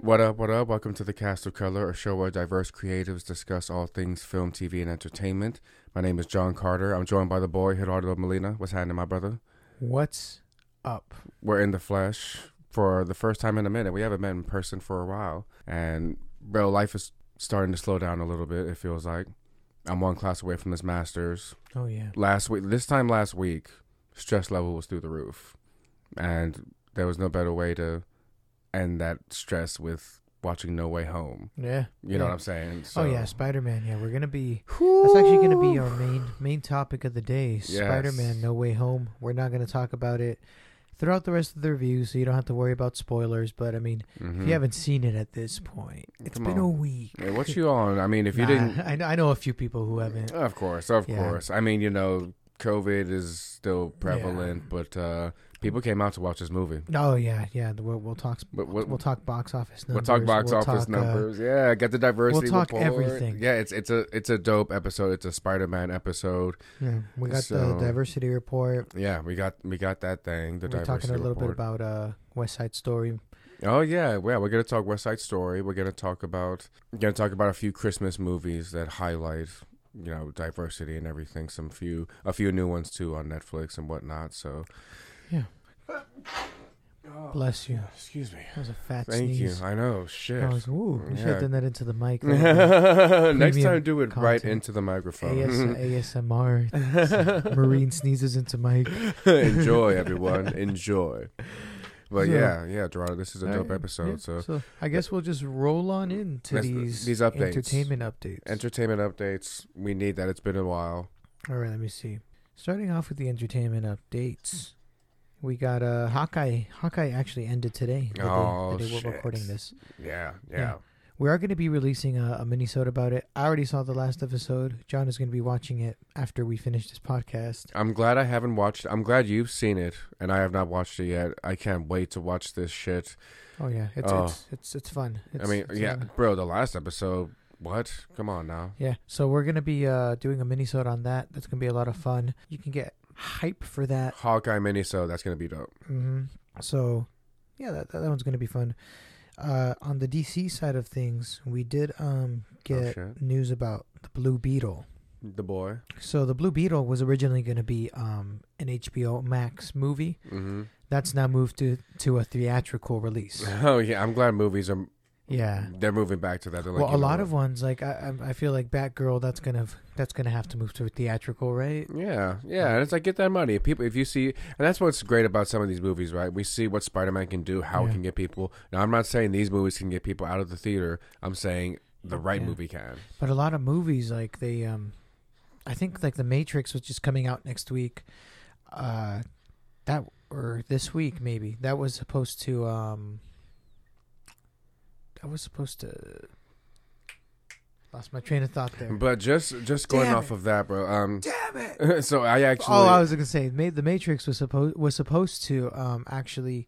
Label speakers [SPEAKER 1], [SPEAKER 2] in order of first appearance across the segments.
[SPEAKER 1] What up, what up? Welcome to the Cast of Color, a show where diverse creatives discuss all things film, TV, and entertainment. My name is John Carter. I'm joined by the boy, Gerardo Molina. What's happening, my brother?
[SPEAKER 2] What's up?
[SPEAKER 1] We're in the flesh for the first time in a minute. We haven't met in person for a while. And, bro, life is starting to slow down a little bit, it feels like. I'm one class away from this master's.
[SPEAKER 2] Oh yeah.
[SPEAKER 1] Last week, this time last week, stress level was through the roof. And there was no better way to end that stress with watching No Way Home.
[SPEAKER 2] Yeah.
[SPEAKER 1] You know what I'm saying?
[SPEAKER 2] Oh
[SPEAKER 1] So-
[SPEAKER 2] yeah, Spider Man. Yeah, we're gonna be. That's actually gonna be our main main topic of the day. Spider Man: No Way Home. We're not gonna talk about it throughout the rest of the review, so you don't have to worry about spoilers. But I mean, if
[SPEAKER 1] Mhm.
[SPEAKER 2] you haven't seen it at this point, it's
[SPEAKER 1] Come on.
[SPEAKER 2] been a week.
[SPEAKER 1] Hey, what you on? I mean, if you
[SPEAKER 2] Nah,
[SPEAKER 1] didn't,
[SPEAKER 2] I know, I know a few people who haven't.
[SPEAKER 1] of course, of
[SPEAKER 2] Yeah.
[SPEAKER 1] course. I mean, you know, COVID is still prevalent, but uh, people came out to watch this movie.
[SPEAKER 2] Oh yeah, yeah. the- We'll, we'll talk.
[SPEAKER 1] But what,
[SPEAKER 2] We'll talk box office
[SPEAKER 1] We'll
[SPEAKER 2] numbers.
[SPEAKER 1] talk box
[SPEAKER 2] We'll
[SPEAKER 1] office
[SPEAKER 2] talk, uh,
[SPEAKER 1] numbers. yeah, get the diversity.
[SPEAKER 2] talk
[SPEAKER 1] report.
[SPEAKER 2] everything.
[SPEAKER 1] Yeah, it's it's a it's a dope episode. It's a Spider Man episode.
[SPEAKER 2] yeah, we got
[SPEAKER 1] So-
[SPEAKER 2] the diversity report.
[SPEAKER 1] Yeah, we got we got that thing. The
[SPEAKER 2] We're talking
[SPEAKER 1] diversity
[SPEAKER 2] a little
[SPEAKER 1] report.
[SPEAKER 2] bit about uh, West Side Story.
[SPEAKER 1] Oh yeah, yeah. We're gonna talk West Side Story. We're gonna talk about we're gonna talk about a few Christmas movies that highlight you know diversity and everything. Some few a few new ones too on Netflix and whatnot. So
[SPEAKER 2] Oh. Bless you.
[SPEAKER 1] excuse me.
[SPEAKER 2] That was a fat
[SPEAKER 1] Thank
[SPEAKER 2] sneeze.
[SPEAKER 1] you. I know. Shit.
[SPEAKER 2] I was, ooh, we should
[SPEAKER 1] Yeah.
[SPEAKER 2] have done that into the mic. That would've been
[SPEAKER 1] Next
[SPEAKER 2] Premium
[SPEAKER 1] time, do it right
[SPEAKER 2] content.
[SPEAKER 1] into the microphone.
[SPEAKER 2] AS, ASMR. Marine sneezes into mic.
[SPEAKER 1] Enjoy, everyone. Enjoy. But
[SPEAKER 2] So-
[SPEAKER 1] yeah, yeah, Gerardo, this is a dope
[SPEAKER 2] Alright,
[SPEAKER 1] episode.
[SPEAKER 2] yeah,
[SPEAKER 1] So
[SPEAKER 2] So I guess we'll just roll on into
[SPEAKER 1] Let's-
[SPEAKER 2] these,
[SPEAKER 1] these updates.
[SPEAKER 2] entertainment updates.
[SPEAKER 1] entertainment updates. We need that. It's been a while.
[SPEAKER 2] All right, let me see. Starting off with the entertainment updates, we got uh, Hawkeye. Hawkeye actually ended today. The
[SPEAKER 1] Oh,
[SPEAKER 2] day, the day
[SPEAKER 1] shit.
[SPEAKER 2] we're recording this.
[SPEAKER 1] Yeah, yeah.
[SPEAKER 2] Yeah. We are going to be releasing a, a minisode about it. I already saw the last episode. John is going to be watching it after we finish this podcast.
[SPEAKER 1] I'm glad I haven't watched. I'm glad you've seen it, and I have not watched it yet. I can't wait to watch this shit.
[SPEAKER 2] Oh yeah, it's
[SPEAKER 1] Oh.
[SPEAKER 2] it's, it's it's fun. It's,
[SPEAKER 1] I mean,
[SPEAKER 2] it's,
[SPEAKER 1] yeah,
[SPEAKER 2] uh,
[SPEAKER 1] bro, the last episode. What? Come on now.
[SPEAKER 2] yeah. So we're gonna be uh, doing a minisode on that. That's gonna be a lot of fun. You can get hype for that.
[SPEAKER 1] Hawkeye mini, so that's gonna be dope. Oh,
[SPEAKER 2] hmm So, yeah, that that one's gonna be fun. Uh, on the DC side of things, we did um get
[SPEAKER 1] Oh, shit.
[SPEAKER 2] news about the Blue Beetle.
[SPEAKER 1] The boy.
[SPEAKER 2] So the Blue Beetle was originally gonna be um an HBO Max movie.
[SPEAKER 1] hmm
[SPEAKER 2] That's now moved to to a theatrical release.
[SPEAKER 1] Oh yeah, I'm glad movies are.
[SPEAKER 2] Yeah.
[SPEAKER 1] They're moving back to that. They're like,
[SPEAKER 2] well,
[SPEAKER 1] you
[SPEAKER 2] a
[SPEAKER 1] know
[SPEAKER 2] lot
[SPEAKER 1] what?
[SPEAKER 2] of ones like I, I I feel like Batgirl. That's gonna that's gonna have to move to a theatrical, right?
[SPEAKER 1] Yeah, yeah, and it's like get that money. If people, if you see, and that's what's great about some of these movies, right? We see what Spider Man can do, how it
[SPEAKER 2] Yeah.
[SPEAKER 1] can get people. Now, I'm not saying these movies can get people out of the theater. I'm saying the right
[SPEAKER 2] Yeah.
[SPEAKER 1] movie can.
[SPEAKER 2] But a lot of movies like they um, I think like The Matrix, which is coming out next week, uh, that or this week maybe that was supposed to um, that was supposed to lost my train of thought there.
[SPEAKER 1] But just just going
[SPEAKER 2] Damn
[SPEAKER 1] off
[SPEAKER 2] it.
[SPEAKER 1] of that, bro. Um,
[SPEAKER 2] Damn it!
[SPEAKER 1] so I actually,
[SPEAKER 2] Oh, I was gonna say, ma- The Matrix was supposed was supposed to um actually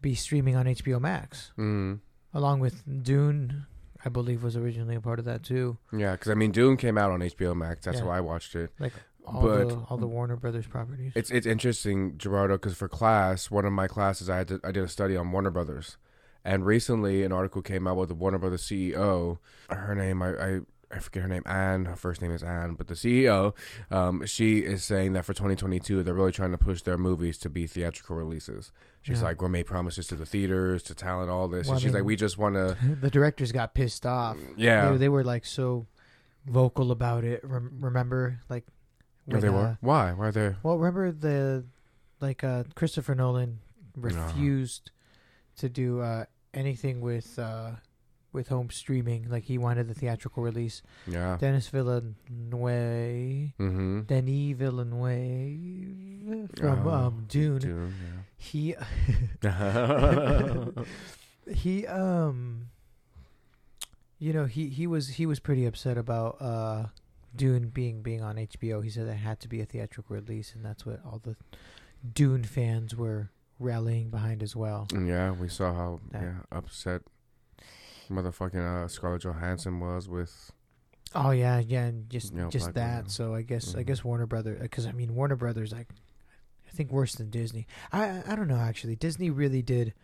[SPEAKER 2] be streaming on HBO Max.
[SPEAKER 1] Mm,
[SPEAKER 2] along with Dune, I believe was originally a part of that too.
[SPEAKER 1] yeah, because I mean, Dune came out on HBO Max. That's
[SPEAKER 2] Yeah.
[SPEAKER 1] how I watched it.
[SPEAKER 2] Like all
[SPEAKER 1] But-
[SPEAKER 2] the all the Warner Brothers properties.
[SPEAKER 1] It's it's interesting, Gerardo, because for class, one of my classes, I had to, I did a study on Warner Brothers, and recently an article came out with the Warner Brothers CEO. Her name, I. I I forget her name, Anne. Her first name is Anne, but the CEO, um, she is saying that for 2022, they're really trying to push their movies to be theatrical releases. She's
[SPEAKER 2] Yeah.
[SPEAKER 1] like, we made promises to the theaters, to talent, all this,
[SPEAKER 2] Well,
[SPEAKER 1] and
[SPEAKER 2] I
[SPEAKER 1] she's like,
[SPEAKER 2] mean-
[SPEAKER 1] we just want to,
[SPEAKER 2] the directors got pissed off.
[SPEAKER 1] yeah.
[SPEAKER 2] They, they were like so vocal about it. Rem- remember, like
[SPEAKER 1] No, Oh, they
[SPEAKER 2] when,
[SPEAKER 1] were.
[SPEAKER 2] uh,
[SPEAKER 1] Why? Why are they?
[SPEAKER 2] well, remember the like uh, Christopher Nolan refused to do uh, anything with uh, with home streaming. Like he wanted the theatrical release.
[SPEAKER 1] Yeah.
[SPEAKER 2] Dennis Villeneuve.
[SPEAKER 1] Mm-hmm.
[SPEAKER 2] Denis Villeneuve from
[SPEAKER 1] Oh,
[SPEAKER 2] um, Dune.
[SPEAKER 1] Dune.
[SPEAKER 2] He
[SPEAKER 1] Yeah.
[SPEAKER 2] he um you know he he was he was pretty upset about uh Dune being being on HBO. He said there had to be a theatrical release, and that's what all the Dune fans were rallying behind as well.
[SPEAKER 1] yeah, we saw how
[SPEAKER 2] That-
[SPEAKER 1] yeah upset motherfucking uh, Scarlett Johansson was with.
[SPEAKER 2] Oh yeah, yeah, and just
[SPEAKER 1] Yeah,
[SPEAKER 2] just
[SPEAKER 1] Black
[SPEAKER 2] that.
[SPEAKER 1] Widow.
[SPEAKER 2] So I guess I
[SPEAKER 1] Mhm.
[SPEAKER 2] guess Warner Brother because I mean Warner Brothers like I think worse than Disney. I I- I don't know actually. Disney really did.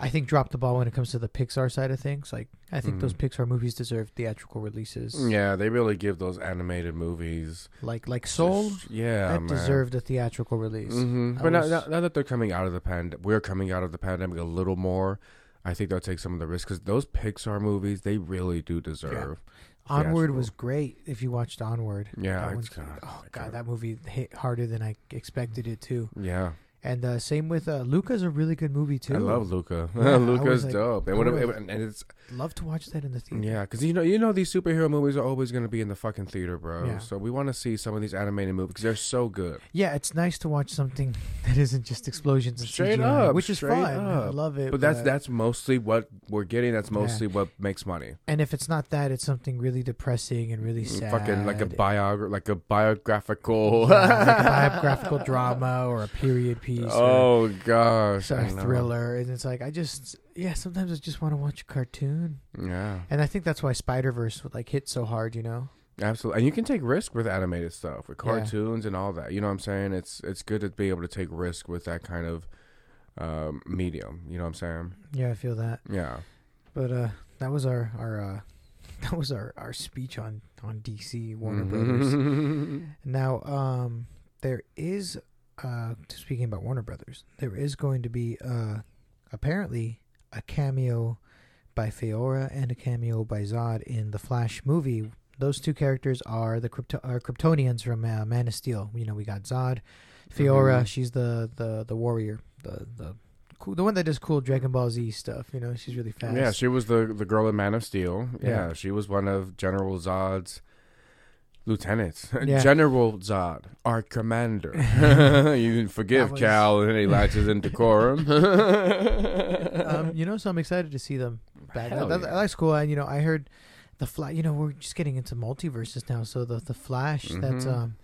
[SPEAKER 2] I think dropped the ball when it comes to the Pixar side of things. Like I think
[SPEAKER 1] Mhm.
[SPEAKER 2] those Pixar movies deserve theatrical releases.
[SPEAKER 1] Yeah, they really give those animated movies
[SPEAKER 2] Like like Soul
[SPEAKER 1] just- yeah,
[SPEAKER 2] that
[SPEAKER 1] man.
[SPEAKER 2] deserved a theatrical release.
[SPEAKER 1] hmm
[SPEAKER 2] I
[SPEAKER 1] But now,
[SPEAKER 2] was-
[SPEAKER 1] now, now that they're coming out of the pandemic, we're coming out of the pandemic a little more. I think they'll take some of the risk because those Pixar movies, they really do deserve.
[SPEAKER 2] Onward
[SPEAKER 1] Theatrical.
[SPEAKER 2] was great. If you watched Onward,
[SPEAKER 1] Yeah,
[SPEAKER 2] That
[SPEAKER 1] it's
[SPEAKER 2] one's-
[SPEAKER 1] God,
[SPEAKER 2] oh
[SPEAKER 1] my
[SPEAKER 2] god, that movie hit harder than I
[SPEAKER 1] Mm-hmm.
[SPEAKER 2] expected it to.
[SPEAKER 1] yeah.
[SPEAKER 2] And uh, same with uh, Luca's a really good movie too.
[SPEAKER 1] I love Luca.
[SPEAKER 2] Yeah, I
[SPEAKER 1] Luca's
[SPEAKER 2] was like,
[SPEAKER 1] dope. And,
[SPEAKER 2] I
[SPEAKER 1] whenever,
[SPEAKER 2] was-
[SPEAKER 1] and it's
[SPEAKER 2] Love to watch that in the theater.
[SPEAKER 1] yeah, because you know you know these superhero movies are always going to be in the fucking theater, bro.
[SPEAKER 2] Yeah.
[SPEAKER 1] So we want to see some of these animated movies 'cause they're so good.
[SPEAKER 2] Yeah, it's nice to watch something that isn't just explosions and
[SPEAKER 1] Straight
[SPEAKER 2] CGI,
[SPEAKER 1] up,
[SPEAKER 2] which is
[SPEAKER 1] straight
[SPEAKER 2] fun. I
[SPEAKER 1] up.
[SPEAKER 2] love it.
[SPEAKER 1] But that's that's mostly what we're getting. That's mostly what makes money.
[SPEAKER 2] And if it's not that, it's something really depressing and really sad.
[SPEAKER 1] Mm, Fucking like a biog like a biographical.
[SPEAKER 2] Yeah, like a biographical drama or a period piece. or-
[SPEAKER 1] Oh gosh,
[SPEAKER 2] Or
[SPEAKER 1] I
[SPEAKER 2] a
[SPEAKER 1] know.
[SPEAKER 2] thriller, and it's like I just yeah. Sometimes I just want to watch a cartoon,
[SPEAKER 1] Yeah,
[SPEAKER 2] and I think that's why Spider Verse would like hit so hard, you know.
[SPEAKER 1] absolutely. And you can take risk with animated stuff, with
[SPEAKER 2] Yeah.
[SPEAKER 1] cartoons and all that. You know what I'm saying? It's it's good to be able to take risk with that kind of um, medium. You know what I'm saying?
[SPEAKER 2] Yeah, I feel that.
[SPEAKER 1] Yeah.
[SPEAKER 2] But uh, that was our our uh, that was our our speech on on DC Warner Brothers.
[SPEAKER 1] Mm-hmm.
[SPEAKER 2] Now, um, there is uh, speaking about Warner Brothers, there is going to be uh, apparently a cameo by Feora and a cameo by Zod in the Flash movie. Those two characters are the Krypto- are Kryptonians from uh, Man of Steel. You know, we got Zod, Feora.
[SPEAKER 1] Mhm.
[SPEAKER 2] She's the the the warrior, the the cool, the one that does cool Dragon Ball Z stuff. You know, she's really fast.
[SPEAKER 1] Yeah, she was the the girl in Man of Steel. Yeah,
[SPEAKER 2] Yeah.
[SPEAKER 1] she was one of General Zod's lieutenants.
[SPEAKER 2] Yeah.
[SPEAKER 1] General Zod, our commander. you can forgive
[SPEAKER 2] That was-
[SPEAKER 1] Cal, and he latches into decorum.
[SPEAKER 2] um, you know, so I'm excited to see them back.
[SPEAKER 1] Hell
[SPEAKER 2] That-
[SPEAKER 1] yeah.
[SPEAKER 2] That's cool. And you know, I heard the flash. You know, we're just getting into multiverses now. So the the Flash that's
[SPEAKER 1] Mhm.
[SPEAKER 2] um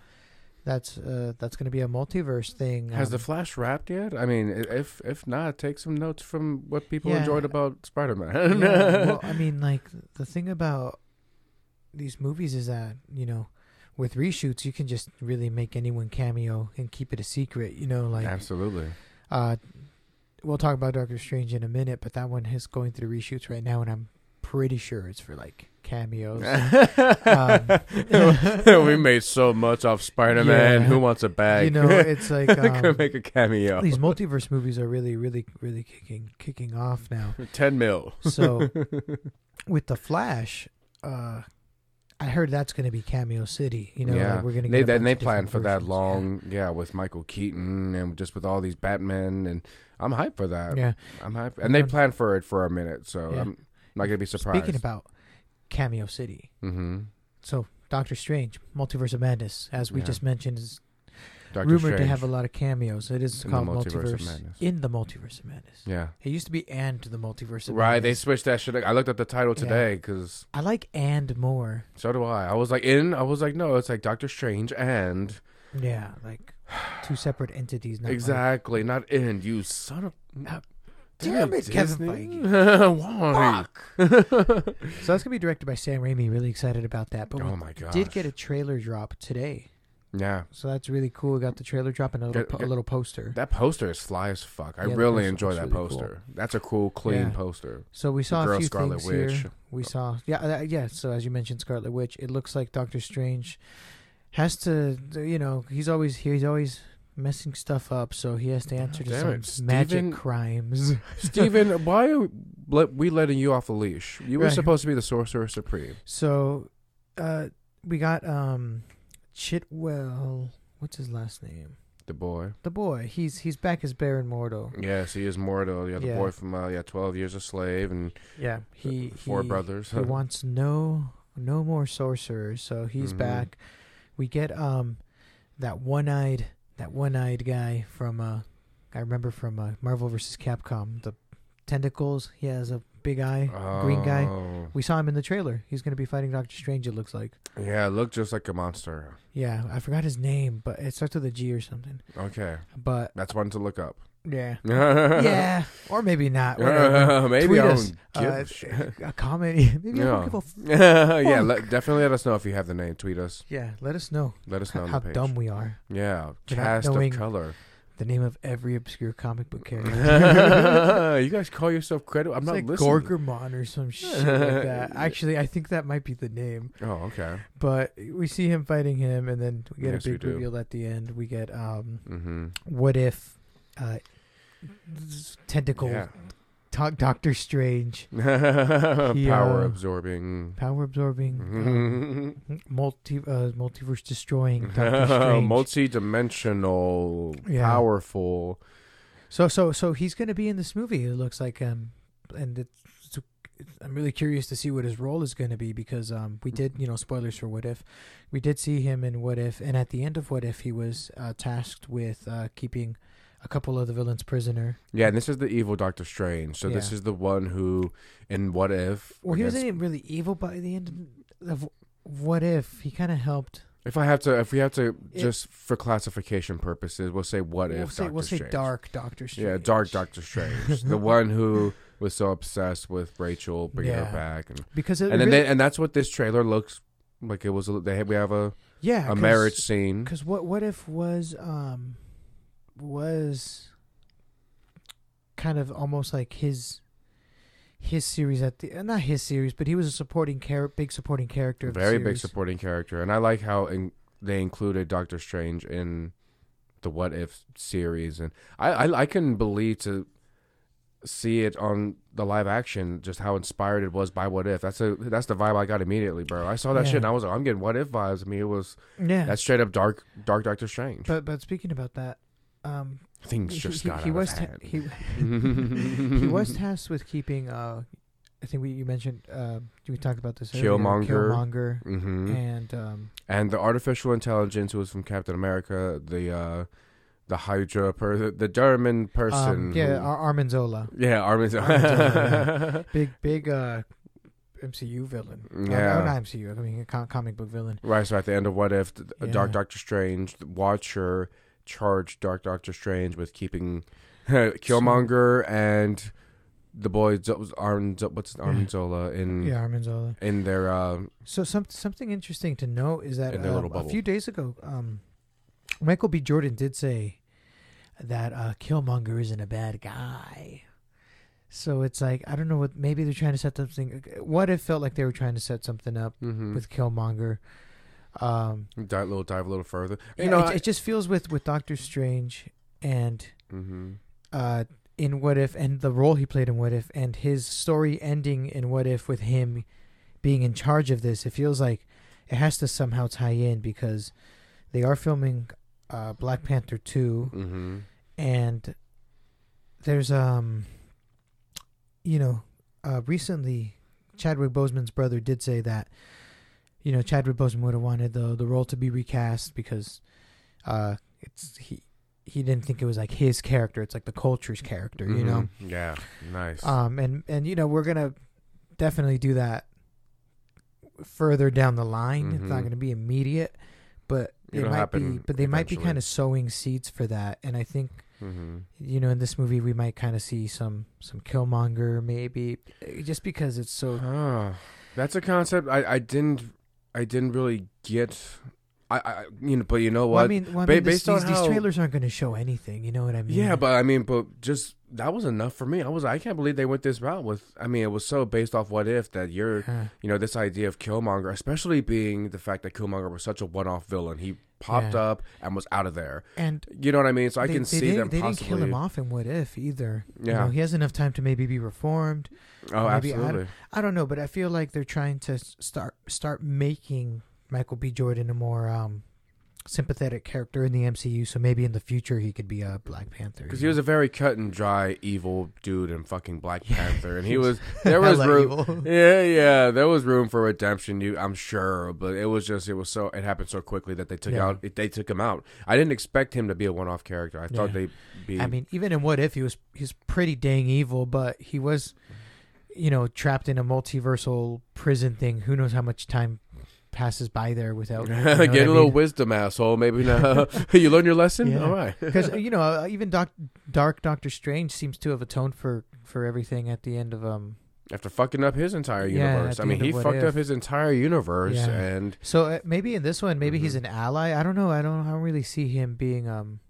[SPEAKER 2] that's uh that's going to be a multiverse thing.
[SPEAKER 1] Has
[SPEAKER 2] um,
[SPEAKER 1] the Flash wrapped yet? I mean, i- if if not, take some notes from what people
[SPEAKER 2] Yeah.
[SPEAKER 1] enjoyed about Spider
[SPEAKER 2] Um, yeah,
[SPEAKER 1] Man.
[SPEAKER 2] well, I mean, like the thing about these movies is that you know, with reshoots, you can just really make anyone cameo and keep it a secret. You know, like
[SPEAKER 1] Absolutely.
[SPEAKER 2] Uh, we'll talk about Doctor Strange in a minute, but that one is going through reshoots right now, and I'm pretty sure it's for like cameos. um,
[SPEAKER 1] we made so much off Spider Man.
[SPEAKER 2] Yeah.
[SPEAKER 1] Who wants a bag?
[SPEAKER 2] You know, it's like um,
[SPEAKER 1] could make a cameo.
[SPEAKER 2] these multiverse movies are really, really, really kicking kicking off now.
[SPEAKER 1] Ten mil.
[SPEAKER 2] So with the Flash, uh, I heard that's going to be Cameo City. You know,
[SPEAKER 1] yeah,
[SPEAKER 2] like we're going to.
[SPEAKER 1] they, then they plan for that long, yeah. with Michael Keaton and just with all these Batman, and I'm hyped for that.
[SPEAKER 2] Yeah.
[SPEAKER 1] I'm hyped, and they
[SPEAKER 2] Um,
[SPEAKER 1] planned for it for a minute, so
[SPEAKER 2] yeah.
[SPEAKER 1] I'm not gonna be surprised.
[SPEAKER 2] Speaking about Cameo City,
[SPEAKER 1] mm-hmm.
[SPEAKER 2] so Doctor Strange, Multiverse of Madness, as we
[SPEAKER 1] Yeah.
[SPEAKER 2] just mentioned, is
[SPEAKER 1] Doctor
[SPEAKER 2] rumored
[SPEAKER 1] Strange.
[SPEAKER 2] to have a lot of cameos. It is
[SPEAKER 1] In the
[SPEAKER 2] called
[SPEAKER 1] Multiverse
[SPEAKER 2] Multiverse,
[SPEAKER 1] of Madness.
[SPEAKER 2] in the Multiverse of Madness.
[SPEAKER 1] yeah,
[SPEAKER 2] It used to be and the Multiverse of
[SPEAKER 1] right. They
[SPEAKER 2] Madness.
[SPEAKER 1] switched that shit. I looked up the title
[SPEAKER 2] Yeah.
[SPEAKER 1] today because
[SPEAKER 2] I like and more.
[SPEAKER 1] so do I. I was like in. I was like no. It's like Doctor Strange and
[SPEAKER 2] Yeah, like two separate entities. Not like-
[SPEAKER 1] exactly not in. You son of
[SPEAKER 2] Ah, damn it, Kevin
[SPEAKER 1] Why? Fuck.
[SPEAKER 2] so that's gonna be directed by Sam Raimi. Really excited about that. But
[SPEAKER 1] oh
[SPEAKER 2] we
[SPEAKER 1] my god.
[SPEAKER 2] did get a trailer drop today,
[SPEAKER 1] yeah.
[SPEAKER 2] so that's really cool. We got the trailer drop and a little,
[SPEAKER 1] Get-
[SPEAKER 2] po-
[SPEAKER 1] get-
[SPEAKER 2] a little poster.
[SPEAKER 1] That poster is fly as fuck. I
[SPEAKER 2] Yeah, the
[SPEAKER 1] really
[SPEAKER 2] poster
[SPEAKER 1] enjoy
[SPEAKER 2] looks
[SPEAKER 1] that
[SPEAKER 2] really cool.
[SPEAKER 1] poster. That's a cool, clean
[SPEAKER 2] Yeah.
[SPEAKER 1] poster.
[SPEAKER 2] So we
[SPEAKER 1] The
[SPEAKER 2] saw a
[SPEAKER 1] girl
[SPEAKER 2] few
[SPEAKER 1] Scarlet
[SPEAKER 2] things
[SPEAKER 1] Witch.
[SPEAKER 2] here. We saw, yeah, uh, yeah. So as you mentioned, Scarlet Witch. It looks like Doctor Strange has to, you know, he's always here. He's always messing stuff up, so he has to answer to
[SPEAKER 1] Damn
[SPEAKER 2] some
[SPEAKER 1] it, Steven-
[SPEAKER 2] magic crimes.
[SPEAKER 1] Steven, why are let- we letting you off the leash? You were
[SPEAKER 2] Right.
[SPEAKER 1] supposed to be the Sorcerer Supreme.
[SPEAKER 2] So, uh, we got um, Chitwell. What's his last name?
[SPEAKER 1] The boy.
[SPEAKER 2] The boy. He's he's back as Baron Mordo.
[SPEAKER 1] Yes, he is Mordo. Yeah, the
[SPEAKER 2] Yeah.
[SPEAKER 1] boy from uh, yeah, twelve years a slave and
[SPEAKER 2] Yeah, he
[SPEAKER 1] four
[SPEAKER 2] he,
[SPEAKER 1] brothers.
[SPEAKER 2] He wants no no more sorcerers, so he's
[SPEAKER 1] Mhm.
[SPEAKER 2] back. We get um that one eyed that one eyed guy from uh I remember from uh, Marvel vs. Capcom the tentacles. He has a big eye, green guy.
[SPEAKER 1] Oh.
[SPEAKER 2] We saw him in the trailer. He's gonna be fighting Doctor Strange. It looks like.
[SPEAKER 1] Yeah, looked just like a monster.
[SPEAKER 2] Yeah, I forgot his name, but it starts with a G or something.
[SPEAKER 1] Okay,
[SPEAKER 2] But
[SPEAKER 1] that's one to look up.
[SPEAKER 2] yeah,
[SPEAKER 1] yeah,
[SPEAKER 2] yeah, or maybe not. whatever.
[SPEAKER 1] maybe
[SPEAKER 2] Tweet
[SPEAKER 1] I don't
[SPEAKER 2] us.
[SPEAKER 1] give
[SPEAKER 2] Uh,
[SPEAKER 1] a shit.
[SPEAKER 2] A comment. Maybe I
[SPEAKER 1] Yeah.
[SPEAKER 2] don't give a f-
[SPEAKER 1] yeah, let, definitely let us know if you have the name. Tweet us.
[SPEAKER 2] yeah, let us know
[SPEAKER 1] Let us know on
[SPEAKER 2] how
[SPEAKER 1] the page.
[SPEAKER 2] dumb we are.
[SPEAKER 1] Yeah,
[SPEAKER 2] Without
[SPEAKER 1] cast
[SPEAKER 2] knowing
[SPEAKER 1] of color.
[SPEAKER 2] the name of every obscure comic book character.
[SPEAKER 1] you guys call yourself credible? I'm
[SPEAKER 2] It's
[SPEAKER 1] not
[SPEAKER 2] like
[SPEAKER 1] listening.
[SPEAKER 2] Gorgormon or some shit like that. Actually, I think that might be the name.
[SPEAKER 1] Oh, okay.
[SPEAKER 2] But we see him fighting him, and then we get
[SPEAKER 1] Yes,
[SPEAKER 2] a
[SPEAKER 1] we
[SPEAKER 2] big
[SPEAKER 1] do.
[SPEAKER 2] reveal at the end. We get um,
[SPEAKER 1] Mm-hmm.
[SPEAKER 2] what if uh, tentacle
[SPEAKER 1] Yeah.
[SPEAKER 2] doc- Doctor Strange He,
[SPEAKER 1] Power
[SPEAKER 2] uh,
[SPEAKER 1] absorbing.
[SPEAKER 2] power absorbing
[SPEAKER 1] Mm-hmm.
[SPEAKER 2] um, multi uh, multiverse destroying Doctor Strange.
[SPEAKER 1] Multi-dimensional,
[SPEAKER 2] Yeah.
[SPEAKER 1] powerful.
[SPEAKER 2] so so so he's gonna be in this movie. It looks like um, and it's, it's- I'm really curious to see what his role is gonna be because um, we did you know spoilers for What If, we did see him in What If, and at the end of What If, he was uh, tasked with uh, keeping a couple of the villains prisoner.
[SPEAKER 1] Yeah, and this is the evil Doctor Strange. So this
[SPEAKER 2] Yeah.
[SPEAKER 1] is the one who, in What If?
[SPEAKER 2] Well, he
[SPEAKER 1] against-
[SPEAKER 2] wasn't even really evil by the end of What If. He kind of helped.
[SPEAKER 1] If I have to, if we have to,
[SPEAKER 2] It-
[SPEAKER 1] just for classification purposes, we'll say What
[SPEAKER 2] we'll
[SPEAKER 1] If
[SPEAKER 2] say,
[SPEAKER 1] Doctor
[SPEAKER 2] we'll say
[SPEAKER 1] Strange.
[SPEAKER 2] dark Doctor Strange.
[SPEAKER 1] Yeah, dark Doctor Strange, the one who was so obsessed with Rachel bringing
[SPEAKER 2] Yeah.
[SPEAKER 1] her back, and
[SPEAKER 2] Because it
[SPEAKER 1] and then
[SPEAKER 2] really-
[SPEAKER 1] they, and that's what this trailer looks like. It was a- they we have a
[SPEAKER 2] yeah,
[SPEAKER 1] a
[SPEAKER 2] 'cause-
[SPEAKER 1] marriage scene.
[SPEAKER 2] Because what what if was um was kind of almost like his his series at the uh, not his series, but he was a supporting char- big supporting character. Of
[SPEAKER 1] Very
[SPEAKER 2] the
[SPEAKER 1] big
[SPEAKER 2] series.
[SPEAKER 1] supporting character, and I like how in, they included Doctor Strange in the What If series, and I I, I couldn't believe to see it on the live action just how inspired it was by What If. That's a that's the vibe I got immediately, bro. I saw that
[SPEAKER 2] Yeah.
[SPEAKER 1] shit and I was like, I'm getting What If vibes. I mean, it was
[SPEAKER 2] Yeah,
[SPEAKER 1] that's straight up dark dark Doctor Strange.
[SPEAKER 2] but but speaking about that, um,
[SPEAKER 1] Things
[SPEAKER 2] he,
[SPEAKER 1] just
[SPEAKER 2] he-
[SPEAKER 1] got
[SPEAKER 2] he
[SPEAKER 1] out
[SPEAKER 2] was
[SPEAKER 1] of
[SPEAKER 2] ta-
[SPEAKER 1] hand.
[SPEAKER 2] he he was tasked with keeping. Uh, I think we you mentioned. Uh, we talked about this. earlier,
[SPEAKER 1] Killmonger.
[SPEAKER 2] Killmonger,
[SPEAKER 1] hmm
[SPEAKER 2] and um,
[SPEAKER 1] and the artificial intelligence was from Captain America. The uh, the Hydra, per- the, the German person.
[SPEAKER 2] um, yeah,
[SPEAKER 1] who-
[SPEAKER 2] Ar- Armin Zola,
[SPEAKER 1] Yeah, Armin.
[SPEAKER 2] Armin Zola, big big uh, MCU villain. Uh,
[SPEAKER 1] Yeah.
[SPEAKER 2] no, not MCU. I mean, a co- comic book villain.
[SPEAKER 1] right. So at the end of What If, the, Dark
[SPEAKER 2] Yeah.
[SPEAKER 1] Doctor Strange, the Watcher charged Dark Doctor Strange with keeping Killmonger and the boy Zo- Armin. Zo- What's his- Armin
[SPEAKER 2] Yeah.
[SPEAKER 1] Zola in
[SPEAKER 2] Yeah, Armin Zola.
[SPEAKER 1] in their uh,
[SPEAKER 2] So some, something interesting to note is that
[SPEAKER 1] In their
[SPEAKER 2] um,
[SPEAKER 1] little
[SPEAKER 2] a
[SPEAKER 1] bubble.
[SPEAKER 2] few days ago, um, Michael B. Jordan did say that uh, Killmonger isn't a bad guy. So it's like I don't know what maybe they're trying to set something. What if felt like they were trying to set something up
[SPEAKER 1] mhm.
[SPEAKER 2] with Killmonger? Um,
[SPEAKER 1] dive, little dive a little further. You
[SPEAKER 2] yeah,
[SPEAKER 1] know,
[SPEAKER 2] it,
[SPEAKER 1] I-
[SPEAKER 2] it just feels with with Doctor Strange and
[SPEAKER 1] Mhm.
[SPEAKER 2] uh, in What If and the role he played in What If and his story ending in What If with him being in charge of this, it feels like it has to somehow tie in because they are filming uh, Black Panther 2
[SPEAKER 1] Mm-hmm.
[SPEAKER 2] and there's um you know uh, recently Chadwick Boseman's brother did say that you know Chadwick Boseman would have wanted the the role to be recast because uh it's he he didn't think it was like his character it's like the culture's character you know
[SPEAKER 1] Mm-hmm. Yeah. Nice.
[SPEAKER 2] um and and you know we're gonna definitely do that further down the line it's not
[SPEAKER 1] Mhm.
[SPEAKER 2] gonna be immediate but it
[SPEAKER 1] It'll
[SPEAKER 2] might be
[SPEAKER 1] happen
[SPEAKER 2] but they might be
[SPEAKER 1] eventually.
[SPEAKER 2] kind of sowing seeds for that and i think
[SPEAKER 1] mm-hmm.
[SPEAKER 2] you know in this movie we might kind of see some some killmonger maybe eh, just because it's so
[SPEAKER 1] Ah, that's a concept I, I didn't I didn't really get. I, I you know, but you know what?
[SPEAKER 2] well, i mean, well, I
[SPEAKER 1] Ba-
[SPEAKER 2] mean, this-
[SPEAKER 1] based on
[SPEAKER 2] these, these
[SPEAKER 1] how-
[SPEAKER 2] trailers aren't going to show anything you know what i mean
[SPEAKER 1] yeah, but I mean, but just that was enough for me. I was I can't believe they went this route with. I mean, it was so based off what if that you're
[SPEAKER 2] Huh.
[SPEAKER 1] you know this idea of Killmonger, especially being the fact that Killmonger was such a one-off villain. He popped
[SPEAKER 2] Yeah.
[SPEAKER 1] up and was out of there.
[SPEAKER 2] and
[SPEAKER 1] You know what I mean? So I
[SPEAKER 2] they,
[SPEAKER 1] can
[SPEAKER 2] they
[SPEAKER 1] see
[SPEAKER 2] didn't,
[SPEAKER 1] them
[SPEAKER 2] they
[SPEAKER 1] possibly.
[SPEAKER 2] didn't kill him off in what if either you
[SPEAKER 1] Yeah.
[SPEAKER 2] know, he has enough time to maybe be reformed
[SPEAKER 1] oh,
[SPEAKER 2] Maybe I don't-
[SPEAKER 1] absolutely.
[SPEAKER 2] I don't know, but I feel like they're trying to s- start start making Michael B. Jordan a more um, sympathetic character in the MCU. So maybe in the future he could be a Black Panther.
[SPEAKER 1] Because
[SPEAKER 2] you
[SPEAKER 1] he was
[SPEAKER 2] know?
[SPEAKER 1] a very cut and dry evil dude in fucking Black
[SPEAKER 2] Yeah.
[SPEAKER 1] Panther, and he was there was
[SPEAKER 2] Hella
[SPEAKER 1] room.
[SPEAKER 2] evil.
[SPEAKER 1] Yeah, yeah, there was room for redemption. You, I'm sure, but it was just it was so it happened so quickly that they took
[SPEAKER 2] Yeah.
[SPEAKER 1] out they took him out. I didn't expect him to be a one off character. I thought
[SPEAKER 2] Yeah.
[SPEAKER 1] they'd be.
[SPEAKER 2] I mean, even in What If he was he's pretty dang evil, but he was, you know, trapped in a multiversal prison thing. Who knows how much time passes by there without you know
[SPEAKER 1] get a
[SPEAKER 2] what I
[SPEAKER 1] little
[SPEAKER 2] mean?
[SPEAKER 1] wisdom, asshole. Maybe now you learn your lesson.
[SPEAKER 2] Yeah.
[SPEAKER 1] All right.
[SPEAKER 2] Because you know, uh, even Doc, Dark Doctor Strange seems to have atoned for for everything at the end of um.
[SPEAKER 1] After fucking up his entire
[SPEAKER 2] Yeah, at
[SPEAKER 1] universe,
[SPEAKER 2] the
[SPEAKER 1] I mean,
[SPEAKER 2] end of
[SPEAKER 1] he
[SPEAKER 2] What
[SPEAKER 1] fucked
[SPEAKER 2] If.
[SPEAKER 1] up his entire universe,
[SPEAKER 2] Yeah.
[SPEAKER 1] and
[SPEAKER 2] So uh, maybe in this one, maybe he's
[SPEAKER 1] Mhm.
[SPEAKER 2] an ally. I don't know. I don't. I don't really see him being um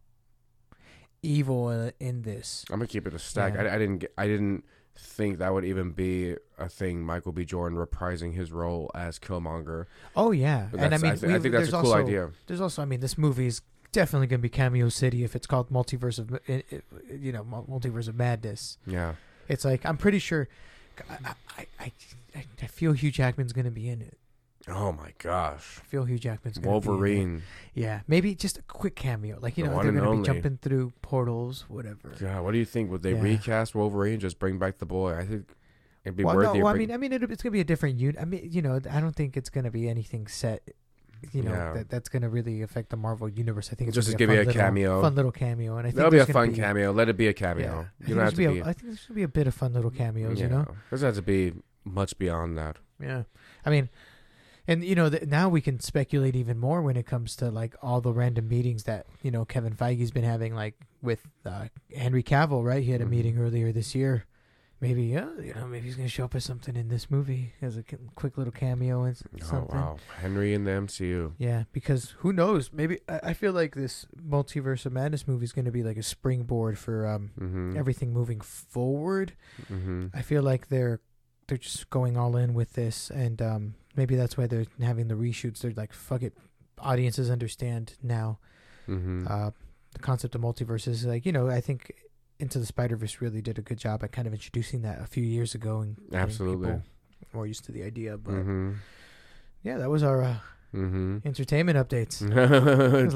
[SPEAKER 2] evil in, in this.
[SPEAKER 1] I'm gonna keep it a stack.
[SPEAKER 2] Yeah.
[SPEAKER 1] I, I didn't. Get, I didn't think that would even be a thing. Michael B. Jordan reprising his role as Killmonger.
[SPEAKER 2] Oh yeah,
[SPEAKER 1] But
[SPEAKER 2] and I
[SPEAKER 1] that's-
[SPEAKER 2] mean,
[SPEAKER 1] thi-
[SPEAKER 2] we-
[SPEAKER 1] I think that's
[SPEAKER 2] there's
[SPEAKER 1] a cool
[SPEAKER 2] also,
[SPEAKER 1] idea.
[SPEAKER 2] There's also, I mean, this movie is definitely going to be Cameo City if it's called Multiverse of, it- it- you know, Mul- Multiverse of Madness.
[SPEAKER 1] Yeah,
[SPEAKER 2] It's like I'm pretty sure. I I I, I- I feel Hugh Jackman's going to be in it.
[SPEAKER 1] Oh my gosh.
[SPEAKER 2] I feel Hugh Jackman's gonna Be in it.
[SPEAKER 1] Wolverine.
[SPEAKER 2] Yeah, maybe just a quick cameo, like you
[SPEAKER 1] The
[SPEAKER 2] know,
[SPEAKER 1] one
[SPEAKER 2] they're
[SPEAKER 1] and
[SPEAKER 2] going to be
[SPEAKER 1] only.
[SPEAKER 2] jumping through portals, whatever.
[SPEAKER 1] God, what do you think? Would they
[SPEAKER 2] Yeah.
[SPEAKER 1] recast Wolverine and just bring back the boy? I think it'd be
[SPEAKER 2] well,
[SPEAKER 1] worthy.
[SPEAKER 2] no,
[SPEAKER 1] of
[SPEAKER 2] well, I
[SPEAKER 1] bring-
[SPEAKER 2] mean, I mean, it, it's gonna be a different unit. I mean, you know, I don't think it's gonna be anything set. You know,
[SPEAKER 1] Yeah.
[SPEAKER 2] that that's gonna really affect the Marvel universe. I think it's
[SPEAKER 1] Just to
[SPEAKER 2] gonna be
[SPEAKER 1] give
[SPEAKER 2] fun
[SPEAKER 1] you a
[SPEAKER 2] little-
[SPEAKER 1] cameo.
[SPEAKER 2] fun little cameo, and I think
[SPEAKER 1] That'll be a
[SPEAKER 2] there's gonna
[SPEAKER 1] fun cameo. Let it be a cameo.
[SPEAKER 2] I
[SPEAKER 1] You don't
[SPEAKER 2] think
[SPEAKER 1] have
[SPEAKER 2] there's
[SPEAKER 1] to
[SPEAKER 2] gonna
[SPEAKER 1] be.
[SPEAKER 2] a- I think there's gonna be a bit of fun little cameos. You know,
[SPEAKER 1] doesn't have to be much beyond that.
[SPEAKER 2] yeah. I mean, and you know, th- now we can speculate even more when it comes to like all the random meetings that you know Kevin Feige's been having, like with uh, Henry Cavill. Right, he had a
[SPEAKER 1] Mhm.
[SPEAKER 2] meeting earlier this year. Maybe uh, you know, maybe he's gonna show up as something in this movie as a c- quick little cameo and s- something.
[SPEAKER 1] Oh wow, Henry in the MCU.
[SPEAKER 2] Yeah, because who knows? Maybe I, I feel like this multiverse of madness movie is gonna be like a springboard for um,
[SPEAKER 1] Mm-hmm.
[SPEAKER 2] everything moving forward.
[SPEAKER 1] mm-hmm.
[SPEAKER 2] I feel like they're they're just going all in with this, and um, maybe that's why they're having the reshoots. They're like, fuck it, audiences understand now.
[SPEAKER 1] Mm-hmm.
[SPEAKER 2] Uh, the concept of multiverses, is like you know, I think Into the Spider Verse really did a good job at kind of introducing that a few years ago and getting
[SPEAKER 1] Absolutely.
[SPEAKER 2] people more used to the idea. But
[SPEAKER 1] mm-hmm.
[SPEAKER 2] yeah, that was our uh,
[SPEAKER 1] Mm-hmm.
[SPEAKER 2] entertainment
[SPEAKER 1] Mm.
[SPEAKER 2] updates. a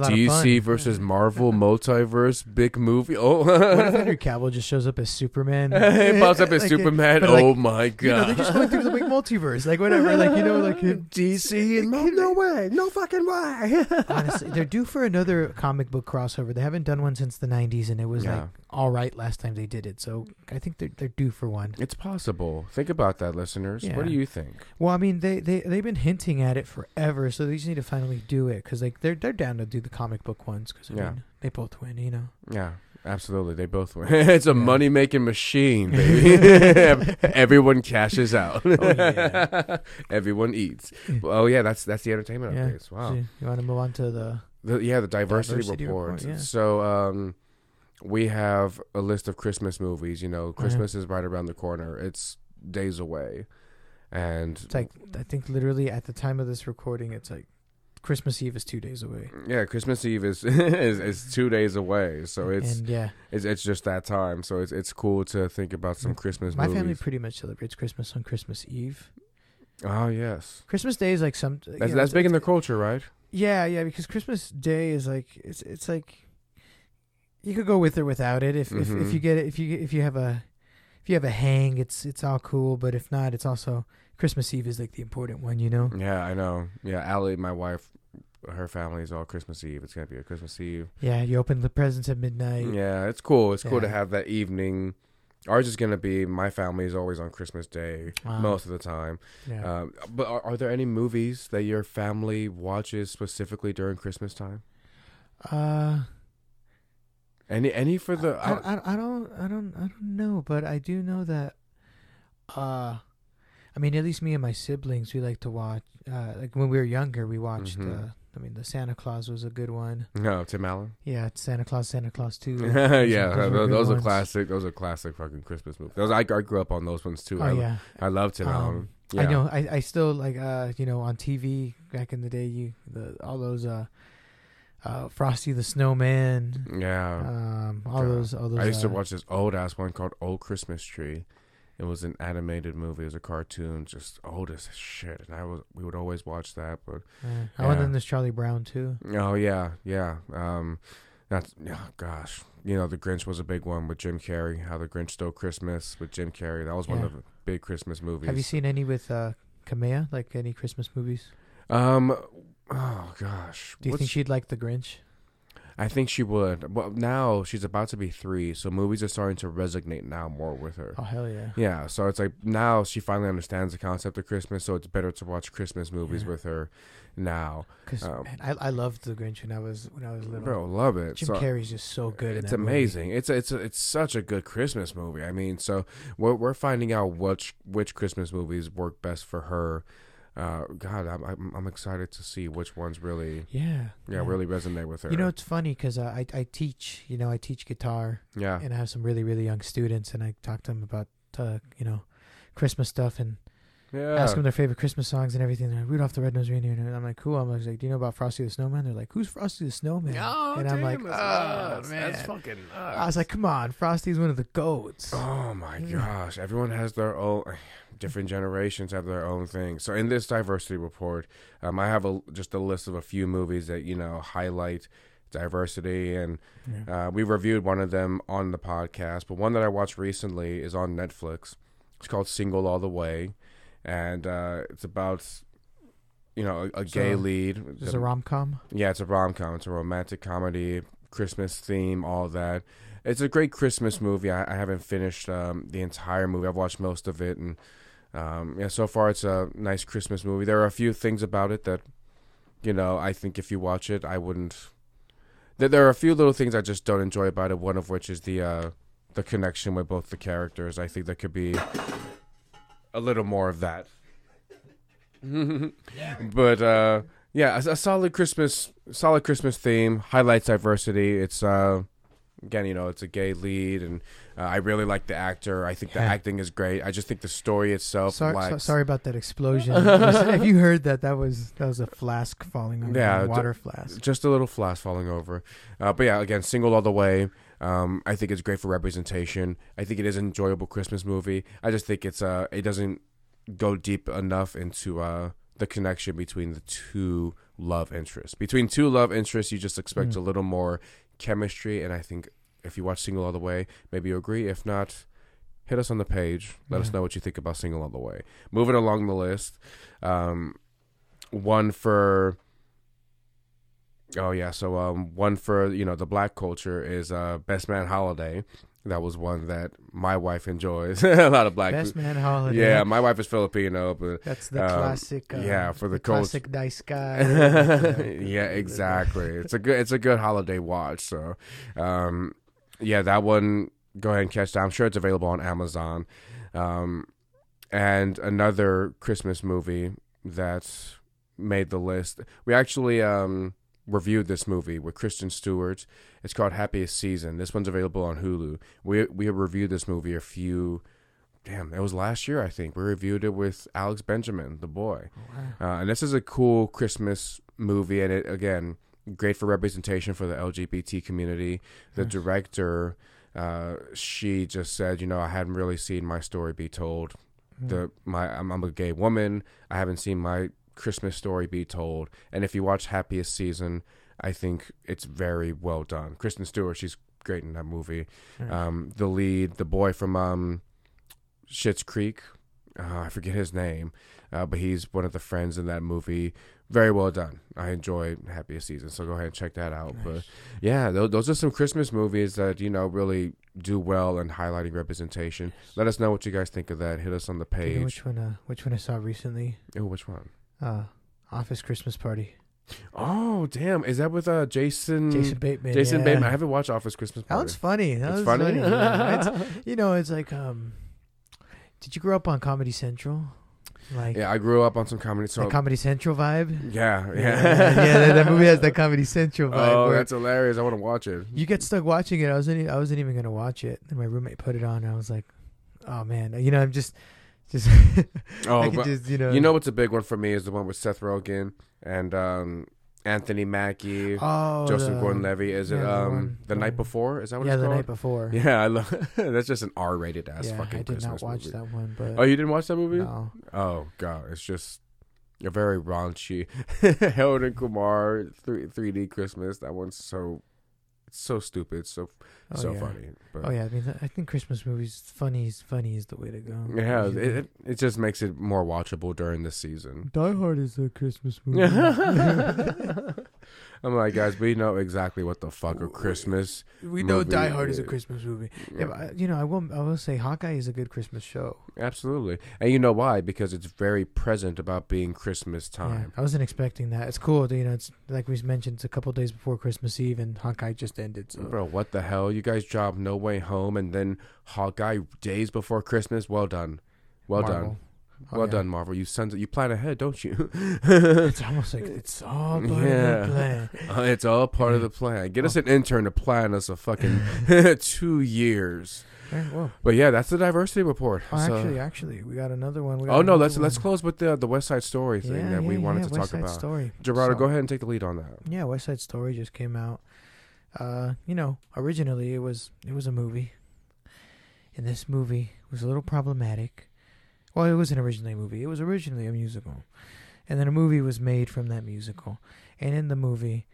[SPEAKER 2] lot of
[SPEAKER 1] DC
[SPEAKER 2] fun.
[SPEAKER 1] versus Marvel multiverse big movie. Oh,
[SPEAKER 2] what if Henry Cavill just shows up as Superman?
[SPEAKER 1] he pops up as
[SPEAKER 2] Like,
[SPEAKER 1] Superman.
[SPEAKER 2] but, like,
[SPEAKER 1] oh my god!
[SPEAKER 2] You know, they're just going through the big multiverse, like whatever, like you know, like it-
[SPEAKER 1] DC and Marvel. No way, no fucking way.
[SPEAKER 2] Honestly, they're due for another comic book crossover. They haven't done one since the '90s, and it was
[SPEAKER 1] Yeah.
[SPEAKER 2] like all right last time they did it. So I think they're they're due for one.
[SPEAKER 1] It's possible. Think about that, listeners. What do
[SPEAKER 2] Yeah.
[SPEAKER 1] you think?
[SPEAKER 2] Well, I mean, they they they've been hinting at it forever, so they just need to finally do it because like they're they're down to do the comic book ones because I
[SPEAKER 1] Yeah.
[SPEAKER 2] mean they both win, you know.
[SPEAKER 1] Yeah, absolutely. They both win. it's a
[SPEAKER 2] Yeah.
[SPEAKER 1] money making machine, baby. Everyone cashes out.
[SPEAKER 2] Oh, yeah.
[SPEAKER 1] Everyone eats. Oh yeah, that's that's the entertainment
[SPEAKER 2] Yeah.
[SPEAKER 1] updates. Wow.
[SPEAKER 2] So you want to move on to the
[SPEAKER 1] The, yeah, the diversity,
[SPEAKER 2] Diversity
[SPEAKER 1] report.
[SPEAKER 2] report, yeah.
[SPEAKER 1] So um, we have a list of Christmas movies. You
[SPEAKER 2] Uh-huh.
[SPEAKER 1] know, Christmas is right around the corner. It's days away, and
[SPEAKER 2] it's like I think literally at the time of this recording, it's like Christmas Eve is two days away.
[SPEAKER 1] yeah, Christmas Eve is, is is two days away. So it's
[SPEAKER 2] and yeah,
[SPEAKER 1] it's it's just that time. So it's it's cool to think about some Christmas
[SPEAKER 2] my
[SPEAKER 1] movies.
[SPEAKER 2] family pretty much celebrates Christmas on Christmas Eve.
[SPEAKER 1] oh yes,
[SPEAKER 2] Christmas Day is like some you
[SPEAKER 1] that's that's
[SPEAKER 2] know, it's-
[SPEAKER 1] big in
[SPEAKER 2] it's-
[SPEAKER 1] their culture, right?
[SPEAKER 2] Yeah, yeah, because Christmas Day is like it's it's like you could go with or without it if if,
[SPEAKER 1] Mhm.
[SPEAKER 2] if you get it if you if you have a if you have a hang it's it's all cool but if not it's also Christmas Eve is like the important one you know
[SPEAKER 1] Yeah, I know. Yeah, Allie, my wife, her family is all Christmas Eve. It's gonna be a Christmas Eve.
[SPEAKER 2] yeah you open the presents at midnight
[SPEAKER 1] Mm-hmm. Yeah, it's cool. It's cool to
[SPEAKER 2] Yeah.
[SPEAKER 1] have that evening. Ours is gonna be my family is always on Christmas Day
[SPEAKER 2] Wow.
[SPEAKER 1] most of the time.
[SPEAKER 2] yeah
[SPEAKER 1] Um, but are, are there any movies that your family watches specifically during Christmas time?
[SPEAKER 2] uh
[SPEAKER 1] Any any for the
[SPEAKER 2] I, I, I don't I don't I don't know but I do know that uh I mean at least me and my siblings we like to watch uh like when we were younger we watched
[SPEAKER 1] Mhm.
[SPEAKER 2] uh I mean the Santa Claus was a good one
[SPEAKER 1] no Tim Allen?
[SPEAKER 2] Yeah, it's Santa Claus, Santa Claus too.
[SPEAKER 1] yeah, those,
[SPEAKER 2] those were good
[SPEAKER 1] those are
[SPEAKER 2] ones.
[SPEAKER 1] classic. Those are classic fucking Christmas movies. Those I, I grew up on those ones too.
[SPEAKER 2] Oh
[SPEAKER 1] I,
[SPEAKER 2] yeah,
[SPEAKER 1] I love Tim
[SPEAKER 2] Um,
[SPEAKER 1] Allen. Yeah.
[SPEAKER 2] I know. I, I still like uh you know on TV back in the day you the all those uh uh Frosty the Snowman
[SPEAKER 1] Yeah.
[SPEAKER 2] um
[SPEAKER 1] Oh.
[SPEAKER 2] all
[SPEAKER 1] God.
[SPEAKER 2] those all those
[SPEAKER 1] I used to
[SPEAKER 2] uh,
[SPEAKER 1] watch this old ass one called Old Christmas Tree. It was an animated movie. It was a cartoon, just old as shit. And I was we would always watch that. But
[SPEAKER 2] uh, oh and
[SPEAKER 1] yeah.
[SPEAKER 2] then there's Charlie Brown too.
[SPEAKER 1] oh yeah, yeah. Um, that's oh, gosh. You know, The Grinch was a big one with Jim Carrey. How the Grinch Stole Christmas with Jim Carrey. That was one
[SPEAKER 2] Yeah.
[SPEAKER 1] of the big Christmas movies.
[SPEAKER 2] Have you seen any with uh Kamea like any Christmas movies?
[SPEAKER 1] Um, oh gosh.
[SPEAKER 2] Do you
[SPEAKER 1] What's-
[SPEAKER 2] think she'd like The Grinch?
[SPEAKER 1] I think she would. Well, now she's about to be three, so movies are starting to resonate now more with her.
[SPEAKER 2] Oh hell yeah.
[SPEAKER 1] Yeah, so it's like now she finally understands the concept of Christmas, so it's better to watch Christmas movies
[SPEAKER 2] Yeah.
[SPEAKER 1] with her now.
[SPEAKER 2] 'Cause
[SPEAKER 1] Um,
[SPEAKER 2] man, I I loved The Grinch when I was when I was little.
[SPEAKER 1] Bro, love it.
[SPEAKER 2] Jim
[SPEAKER 1] so
[SPEAKER 2] Carrey's just so good. in
[SPEAKER 1] it's
[SPEAKER 2] that movie.
[SPEAKER 1] amazing. It's a, it's a, it's such a good Christmas movie. I mean, so we're we're finding out which which Christmas movies work best for her. uh, God, I'm, I'm I'm excited to see which ones really
[SPEAKER 2] Yeah.
[SPEAKER 1] yeah, really resonate with her.
[SPEAKER 2] You know, it's funny because I, I I teach. You know, I teach guitar,
[SPEAKER 1] yeah,
[SPEAKER 2] and I have some really really young students, and I talk to them about uh, you know, Christmas stuff and
[SPEAKER 1] yeah.
[SPEAKER 2] ask them their favorite Christmas songs and everything. They're like, Rudolph the Red-Nosed Reindeer. And I'm like, cool. I'm always like, do you know about Frosty the Snowman? They're like, who's Frosty the Snowman? and I'm like, oh, man.
[SPEAKER 1] fucking.
[SPEAKER 2] I was like, come on, Frosty's one of the goats.
[SPEAKER 1] Oh my
[SPEAKER 2] Mm.
[SPEAKER 1] gosh! Everyone has their own. Different generations have their own thing. So in this diversity report, um, I have a just a list of a few movies that you know highlight diversity, and
[SPEAKER 2] Yeah.
[SPEAKER 1] uh, we reviewed one of them on the podcast. But one that I watched recently is on Netflix. It's called "Single All the Way," and uh, it's about you know a, a gay
[SPEAKER 2] So,
[SPEAKER 1] lead.
[SPEAKER 2] This is a rom com.
[SPEAKER 1] Yeah, it's a rom com. It's a romantic comedy, Christmas theme, all that. It's a great Christmas movie. I, I haven't finished um, the entire movie. I've watched most of it, and um, yeah, so far it's a nice Christmas movie. There are a few things about it that, you know, I think if you watch it, I wouldn't. There, there are a few little things I just don't enjoy about it. One of which is the uh, the connection with both the characters. I think there could be a little more of that. but uh, yeah, a, a solid Christmas, solid Christmas theme highlights diversity. It's uh, again, you know, it's a gay lead, and uh, I really like the actor. I think the
[SPEAKER 2] Yeah.
[SPEAKER 1] acting is great. I just think the story itself.
[SPEAKER 2] Sorry, so,
[SPEAKER 1] lacks-
[SPEAKER 2] sorry about that explosion. if you heard that, that was that was a flask falling on
[SPEAKER 1] Yeah,
[SPEAKER 2] yeah,
[SPEAKER 1] d-
[SPEAKER 2] water flask.
[SPEAKER 1] Just a little flash falling over. Uh, but yeah, again, single all the way. Um, I think it's great for representation. I think it is an enjoyable Christmas movie. I just think it's uh, it doesn't go deep enough into uh, the connection between the two love interests. Between two love interests, you just expect
[SPEAKER 2] Mm.
[SPEAKER 1] a little more chemistry. And I think if you watch Single All the Way, maybe you agree. If not, hit us on the page. Let us
[SPEAKER 2] Yeah.
[SPEAKER 1] know what you think about Single All the Way. Moving along the list, um, one for oh yeah, so um, one for you know the black culture is uh, Best Man Holiday. That was one that my wife enjoys. a lot of black.
[SPEAKER 2] Best man holiday.
[SPEAKER 1] Yeah, my wife is Filipino, but
[SPEAKER 2] that's the
[SPEAKER 1] um,
[SPEAKER 2] classic. Uh,
[SPEAKER 1] yeah, for the cult-
[SPEAKER 2] classic dice guy.
[SPEAKER 1] yeah, exactly. It's a good it's a good holiday watch. So, um, yeah, that one. Go ahead and catch that. I'm sure it's available on Amazon. Um, and another Christmas movie that made the list. We actually um, reviewed this movie with Kristen Stewart. It's called Happiest Season. This one's available on Hulu. We we reviewed this movie a few. Damn, it was last year, I think. We reviewed it with Alex Benjamin, the boy.
[SPEAKER 2] Wow.
[SPEAKER 1] Uh, and this is a cool Christmas movie, and it again great for representation for the LGBT community. The
[SPEAKER 2] Nice.
[SPEAKER 1] director, uh, she just said, you know, I hadn't really seen my story be told. The my I'm, I'm a gay woman. I haven't seen my Christmas story be told. And if you watch Happiest Season, I think it's very well done. Kristen Stewart, she's great in that movie.
[SPEAKER 2] Nice.
[SPEAKER 1] Um, the lead, the boy from um, Schitt's Creek, uh, I forget his name, uh, but he's one of the friends in that movie. Very well done. I enjoy Happiest Season, so go ahead and check that out. But
[SPEAKER 2] Nice.
[SPEAKER 1] yeah, those, those are some Christmas movies that you know really do well in highlighting representation. Let us know what you guys think of that. Hit us on the
[SPEAKER 2] Do you know
[SPEAKER 1] page.
[SPEAKER 2] which one? Uh, which one I saw recently?
[SPEAKER 1] Oh, which one?
[SPEAKER 2] Uh, Office Christmas Party.
[SPEAKER 1] Oh, damn! Is that with uh Jason?
[SPEAKER 2] Jason Bateman.
[SPEAKER 1] Jason
[SPEAKER 2] yeah.
[SPEAKER 1] Bateman. I haven't watched Office Christmas
[SPEAKER 2] That
[SPEAKER 1] Party.
[SPEAKER 2] one's funny. That
[SPEAKER 1] It's
[SPEAKER 2] was
[SPEAKER 1] funny.
[SPEAKER 2] yeah. It's- you know, it's like, um, did you grow up on Comedy Central? Like
[SPEAKER 1] yeah, I grew up on some comedy. So
[SPEAKER 2] the Comedy Central vibe.
[SPEAKER 1] yeah, yeah,
[SPEAKER 2] yeah. That, that movie has the Comedy Central vibe.
[SPEAKER 1] Oh,
[SPEAKER 2] where
[SPEAKER 1] that's hilarious! I want to watch it.
[SPEAKER 2] you get stuck watching it. I wasn't. e, I wasn't even gonna watch it. And my roommate put it on. And I was like, oh man. You know, I'm just, just. I
[SPEAKER 1] Oh,
[SPEAKER 2] could
[SPEAKER 1] but
[SPEAKER 2] just, you know.
[SPEAKER 1] you know what's a big one for me is the one with Seth Rogen and um, Anthony Mackie,
[SPEAKER 2] Oh,
[SPEAKER 1] Joseph
[SPEAKER 2] the-
[SPEAKER 1] Gordon-Levitt. Is it
[SPEAKER 2] yeah, the
[SPEAKER 1] um,
[SPEAKER 2] one-
[SPEAKER 1] the
[SPEAKER 2] the
[SPEAKER 1] night
[SPEAKER 2] one-
[SPEAKER 1] before? Is that what
[SPEAKER 2] Yeah,
[SPEAKER 1] it's
[SPEAKER 2] the
[SPEAKER 1] called?
[SPEAKER 2] night before.
[SPEAKER 1] Yeah, I love. that's just an R-rated ass
[SPEAKER 2] Yeah,
[SPEAKER 1] fucking
[SPEAKER 2] I did
[SPEAKER 1] Christmas
[SPEAKER 2] not watch
[SPEAKER 1] movie.
[SPEAKER 2] that one, but
[SPEAKER 1] Oh, you didn't watch that movie?
[SPEAKER 2] no.
[SPEAKER 1] Oh god, it's just a very raunchy Harold and Kumar three three D Christmas. That one's so it's so stupid, it's so
[SPEAKER 2] Oh,
[SPEAKER 1] so
[SPEAKER 2] yeah.
[SPEAKER 1] funny. But
[SPEAKER 2] Oh yeah, I mean, th- I think Christmas movies funny is funny is the way to go.
[SPEAKER 1] yeah,
[SPEAKER 2] You
[SPEAKER 1] it,
[SPEAKER 2] should
[SPEAKER 1] it it just makes it more watchable during the season.
[SPEAKER 2] do- Die Hard is a Christmas movie. Mm-hmm.
[SPEAKER 1] I'm like, guys, we know exactly what the fuck a Christmas.
[SPEAKER 2] we know
[SPEAKER 1] Movie,
[SPEAKER 2] Die Hard is a
[SPEAKER 1] yeah.
[SPEAKER 2] Christmas movie. Yeah, but I, you know, I will. I will say Hawkeye is a good Christmas show.
[SPEAKER 1] Absolutely, and you know why? Because it's very present about being Christmas time.
[SPEAKER 2] Yeah, I wasn't expecting that. It's cool. that, You know, it's like we mentioned. It's a couple days before Christmas Eve, and Hawkeye just ended. So
[SPEAKER 1] Bro, what the hell? You guys dropped No Way Home and then Hawkeye days before Christmas. Well done. Well
[SPEAKER 2] Marvel.
[SPEAKER 1] done.
[SPEAKER 2] Oh,
[SPEAKER 1] well
[SPEAKER 2] yeah.
[SPEAKER 1] done, Marvel. You sons, you plan ahead, don't you?
[SPEAKER 2] It's almost like it's all part
[SPEAKER 1] Yeah.
[SPEAKER 2] of the plan.
[SPEAKER 1] Uh, it's all part of the plan. Get
[SPEAKER 2] Oh.
[SPEAKER 1] us an intern to plan us a fucking two years.
[SPEAKER 2] Alright, well,
[SPEAKER 1] But yeah, that's the diversity report.
[SPEAKER 2] oh,
[SPEAKER 1] So-
[SPEAKER 2] actually, actually, we got another one. We got
[SPEAKER 1] oh no,
[SPEAKER 2] another
[SPEAKER 1] let's let's
[SPEAKER 2] one.
[SPEAKER 1] close with the the West Side Story thing
[SPEAKER 2] Yeah,
[SPEAKER 1] that we
[SPEAKER 2] yeah,
[SPEAKER 1] wanted
[SPEAKER 2] yeah,
[SPEAKER 1] to talk
[SPEAKER 2] West Side
[SPEAKER 1] about.
[SPEAKER 2] Story.
[SPEAKER 1] Gerardo,
[SPEAKER 2] So-
[SPEAKER 1] go ahead and take the lead on that.
[SPEAKER 2] Yeah, West Side Story just came out. Uh, you know, originally it was it was a movie, and this movie was a little problematic. Well, it wasn't originally a movie; it was originally a musical, and then a movie was made from that musical. And in the movie,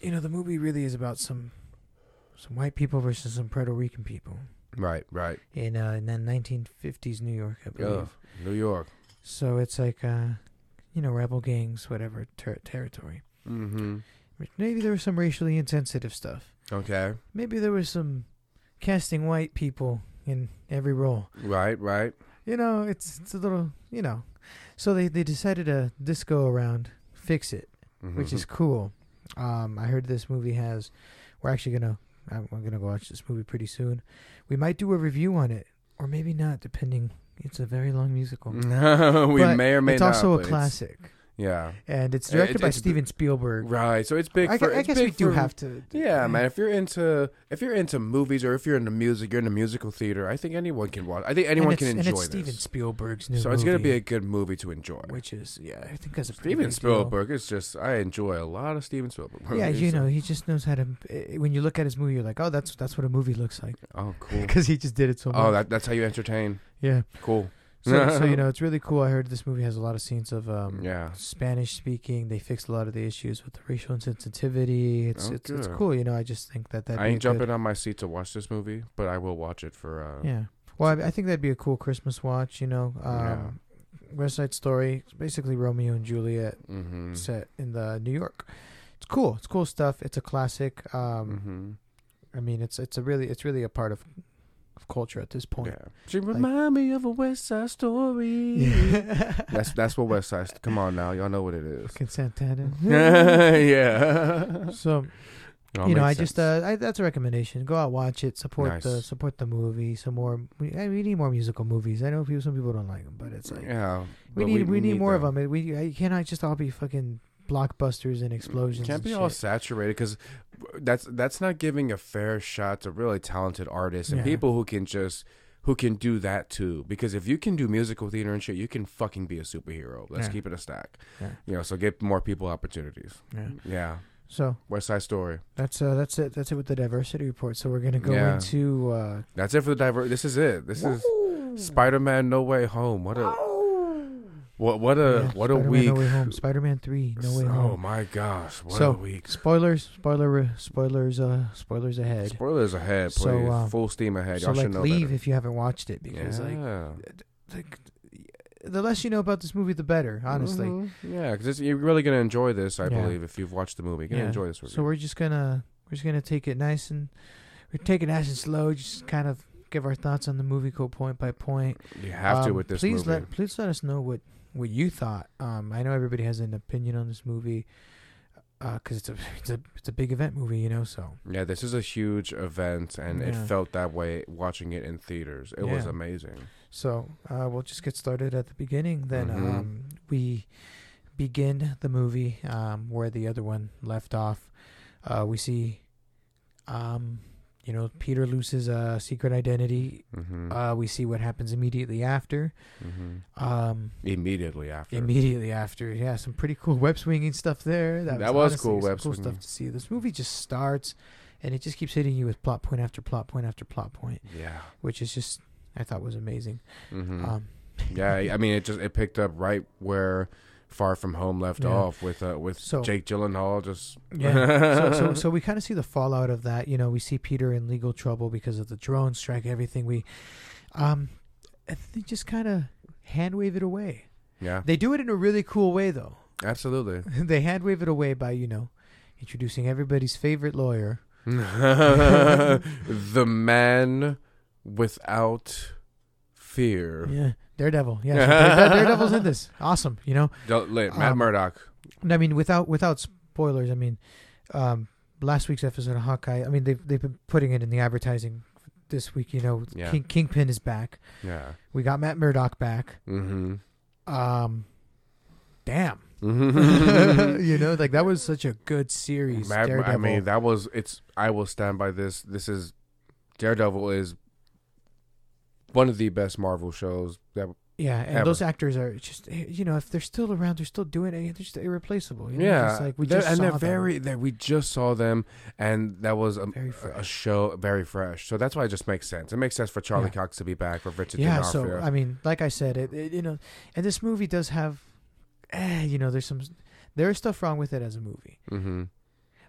[SPEAKER 2] you know, the movie really is about some some white people versus some Puerto Rican people
[SPEAKER 1] Right, right.
[SPEAKER 2] in uh, in that 1950s New York, I believe.
[SPEAKER 1] Ugh, New York.
[SPEAKER 2] So it's like uh, you know, rebel gangs, whatever ter- territory.
[SPEAKER 1] Mm-hmm.
[SPEAKER 2] Maybe there was some racially insensitive stuff
[SPEAKER 1] Okay.
[SPEAKER 2] maybe there was some casting white people in every role.
[SPEAKER 1] Right, right.
[SPEAKER 2] You know, it's it's a little you know. So they, they decided to this go around fix it, which is cool. Um, I heard this movie has. We're actually gonna I'm I'm gonna go watch this movie pretty soon. We might do a review on it, or maybe not, depending. It's a very long musical.
[SPEAKER 1] Mhm. we
[SPEAKER 2] But
[SPEAKER 1] may or may
[SPEAKER 2] it's
[SPEAKER 1] not.
[SPEAKER 2] also
[SPEAKER 1] but
[SPEAKER 2] a
[SPEAKER 1] it's-
[SPEAKER 2] classic,
[SPEAKER 1] Yeah.
[SPEAKER 2] and it's
[SPEAKER 1] Uh,
[SPEAKER 2] directed
[SPEAKER 1] it-
[SPEAKER 2] by
[SPEAKER 1] it's-
[SPEAKER 2] Steven Spielberg.
[SPEAKER 1] Right. So it's big.
[SPEAKER 2] I, gu-
[SPEAKER 1] for,
[SPEAKER 2] I
[SPEAKER 1] it's
[SPEAKER 2] guess
[SPEAKER 1] big
[SPEAKER 2] we do
[SPEAKER 1] for-
[SPEAKER 2] have to.
[SPEAKER 1] Yeah, man. If you're into if you're into movies or if you're into music, you're into musical theater. I think anyone can watch. I think anyone
[SPEAKER 2] and
[SPEAKER 1] can
[SPEAKER 2] it's,
[SPEAKER 1] enjoy
[SPEAKER 2] and it's Steven
[SPEAKER 1] this.
[SPEAKER 2] Spielberg's new
[SPEAKER 1] So it's gonna
[SPEAKER 2] movie.
[SPEAKER 1] be a good movie to enjoy.
[SPEAKER 2] which is yeah, I think that's a pretty
[SPEAKER 1] Steven
[SPEAKER 2] big deal.
[SPEAKER 1] Spielberg is just I enjoy a lot of Steven Spielberg.
[SPEAKER 2] Yeah,
[SPEAKER 1] movies,
[SPEAKER 2] you
[SPEAKER 1] so-
[SPEAKER 2] know, he just knows how to. eh, When you look at his movie, you're like, oh, that's that's what a movie looks like
[SPEAKER 1] Oh, cool.
[SPEAKER 2] because he just did it so much.
[SPEAKER 1] Oh, that, that's how you entertain.
[SPEAKER 2] yeah.
[SPEAKER 1] Cool.
[SPEAKER 2] So, so you know, it's really cool. I heard this movie has a lot of scenes of um,
[SPEAKER 1] Yeah.
[SPEAKER 2] Spanish speaking. They fixed a lot of the issues with the racial insensitivity. It's
[SPEAKER 1] Oh,
[SPEAKER 2] it's it's
[SPEAKER 1] good.
[SPEAKER 2] cool. You know, I just think that that
[SPEAKER 1] I ain't jumping on my seat to watch this movie, but I will watch it for. Uh,
[SPEAKER 2] Yeah. Well, I, I think that'd be a cool Christmas watch. You know,
[SPEAKER 1] Yeah.
[SPEAKER 2] um, West Side Story. It's basically Romeo and Juliet
[SPEAKER 1] hmm
[SPEAKER 2] set in the New York. It's cool. It's cool stuff. It's a classic. Um,
[SPEAKER 1] hmm
[SPEAKER 2] I mean, it's it's a really it's really a part of, of culture at this point.
[SPEAKER 1] Yeah. She remind me of a West Side Story. that's that's what West Side. Come on now, y'all know what it is.
[SPEAKER 2] Fucking Santana.
[SPEAKER 1] yeah.
[SPEAKER 2] so
[SPEAKER 1] It all
[SPEAKER 2] you know, I
[SPEAKER 1] makes
[SPEAKER 2] just
[SPEAKER 1] sense.
[SPEAKER 2] uh, I, that's a recommendation. Go out, watch it, support the
[SPEAKER 1] Nice.
[SPEAKER 2] support the movie. Some more. We, I, we need more musical movies. I know people, some people don't like them, but it's like
[SPEAKER 1] yeah.
[SPEAKER 2] uh, we
[SPEAKER 1] but
[SPEAKER 2] need we, need, more of 'em.
[SPEAKER 1] them.
[SPEAKER 2] of them. We I cannot just all be fucking blockbusters and explosions.
[SPEAKER 1] Can't
[SPEAKER 2] and
[SPEAKER 1] be
[SPEAKER 2] shit.
[SPEAKER 1] all saturated because that's that's not giving a fair shot to really talented artists and
[SPEAKER 2] Yeah.
[SPEAKER 1] people who can just who can do that too. Because if you can do musical theater and shit, you can fucking be a superhero. Let's
[SPEAKER 2] Yeah.
[SPEAKER 1] keep it a stack.
[SPEAKER 2] Yeah.
[SPEAKER 1] You know, so get more people opportunities.
[SPEAKER 2] Yeah.
[SPEAKER 1] Yeah,
[SPEAKER 2] So
[SPEAKER 1] West Side Story.
[SPEAKER 2] that's uh that's it that's it with the diversity report. So we're gonna go
[SPEAKER 1] Yeah.
[SPEAKER 2] into uh,
[SPEAKER 1] That's it for the diver. This is it. This is Spider Man No Way Home. What a what what a
[SPEAKER 2] yeah,
[SPEAKER 1] Uh, what a
[SPEAKER 2] Spider-Man
[SPEAKER 1] week.
[SPEAKER 2] No Way Home. Spider-Man Three No Way
[SPEAKER 1] oh
[SPEAKER 2] Home.
[SPEAKER 1] my gosh, what
[SPEAKER 2] So-
[SPEAKER 1] a week.
[SPEAKER 2] Spoilers, spoiler, spoilers, uh, spoilers ahead.
[SPEAKER 1] Spoilers ahead, please.
[SPEAKER 2] So, um,
[SPEAKER 1] Full steam ahead.
[SPEAKER 2] so
[SPEAKER 1] Y'all
[SPEAKER 2] like,
[SPEAKER 1] should know
[SPEAKER 2] leave
[SPEAKER 1] better.
[SPEAKER 2] if you haven't watched it because like,
[SPEAKER 1] Yeah.
[SPEAKER 2] like, the less you know about this movie, the better. Honestly.
[SPEAKER 1] Mhm. yeah, because you're really gonna enjoy this, I
[SPEAKER 2] Yeah.
[SPEAKER 1] believe, if you've watched the movie. You're gonna
[SPEAKER 2] Yeah.
[SPEAKER 1] enjoy this movie.
[SPEAKER 2] So we're just gonna we're just gonna take it nice and we're taking it nice and slow. Just kind of give our thoughts on the movie, go point by point.
[SPEAKER 1] you have to
[SPEAKER 2] Um,
[SPEAKER 1] with this
[SPEAKER 2] please
[SPEAKER 1] movie.
[SPEAKER 2] let please let us know what what you thought. Um, I know everybody has an opinion on this movie, uh, because it's a it's a it's a big event movie, you know. So
[SPEAKER 1] yeah, this is a huge event, and
[SPEAKER 2] Yeah.
[SPEAKER 1] it felt that way watching it in theaters. It was
[SPEAKER 2] Yeah.
[SPEAKER 1] amazing.
[SPEAKER 2] So uh, we'll just get started at the beginning. Then
[SPEAKER 1] Mhm.
[SPEAKER 2] um, we begin the movie um, where the other one left off. Uh, we see, um, you know, Peter loses uh, secret identity.
[SPEAKER 1] hmm
[SPEAKER 2] Uh, we see what happens immediately after.
[SPEAKER 1] hmm
[SPEAKER 2] Um,
[SPEAKER 1] Immediately after.
[SPEAKER 2] Immediately after, yeah, some pretty cool web swinging stuff there. That,
[SPEAKER 1] That was
[SPEAKER 2] was honestly
[SPEAKER 1] cool
[SPEAKER 2] some
[SPEAKER 1] web
[SPEAKER 2] cool
[SPEAKER 1] swinging.
[SPEAKER 2] stuff to see. This movie just starts, and it just keeps hitting you with plot point after plot point after plot point,
[SPEAKER 1] yeah.
[SPEAKER 2] which is just I thought was amazing.
[SPEAKER 1] hmm
[SPEAKER 2] Um,
[SPEAKER 1] yeah, I mean, it just it picked up right where Far From Home left
[SPEAKER 2] Yeah.
[SPEAKER 1] off with uh, with
[SPEAKER 2] So-
[SPEAKER 1] Jake Gyllenhaal just
[SPEAKER 2] Yeah. so, so, so we kind of see the fallout of that. You know, we see Peter in legal trouble because of the drone strike. Everything we, um, they just kind of hand wave it away.
[SPEAKER 1] yeah,
[SPEAKER 2] They do it in a really cool way, though.
[SPEAKER 1] absolutely.
[SPEAKER 2] they hand wave it away by you know, introducing everybody's favorite lawyer.
[SPEAKER 1] the man without fear.
[SPEAKER 2] Yeah, Daredevil. Yeah, so Darede- Daredevil's in this. Awesome. You know,
[SPEAKER 1] Don't let- Matt
[SPEAKER 2] Um,
[SPEAKER 1] Murdock.
[SPEAKER 2] And I mean, without without spoilers. I mean, um, last week's episode of Hawkeye. I mean, they've they've been putting it in the advertising this week. You know,
[SPEAKER 1] Yeah.
[SPEAKER 2] King, Kingpin is back.
[SPEAKER 1] Yeah.
[SPEAKER 2] We got Matt Murdock back.
[SPEAKER 1] Mm-hmm.
[SPEAKER 2] Um, damn,
[SPEAKER 1] Mm-hmm.
[SPEAKER 2] you know, like that was such a good series.
[SPEAKER 1] Mad- I
[SPEAKER 2] Daredevil.
[SPEAKER 1] mean, that was it's. I will stand by this. This is Daredevil is one of the best Marvel shows. That
[SPEAKER 2] yeah, and
[SPEAKER 1] ever.
[SPEAKER 2] those actors are just eh, you know if they're still around, they're still doing it. eh, They're just irreplaceable. You know?
[SPEAKER 1] yeah,
[SPEAKER 2] just like we
[SPEAKER 1] They're-
[SPEAKER 2] just
[SPEAKER 1] and
[SPEAKER 2] saw
[SPEAKER 1] they're
[SPEAKER 2] them.
[SPEAKER 1] very that we just saw them, and that was a,
[SPEAKER 2] Very
[SPEAKER 1] a
[SPEAKER 2] fresh.
[SPEAKER 1] show very fresh. So that's why it just makes sense. It makes sense for Charlie
[SPEAKER 2] Yeah.
[SPEAKER 1] Cox to be back for Richard
[SPEAKER 2] yeah. So
[SPEAKER 1] D'Onofrio.
[SPEAKER 2] I mean, like I said, it, it you know, and this movie does have, eh, you know, there's some there is stuff wrong with it as a movie,
[SPEAKER 1] mm-hmm.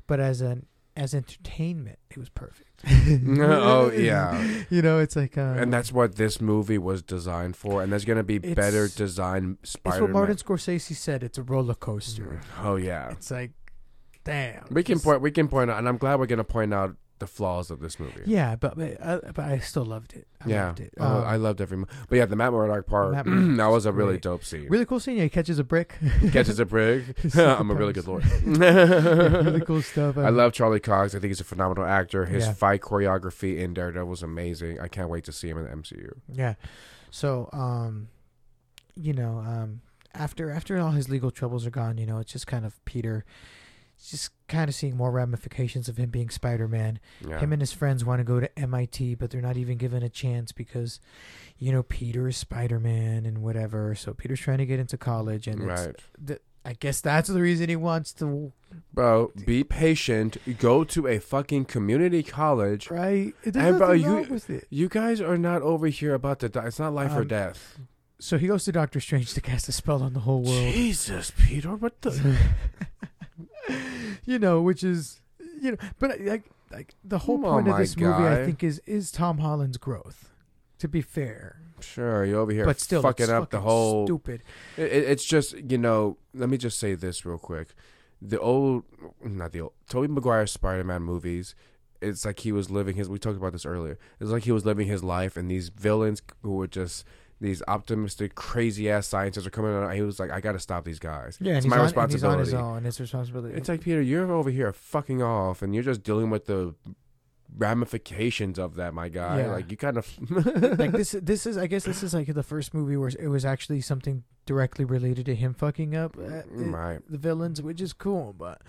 [SPEAKER 2] but as an as entertainment, it was perfect. Mm-hmm.
[SPEAKER 1] oh yeah.
[SPEAKER 2] you know, it's like um,
[SPEAKER 1] And that's what this movie was designed for, and there's gonna be
[SPEAKER 2] It's-
[SPEAKER 1] better design
[SPEAKER 2] it's
[SPEAKER 1] Spider
[SPEAKER 2] what
[SPEAKER 1] Man.
[SPEAKER 2] Martin Scorsese said. It's a roller coaster.
[SPEAKER 1] Oh yeah,
[SPEAKER 2] It's like, damn.
[SPEAKER 1] we can
[SPEAKER 2] just-
[SPEAKER 1] point we can point out, and I'm glad we're gonna point out the flaws of this movie.
[SPEAKER 2] Yeah, but but, uh, but I still loved it. I
[SPEAKER 1] yeah,
[SPEAKER 2] loved it.
[SPEAKER 1] Oh,
[SPEAKER 2] Um,
[SPEAKER 1] I loved every. Mo- but yeah, the Matt Murdock part
[SPEAKER 2] Matt Murdock
[SPEAKER 1] that was a
[SPEAKER 2] was
[SPEAKER 1] really
[SPEAKER 2] great.
[SPEAKER 1] dope scene.
[SPEAKER 2] really cool scene. Yeah, he catches a brick.
[SPEAKER 1] Catches a prig. I'm a really good lawyer.
[SPEAKER 2] really cool stuff.
[SPEAKER 1] I love Charlie Cox. I think he's a phenomenal actor. His
[SPEAKER 2] Yeah.
[SPEAKER 1] fight choreography in Daredevil was amazing. I can't wait to see him in the MCU.
[SPEAKER 2] Yeah. So, um, you know, um, after after all his legal troubles are gone, you know, it's just kind of Peter, just kind of seeing more ramifications of him being Spider Man.
[SPEAKER 1] Yeah.
[SPEAKER 2] Him and his friends want to go to MIT, but they're not even given a chance because, you know, Peter is Spider Man and whatever. So Peter's trying to get into college, and it's,
[SPEAKER 1] right.
[SPEAKER 2] the, I guess that's the reason he wants to.
[SPEAKER 1] Bro, be patient. Go to a fucking community college.
[SPEAKER 2] Right? There's
[SPEAKER 1] And, bro,
[SPEAKER 2] nothing
[SPEAKER 1] you-
[SPEAKER 2] wrong with it.
[SPEAKER 1] You guys are not over here about to die. It's not life or
[SPEAKER 2] Um,
[SPEAKER 1] death.
[SPEAKER 2] So he goes to Doctor Strange to cast a spell on the whole world.
[SPEAKER 1] Jesus, Peter, what
[SPEAKER 2] you know, which is you know, but like like the whole
[SPEAKER 1] Come on,
[SPEAKER 2] point of
[SPEAKER 1] my
[SPEAKER 2] this movie, I
[SPEAKER 1] guy.
[SPEAKER 2] think, is is Tom Holland's growth. To be fair,
[SPEAKER 1] Sure, you're over here
[SPEAKER 2] but still
[SPEAKER 1] fucking
[SPEAKER 2] it's
[SPEAKER 1] up the
[SPEAKER 2] fucking
[SPEAKER 1] whole
[SPEAKER 2] stupid.
[SPEAKER 1] It, it- it's just you know. Let me just say this real quick. The old, not the old, Tobey Maguire Spider-Man movies. It's like he was living his. We talked about this earlier. It's like he was living his life, and these villains who were just these optimistic, crazy ass scientists are coming out. and He was like, I got to stop these guys.
[SPEAKER 2] Yeah, and
[SPEAKER 1] it's
[SPEAKER 2] he's
[SPEAKER 1] my
[SPEAKER 2] on,
[SPEAKER 1] responsibility.
[SPEAKER 2] And he's on his own. It's responsibility.
[SPEAKER 1] It's like Peter, you're over here fucking off, and you're just dealing with the ramifications of that, my guy.
[SPEAKER 2] Yeah.
[SPEAKER 1] Like you kind of
[SPEAKER 2] like this. This is, I guess, this is like the first movie where it was actually something directly related to him fucking up uh, it-
[SPEAKER 1] right,
[SPEAKER 2] the villains, which is cool. But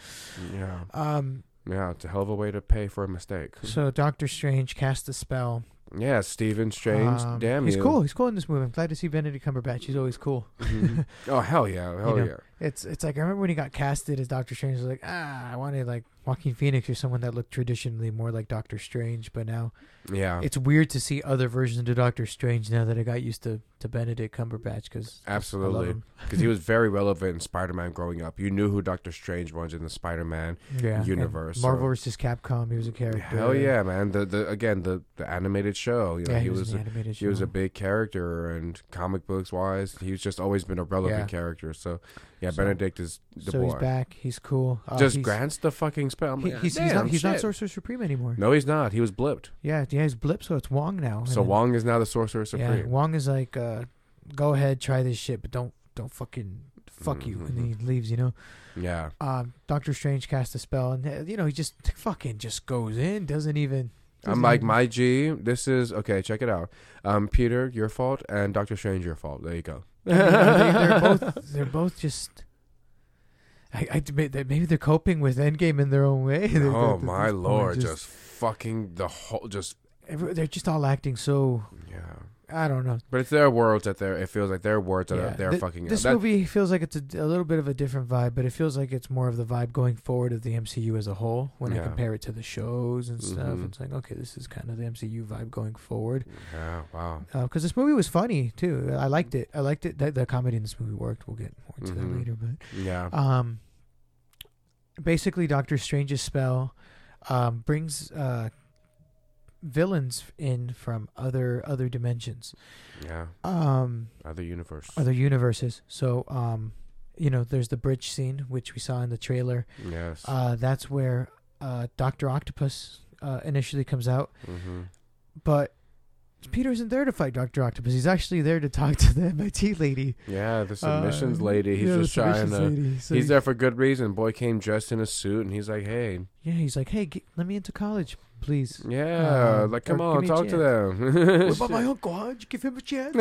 [SPEAKER 1] yeah,
[SPEAKER 2] um,
[SPEAKER 1] yeah. It's a hell of a way to pay for a mistake.
[SPEAKER 2] so Doctor Strange cast a spell.
[SPEAKER 1] Yeah, Stephen Strange.
[SPEAKER 2] Um,
[SPEAKER 1] Damn
[SPEAKER 2] he's
[SPEAKER 1] you.
[SPEAKER 2] cool. He's cool in this movie. I'm glad to see Benedict Cumberbatch. He's always cool.
[SPEAKER 1] Mhm. oh hell yeah, hell
[SPEAKER 2] know.
[SPEAKER 1] yeah.
[SPEAKER 2] It's it's like I remember when he got casted as Doctor Strange. I was like, ah, I wanted like Joaquin Phoenix or someone that looked traditionally more like Doctor Strange. But now
[SPEAKER 1] Yeah,
[SPEAKER 2] it's weird to see other versions of Doctor Strange now that I got used to to Benedict Cumberbatch because
[SPEAKER 1] absolutely. Because he was very relevant in Spider-Man growing up. You knew who Doctor Strange was in the Spider-Man.
[SPEAKER 2] yeah,
[SPEAKER 1] Universe,
[SPEAKER 2] and Marvel
[SPEAKER 1] so-
[SPEAKER 2] vs. Capcom. He was a character.
[SPEAKER 1] Hell yeah, man. The the again the the animated show. You know,
[SPEAKER 2] yeah,
[SPEAKER 1] he, was.
[SPEAKER 2] an
[SPEAKER 1] a-
[SPEAKER 2] animated.
[SPEAKER 1] he was
[SPEAKER 2] show.
[SPEAKER 1] a big character, and comic books wise, he's just always been a relevant
[SPEAKER 2] Yeah.
[SPEAKER 1] character. So, yeah,
[SPEAKER 2] So-
[SPEAKER 1] Benedict is the
[SPEAKER 2] so
[SPEAKER 1] boy.
[SPEAKER 2] he's back. He's cool. Uh,
[SPEAKER 1] just
[SPEAKER 2] he's,
[SPEAKER 1] grants the fucking spell. I'm
[SPEAKER 2] he-
[SPEAKER 1] like,
[SPEAKER 2] he's, he's
[SPEAKER 1] "Damn,
[SPEAKER 2] not he's not
[SPEAKER 1] shit."
[SPEAKER 2] Sorcerer Supreme anymore.
[SPEAKER 1] No, he's not. He was blipped.
[SPEAKER 2] Yeah, yeah, he's Blip, so it's Wong now. and
[SPEAKER 1] So
[SPEAKER 2] then-
[SPEAKER 1] Wong is now the Sorcerer
[SPEAKER 2] Oh, Yeah,
[SPEAKER 1] Supreme.
[SPEAKER 2] Wong is like, uh, go ahead, try this shit, but don't don't fucking fuck you, and then
[SPEAKER 1] Mm-hmm.
[SPEAKER 2] he leaves. You know,
[SPEAKER 1] Yeah.
[SPEAKER 2] um, Doctor Strange casts a spell, and uh, you know he just fucking just goes in, doesn't even.
[SPEAKER 1] I'm
[SPEAKER 2] doesn't
[SPEAKER 1] like,
[SPEAKER 2] even-
[SPEAKER 1] my G, this is okay, check it out. Um, Peter, your fault, and Doctor Strange, your fault. There you go.
[SPEAKER 2] I mean, they, they're both they're both just. I, I admit that maybe they're coping with Endgame in their own way. They're- they're-
[SPEAKER 1] oh
[SPEAKER 2] at
[SPEAKER 1] my
[SPEAKER 2] this point
[SPEAKER 1] lord, just, fucking the whole just
[SPEAKER 2] every, they're just all acting so
[SPEAKER 1] yeah.
[SPEAKER 2] I don't know.
[SPEAKER 1] But it's their worlds that they're it feels like their words that
[SPEAKER 2] Yeah.
[SPEAKER 1] are they're
[SPEAKER 2] Th-
[SPEAKER 1] fucking
[SPEAKER 2] This
[SPEAKER 1] that-
[SPEAKER 2] movie feels like it's a, a little bit of a different vibe, but it feels like it's more of the vibe going forward of the MCU as a whole. When I
[SPEAKER 1] Yeah.
[SPEAKER 2] compare it to the shows and stuff,
[SPEAKER 1] Mhm.
[SPEAKER 2] it's like okay, this is kind of the MCU vibe going forward.
[SPEAKER 1] Yeah, wow.
[SPEAKER 2] Because this movie was funny too. I liked it. I liked it. The, the comedy in this movie worked. We'll get more into that
[SPEAKER 1] Mhm.
[SPEAKER 2] later, but
[SPEAKER 1] Yeah.
[SPEAKER 2] um, basically, Doctor Strange's spell um, brings uh, villains in from other other dimensions.
[SPEAKER 1] yeah.
[SPEAKER 2] Um,
[SPEAKER 1] Other universe.
[SPEAKER 2] other universes. So, um, you know, there's the bridge scene which we saw in the trailer.
[SPEAKER 1] yes.
[SPEAKER 2] Uh, that's where uh, Doctor Octopus uh, initially comes out,
[SPEAKER 1] hmm
[SPEAKER 2] but Peter isn't there to fight Doctor Octopus. He's actually there to talk to the MIT lady.
[SPEAKER 1] Yeah, the
[SPEAKER 2] Uh,
[SPEAKER 1] submissions lady. He's
[SPEAKER 2] yeah, the
[SPEAKER 1] just trying
[SPEAKER 2] submissions
[SPEAKER 1] to
[SPEAKER 2] lady. So
[SPEAKER 1] He's
[SPEAKER 2] he-
[SPEAKER 1] there for good reason. Boy came dressed in a suit and he's like, Hey,
[SPEAKER 2] Yeah, he's like, hey, get, let me into college. please.
[SPEAKER 1] Yeah,
[SPEAKER 2] Uh,
[SPEAKER 1] like come
[SPEAKER 2] or
[SPEAKER 1] on,
[SPEAKER 2] give me a
[SPEAKER 1] talk to them.
[SPEAKER 2] What about my uncle? Huh? Did you give him a chance?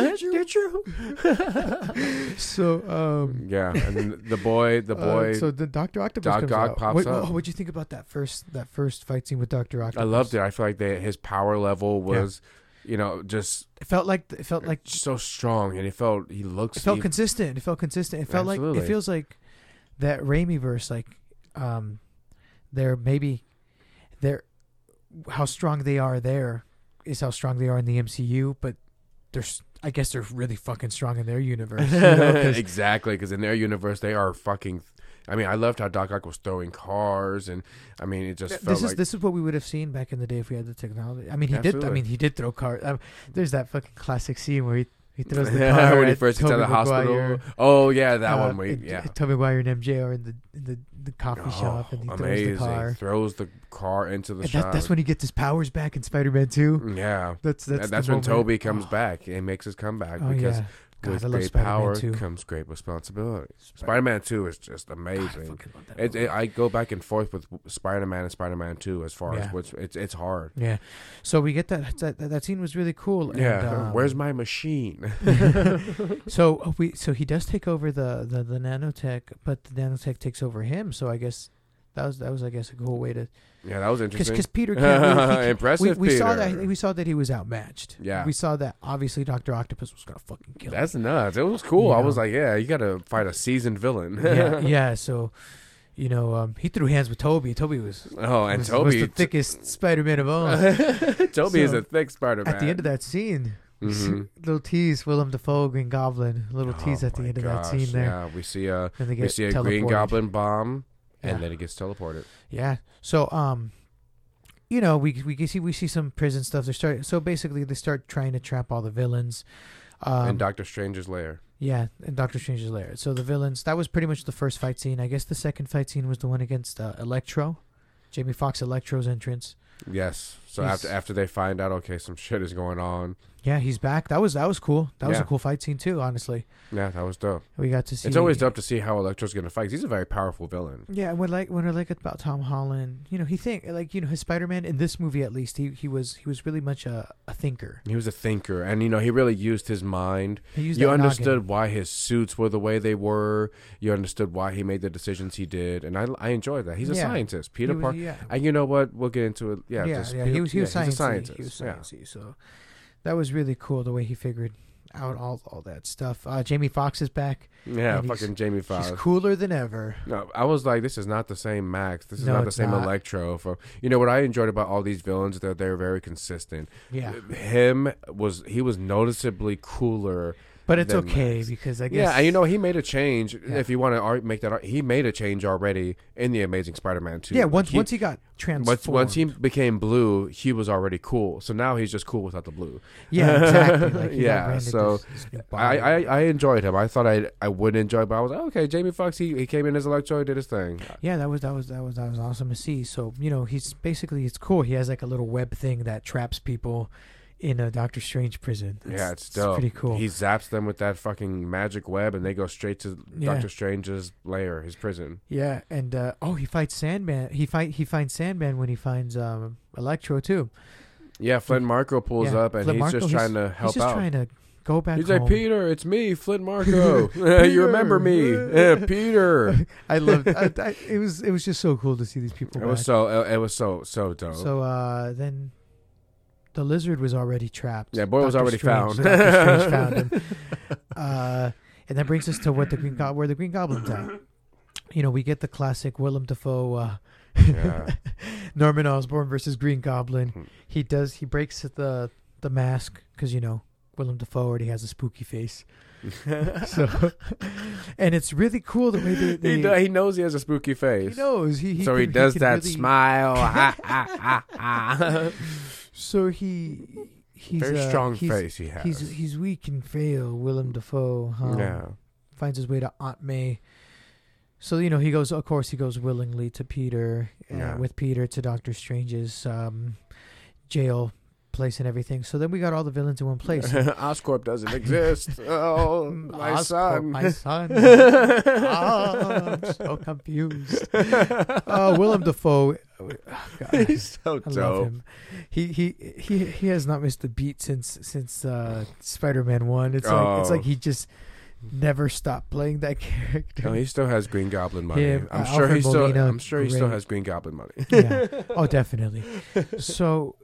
[SPEAKER 1] Did
[SPEAKER 2] you? so, um,
[SPEAKER 1] yeah, and then the boy, the
[SPEAKER 2] uh,
[SPEAKER 1] boy.
[SPEAKER 2] so the Doctor Octopus
[SPEAKER 1] Doc
[SPEAKER 2] comes
[SPEAKER 1] Ock
[SPEAKER 2] out.
[SPEAKER 1] pops
[SPEAKER 2] what,
[SPEAKER 1] up.
[SPEAKER 2] oh, what'd you think about that first that first fight scene with Doctor Octopus?
[SPEAKER 1] I loved it. I feel like they, his power level was, you know, just
[SPEAKER 2] It felt like it felt like
[SPEAKER 1] so strong, and it felt he looks.
[SPEAKER 2] it felt
[SPEAKER 1] he-
[SPEAKER 2] consistent. It felt consistent. It felt like
[SPEAKER 1] Absolutely.
[SPEAKER 2] it feels like that Raimi verse, like um, they're maybe they're how strong they are there is how strong they are in the MCU, but they're s- I guess they're really fucking strong in their universe. You know, 'cause-
[SPEAKER 1] exactly, because in their universe they are fucking. I mean, I loved how Doc Ock was throwing cars, and I mean, it just
[SPEAKER 2] Th-
[SPEAKER 1] felt
[SPEAKER 2] this
[SPEAKER 1] like
[SPEAKER 2] is this is what we would have seen back in the day if we had the technology. I mean, he did. I
[SPEAKER 1] Absolutely.
[SPEAKER 2] mean, he did throw cars. Um, there's that fucking classic scene where he, he throws the
[SPEAKER 1] Yeah,
[SPEAKER 2] car
[SPEAKER 1] when he
[SPEAKER 2] at
[SPEAKER 1] first gets out of
[SPEAKER 2] Tobey
[SPEAKER 1] the hospital.
[SPEAKER 2] Maguire,
[SPEAKER 1] Oh yeah, that
[SPEAKER 2] uh,
[SPEAKER 1] one. We
[SPEAKER 2] and-
[SPEAKER 1] yeah.
[SPEAKER 2] and Tobey Maguire and MJ are in the in the, the coffee shop, and he
[SPEAKER 1] Oh,
[SPEAKER 2] throws the car.
[SPEAKER 1] Throws the car into the
[SPEAKER 2] And
[SPEAKER 1] shop.
[SPEAKER 2] that, that's when he gets his powers back in Spider-Man 2.
[SPEAKER 1] yeah.
[SPEAKER 2] That's that's,
[SPEAKER 1] That's,
[SPEAKER 2] the
[SPEAKER 1] when
[SPEAKER 2] moment.
[SPEAKER 1] Toby comes
[SPEAKER 2] Oh,
[SPEAKER 1] back and makes his comeback
[SPEAKER 2] Oh
[SPEAKER 1] because
[SPEAKER 2] yeah, God,
[SPEAKER 1] with
[SPEAKER 2] I love
[SPEAKER 1] great
[SPEAKER 2] Spider-Man
[SPEAKER 1] power
[SPEAKER 2] 2.
[SPEAKER 1] comes great responsibility.
[SPEAKER 2] Spider-
[SPEAKER 1] Spider-Man Two is just
[SPEAKER 2] God, I
[SPEAKER 1] amazing.
[SPEAKER 2] fucking love that
[SPEAKER 1] It,
[SPEAKER 2] movie.
[SPEAKER 1] it, I go back and forth with Spider-Man and Spider-Man Two as far
[SPEAKER 2] Yeah.
[SPEAKER 1] as what's it's it's hard.
[SPEAKER 2] yeah, so we get that that, that, that scene was really cool. and,
[SPEAKER 1] Yeah,
[SPEAKER 2] um,
[SPEAKER 1] where's my machine?
[SPEAKER 2] so uh, we so he does take over the, the the nanotech, but the nanotech takes over him. So I guess that was that was I guess a cool way to
[SPEAKER 1] yeah, that was
[SPEAKER 2] because
[SPEAKER 1] interesting.
[SPEAKER 2] because Peter can't really, he- we,
[SPEAKER 1] Impressive,
[SPEAKER 2] we
[SPEAKER 1] Peter.
[SPEAKER 2] saw that we saw that he was outmatched.
[SPEAKER 1] Yeah.
[SPEAKER 2] we saw that obviously Doctor Octopus was gonna fucking kill him.
[SPEAKER 1] That's nuts. It was cool.
[SPEAKER 2] You
[SPEAKER 1] I was
[SPEAKER 2] know.
[SPEAKER 1] like, yeah, you got to fight a seasoned villain.
[SPEAKER 2] yeah, yeah. So you know um, he threw hands with Toby. Toby was
[SPEAKER 1] Oh, and
[SPEAKER 2] was, was
[SPEAKER 1] Toby.
[SPEAKER 2] the thickest Spider Man of all.
[SPEAKER 1] Toby is
[SPEAKER 2] So,
[SPEAKER 1] a thick Spider Man.
[SPEAKER 2] At the end of that scene, we see
[SPEAKER 1] Mhm.
[SPEAKER 2] little tease Willem Dafoe Green Goblin. Little tease at the end of that scene there,
[SPEAKER 1] Oh Yeah, we see a
[SPEAKER 2] and they get
[SPEAKER 1] we see a
[SPEAKER 2] teleported.
[SPEAKER 1] Green Goblin bomb,
[SPEAKER 2] Yeah.
[SPEAKER 1] and then it gets teleported.
[SPEAKER 2] Yeah. So um, you know, we we can see we see some prison stuff. They start so basically they start trying to trap all the villains. Um,
[SPEAKER 1] and Doctor Strange's lair.
[SPEAKER 2] yeah, and Doctor Strange's lair. So the villains. That was pretty much the first fight scene. I guess the second fight scene was the one against uh, Electro, Jamie Fox Electro's entrance.
[SPEAKER 1] Yes. So
[SPEAKER 2] He's-
[SPEAKER 1] after after they find out, okay, some shit is going on.
[SPEAKER 2] Yeah, he's back. That was that was cool. That was a
[SPEAKER 1] Yeah.
[SPEAKER 2] cool fight scene too. Honestly,
[SPEAKER 1] Yeah, that was dope.
[SPEAKER 2] we got to see.
[SPEAKER 1] it's always dope to see how Electro's going to fight. 'cause He's a very powerful villain.
[SPEAKER 2] Yeah, and what like when I like about Tom Holland, you know, he think like you know his Spider Man in this movie at least he he was he was really much a, a thinker.
[SPEAKER 1] He was a thinker, and you know he really used his mind.
[SPEAKER 2] He used
[SPEAKER 1] you
[SPEAKER 2] that noggin.
[SPEAKER 1] understood why his suits were the way they were. You understood why he made the decisions he did, and I I enjoyed that. He's a
[SPEAKER 2] Yeah.
[SPEAKER 1] scientist, Peter
[SPEAKER 2] He was-
[SPEAKER 1] Parker.
[SPEAKER 2] Yeah.
[SPEAKER 1] And you know what? We'll get into it. Yeah,
[SPEAKER 2] yeah, yeah,
[SPEAKER 1] just-
[SPEAKER 2] He was he was
[SPEAKER 1] yeah,
[SPEAKER 2] sciencey.
[SPEAKER 1] he's a scientist.
[SPEAKER 2] He was
[SPEAKER 1] yeah.
[SPEAKER 2] sciencey. So that was really cool the way he figured out all all that stuff. Uh, Jamie Fox is back.
[SPEAKER 1] Yeah,
[SPEAKER 2] And he's-
[SPEAKER 1] fucking Jamie Foxx.
[SPEAKER 2] She's cooler than ever.
[SPEAKER 1] No, I was like, this is not the same Max. This is
[SPEAKER 2] No,
[SPEAKER 1] not the
[SPEAKER 2] it's
[SPEAKER 1] same
[SPEAKER 2] not.
[SPEAKER 1] Electro. From you know what I enjoyed about all these villains is that they're very consistent.
[SPEAKER 2] Yeah,
[SPEAKER 1] Him was he was noticeably cooler.
[SPEAKER 2] but it's
[SPEAKER 1] than
[SPEAKER 2] okay
[SPEAKER 1] Max.
[SPEAKER 2] because I guess
[SPEAKER 1] Yeah, and you know he made a change.
[SPEAKER 2] Yeah.
[SPEAKER 1] If you want to ar- make that, ar- he made a change already in the Amazing Spider-Man two.
[SPEAKER 2] yeah. Once
[SPEAKER 1] He-
[SPEAKER 2] once he got transformed.
[SPEAKER 1] once once he became blue, he was already cool. So now he's just cool without the blue.
[SPEAKER 2] yeah exactly like he got
[SPEAKER 1] Yeah,
[SPEAKER 2] branded
[SPEAKER 1] so
[SPEAKER 2] this- this new
[SPEAKER 1] I,
[SPEAKER 2] body.
[SPEAKER 1] I, I enjoyed him. I thought I I would enjoy, it, but I was like, okay. Jamie Foxx, he, he came in as Electro, he did his thing.
[SPEAKER 2] Yeah, that was that was that was that was awesome to see. So you know, he's basically it's cool. He has like a little web thing that traps people in a Doctor Strange prison.
[SPEAKER 1] yeah, it's dope.
[SPEAKER 2] pretty cool.
[SPEAKER 1] He zaps them with that fucking magic web, and they go straight to
[SPEAKER 2] Yeah.
[SPEAKER 1] Doctor Strange's lair, his prison.
[SPEAKER 2] yeah, and uh, oh, he fights Sandman. He fight he finds Sandman when he finds um, Electro too.
[SPEAKER 1] Yeah, Flint Marco pulls
[SPEAKER 2] Yeah,
[SPEAKER 1] up, and
[SPEAKER 2] Flint
[SPEAKER 1] he's
[SPEAKER 2] Marco,
[SPEAKER 1] just
[SPEAKER 2] he's-
[SPEAKER 1] trying to help
[SPEAKER 2] he's just
[SPEAKER 1] out.
[SPEAKER 2] trying to go back.
[SPEAKER 1] he's
[SPEAKER 2] home.
[SPEAKER 1] like, Peter, it's me, Flint Marco. you remember me,
[SPEAKER 2] Peter.
[SPEAKER 1] Yeah, Peter?
[SPEAKER 2] I loved. I, I, it was it was just so cool to see these people.
[SPEAKER 1] It was
[SPEAKER 2] back.
[SPEAKER 1] so it was so so dope.
[SPEAKER 2] So uh, then the lizard was already trapped.
[SPEAKER 1] Yeah, boy was already found.
[SPEAKER 2] Strange- Doctor Strange found him. Uh, and that brings us to what the green go- where the green goblins at. You know, we get the classic Willem Dafoe, uh,
[SPEAKER 1] Yeah.
[SPEAKER 2] Norman Osborn versus Green
[SPEAKER 1] Hmm.
[SPEAKER 2] Goblin. He does he breaks the the mask because you know Willem Dafoe already has a spooky face. So, and it's really cool the way they, they
[SPEAKER 1] he, do, he knows he has a spooky
[SPEAKER 2] he
[SPEAKER 1] face.
[SPEAKER 2] knows he, he
[SPEAKER 1] so
[SPEAKER 2] can-
[SPEAKER 1] he does
[SPEAKER 2] can
[SPEAKER 1] that
[SPEAKER 2] really-
[SPEAKER 1] smile. ha, ha, ha, ha.
[SPEAKER 2] So he he's
[SPEAKER 1] Very
[SPEAKER 2] uh,
[SPEAKER 1] strong
[SPEAKER 2] he's-
[SPEAKER 1] face he has.
[SPEAKER 2] He's he's weak and frail. Willem Dafoe um,
[SPEAKER 1] yeah.
[SPEAKER 2] finds his way to Aunt May. So you know he goes. Of course, he goes willingly to Peter uh,
[SPEAKER 1] Yeah.
[SPEAKER 2] with Peter to Doctor Strange's um, jail place and everything. So then we got all the villains in one place.
[SPEAKER 1] Oscorp doesn't exist. Oh, my
[SPEAKER 2] Oscorp,
[SPEAKER 1] son.
[SPEAKER 2] my son. Ah, I'm so confused. Oh, Willem Dafoe. Oh, God.
[SPEAKER 1] He's so
[SPEAKER 2] I
[SPEAKER 1] dope.
[SPEAKER 2] love him. He he he he has not missed a beat since since uh, Spider Man One. It's like it's
[SPEAKER 1] Oh.
[SPEAKER 2] like he just never stopped playing that character.
[SPEAKER 1] No, he still has Green Goblin money.
[SPEAKER 2] Him,
[SPEAKER 1] I'm
[SPEAKER 2] uh,
[SPEAKER 1] sure he
[SPEAKER 2] Alfred
[SPEAKER 1] still.
[SPEAKER 2] Molina,
[SPEAKER 1] I'm sure he still
[SPEAKER 2] great.
[SPEAKER 1] has Green Goblin money.
[SPEAKER 2] yeah. Oh, definitely. So,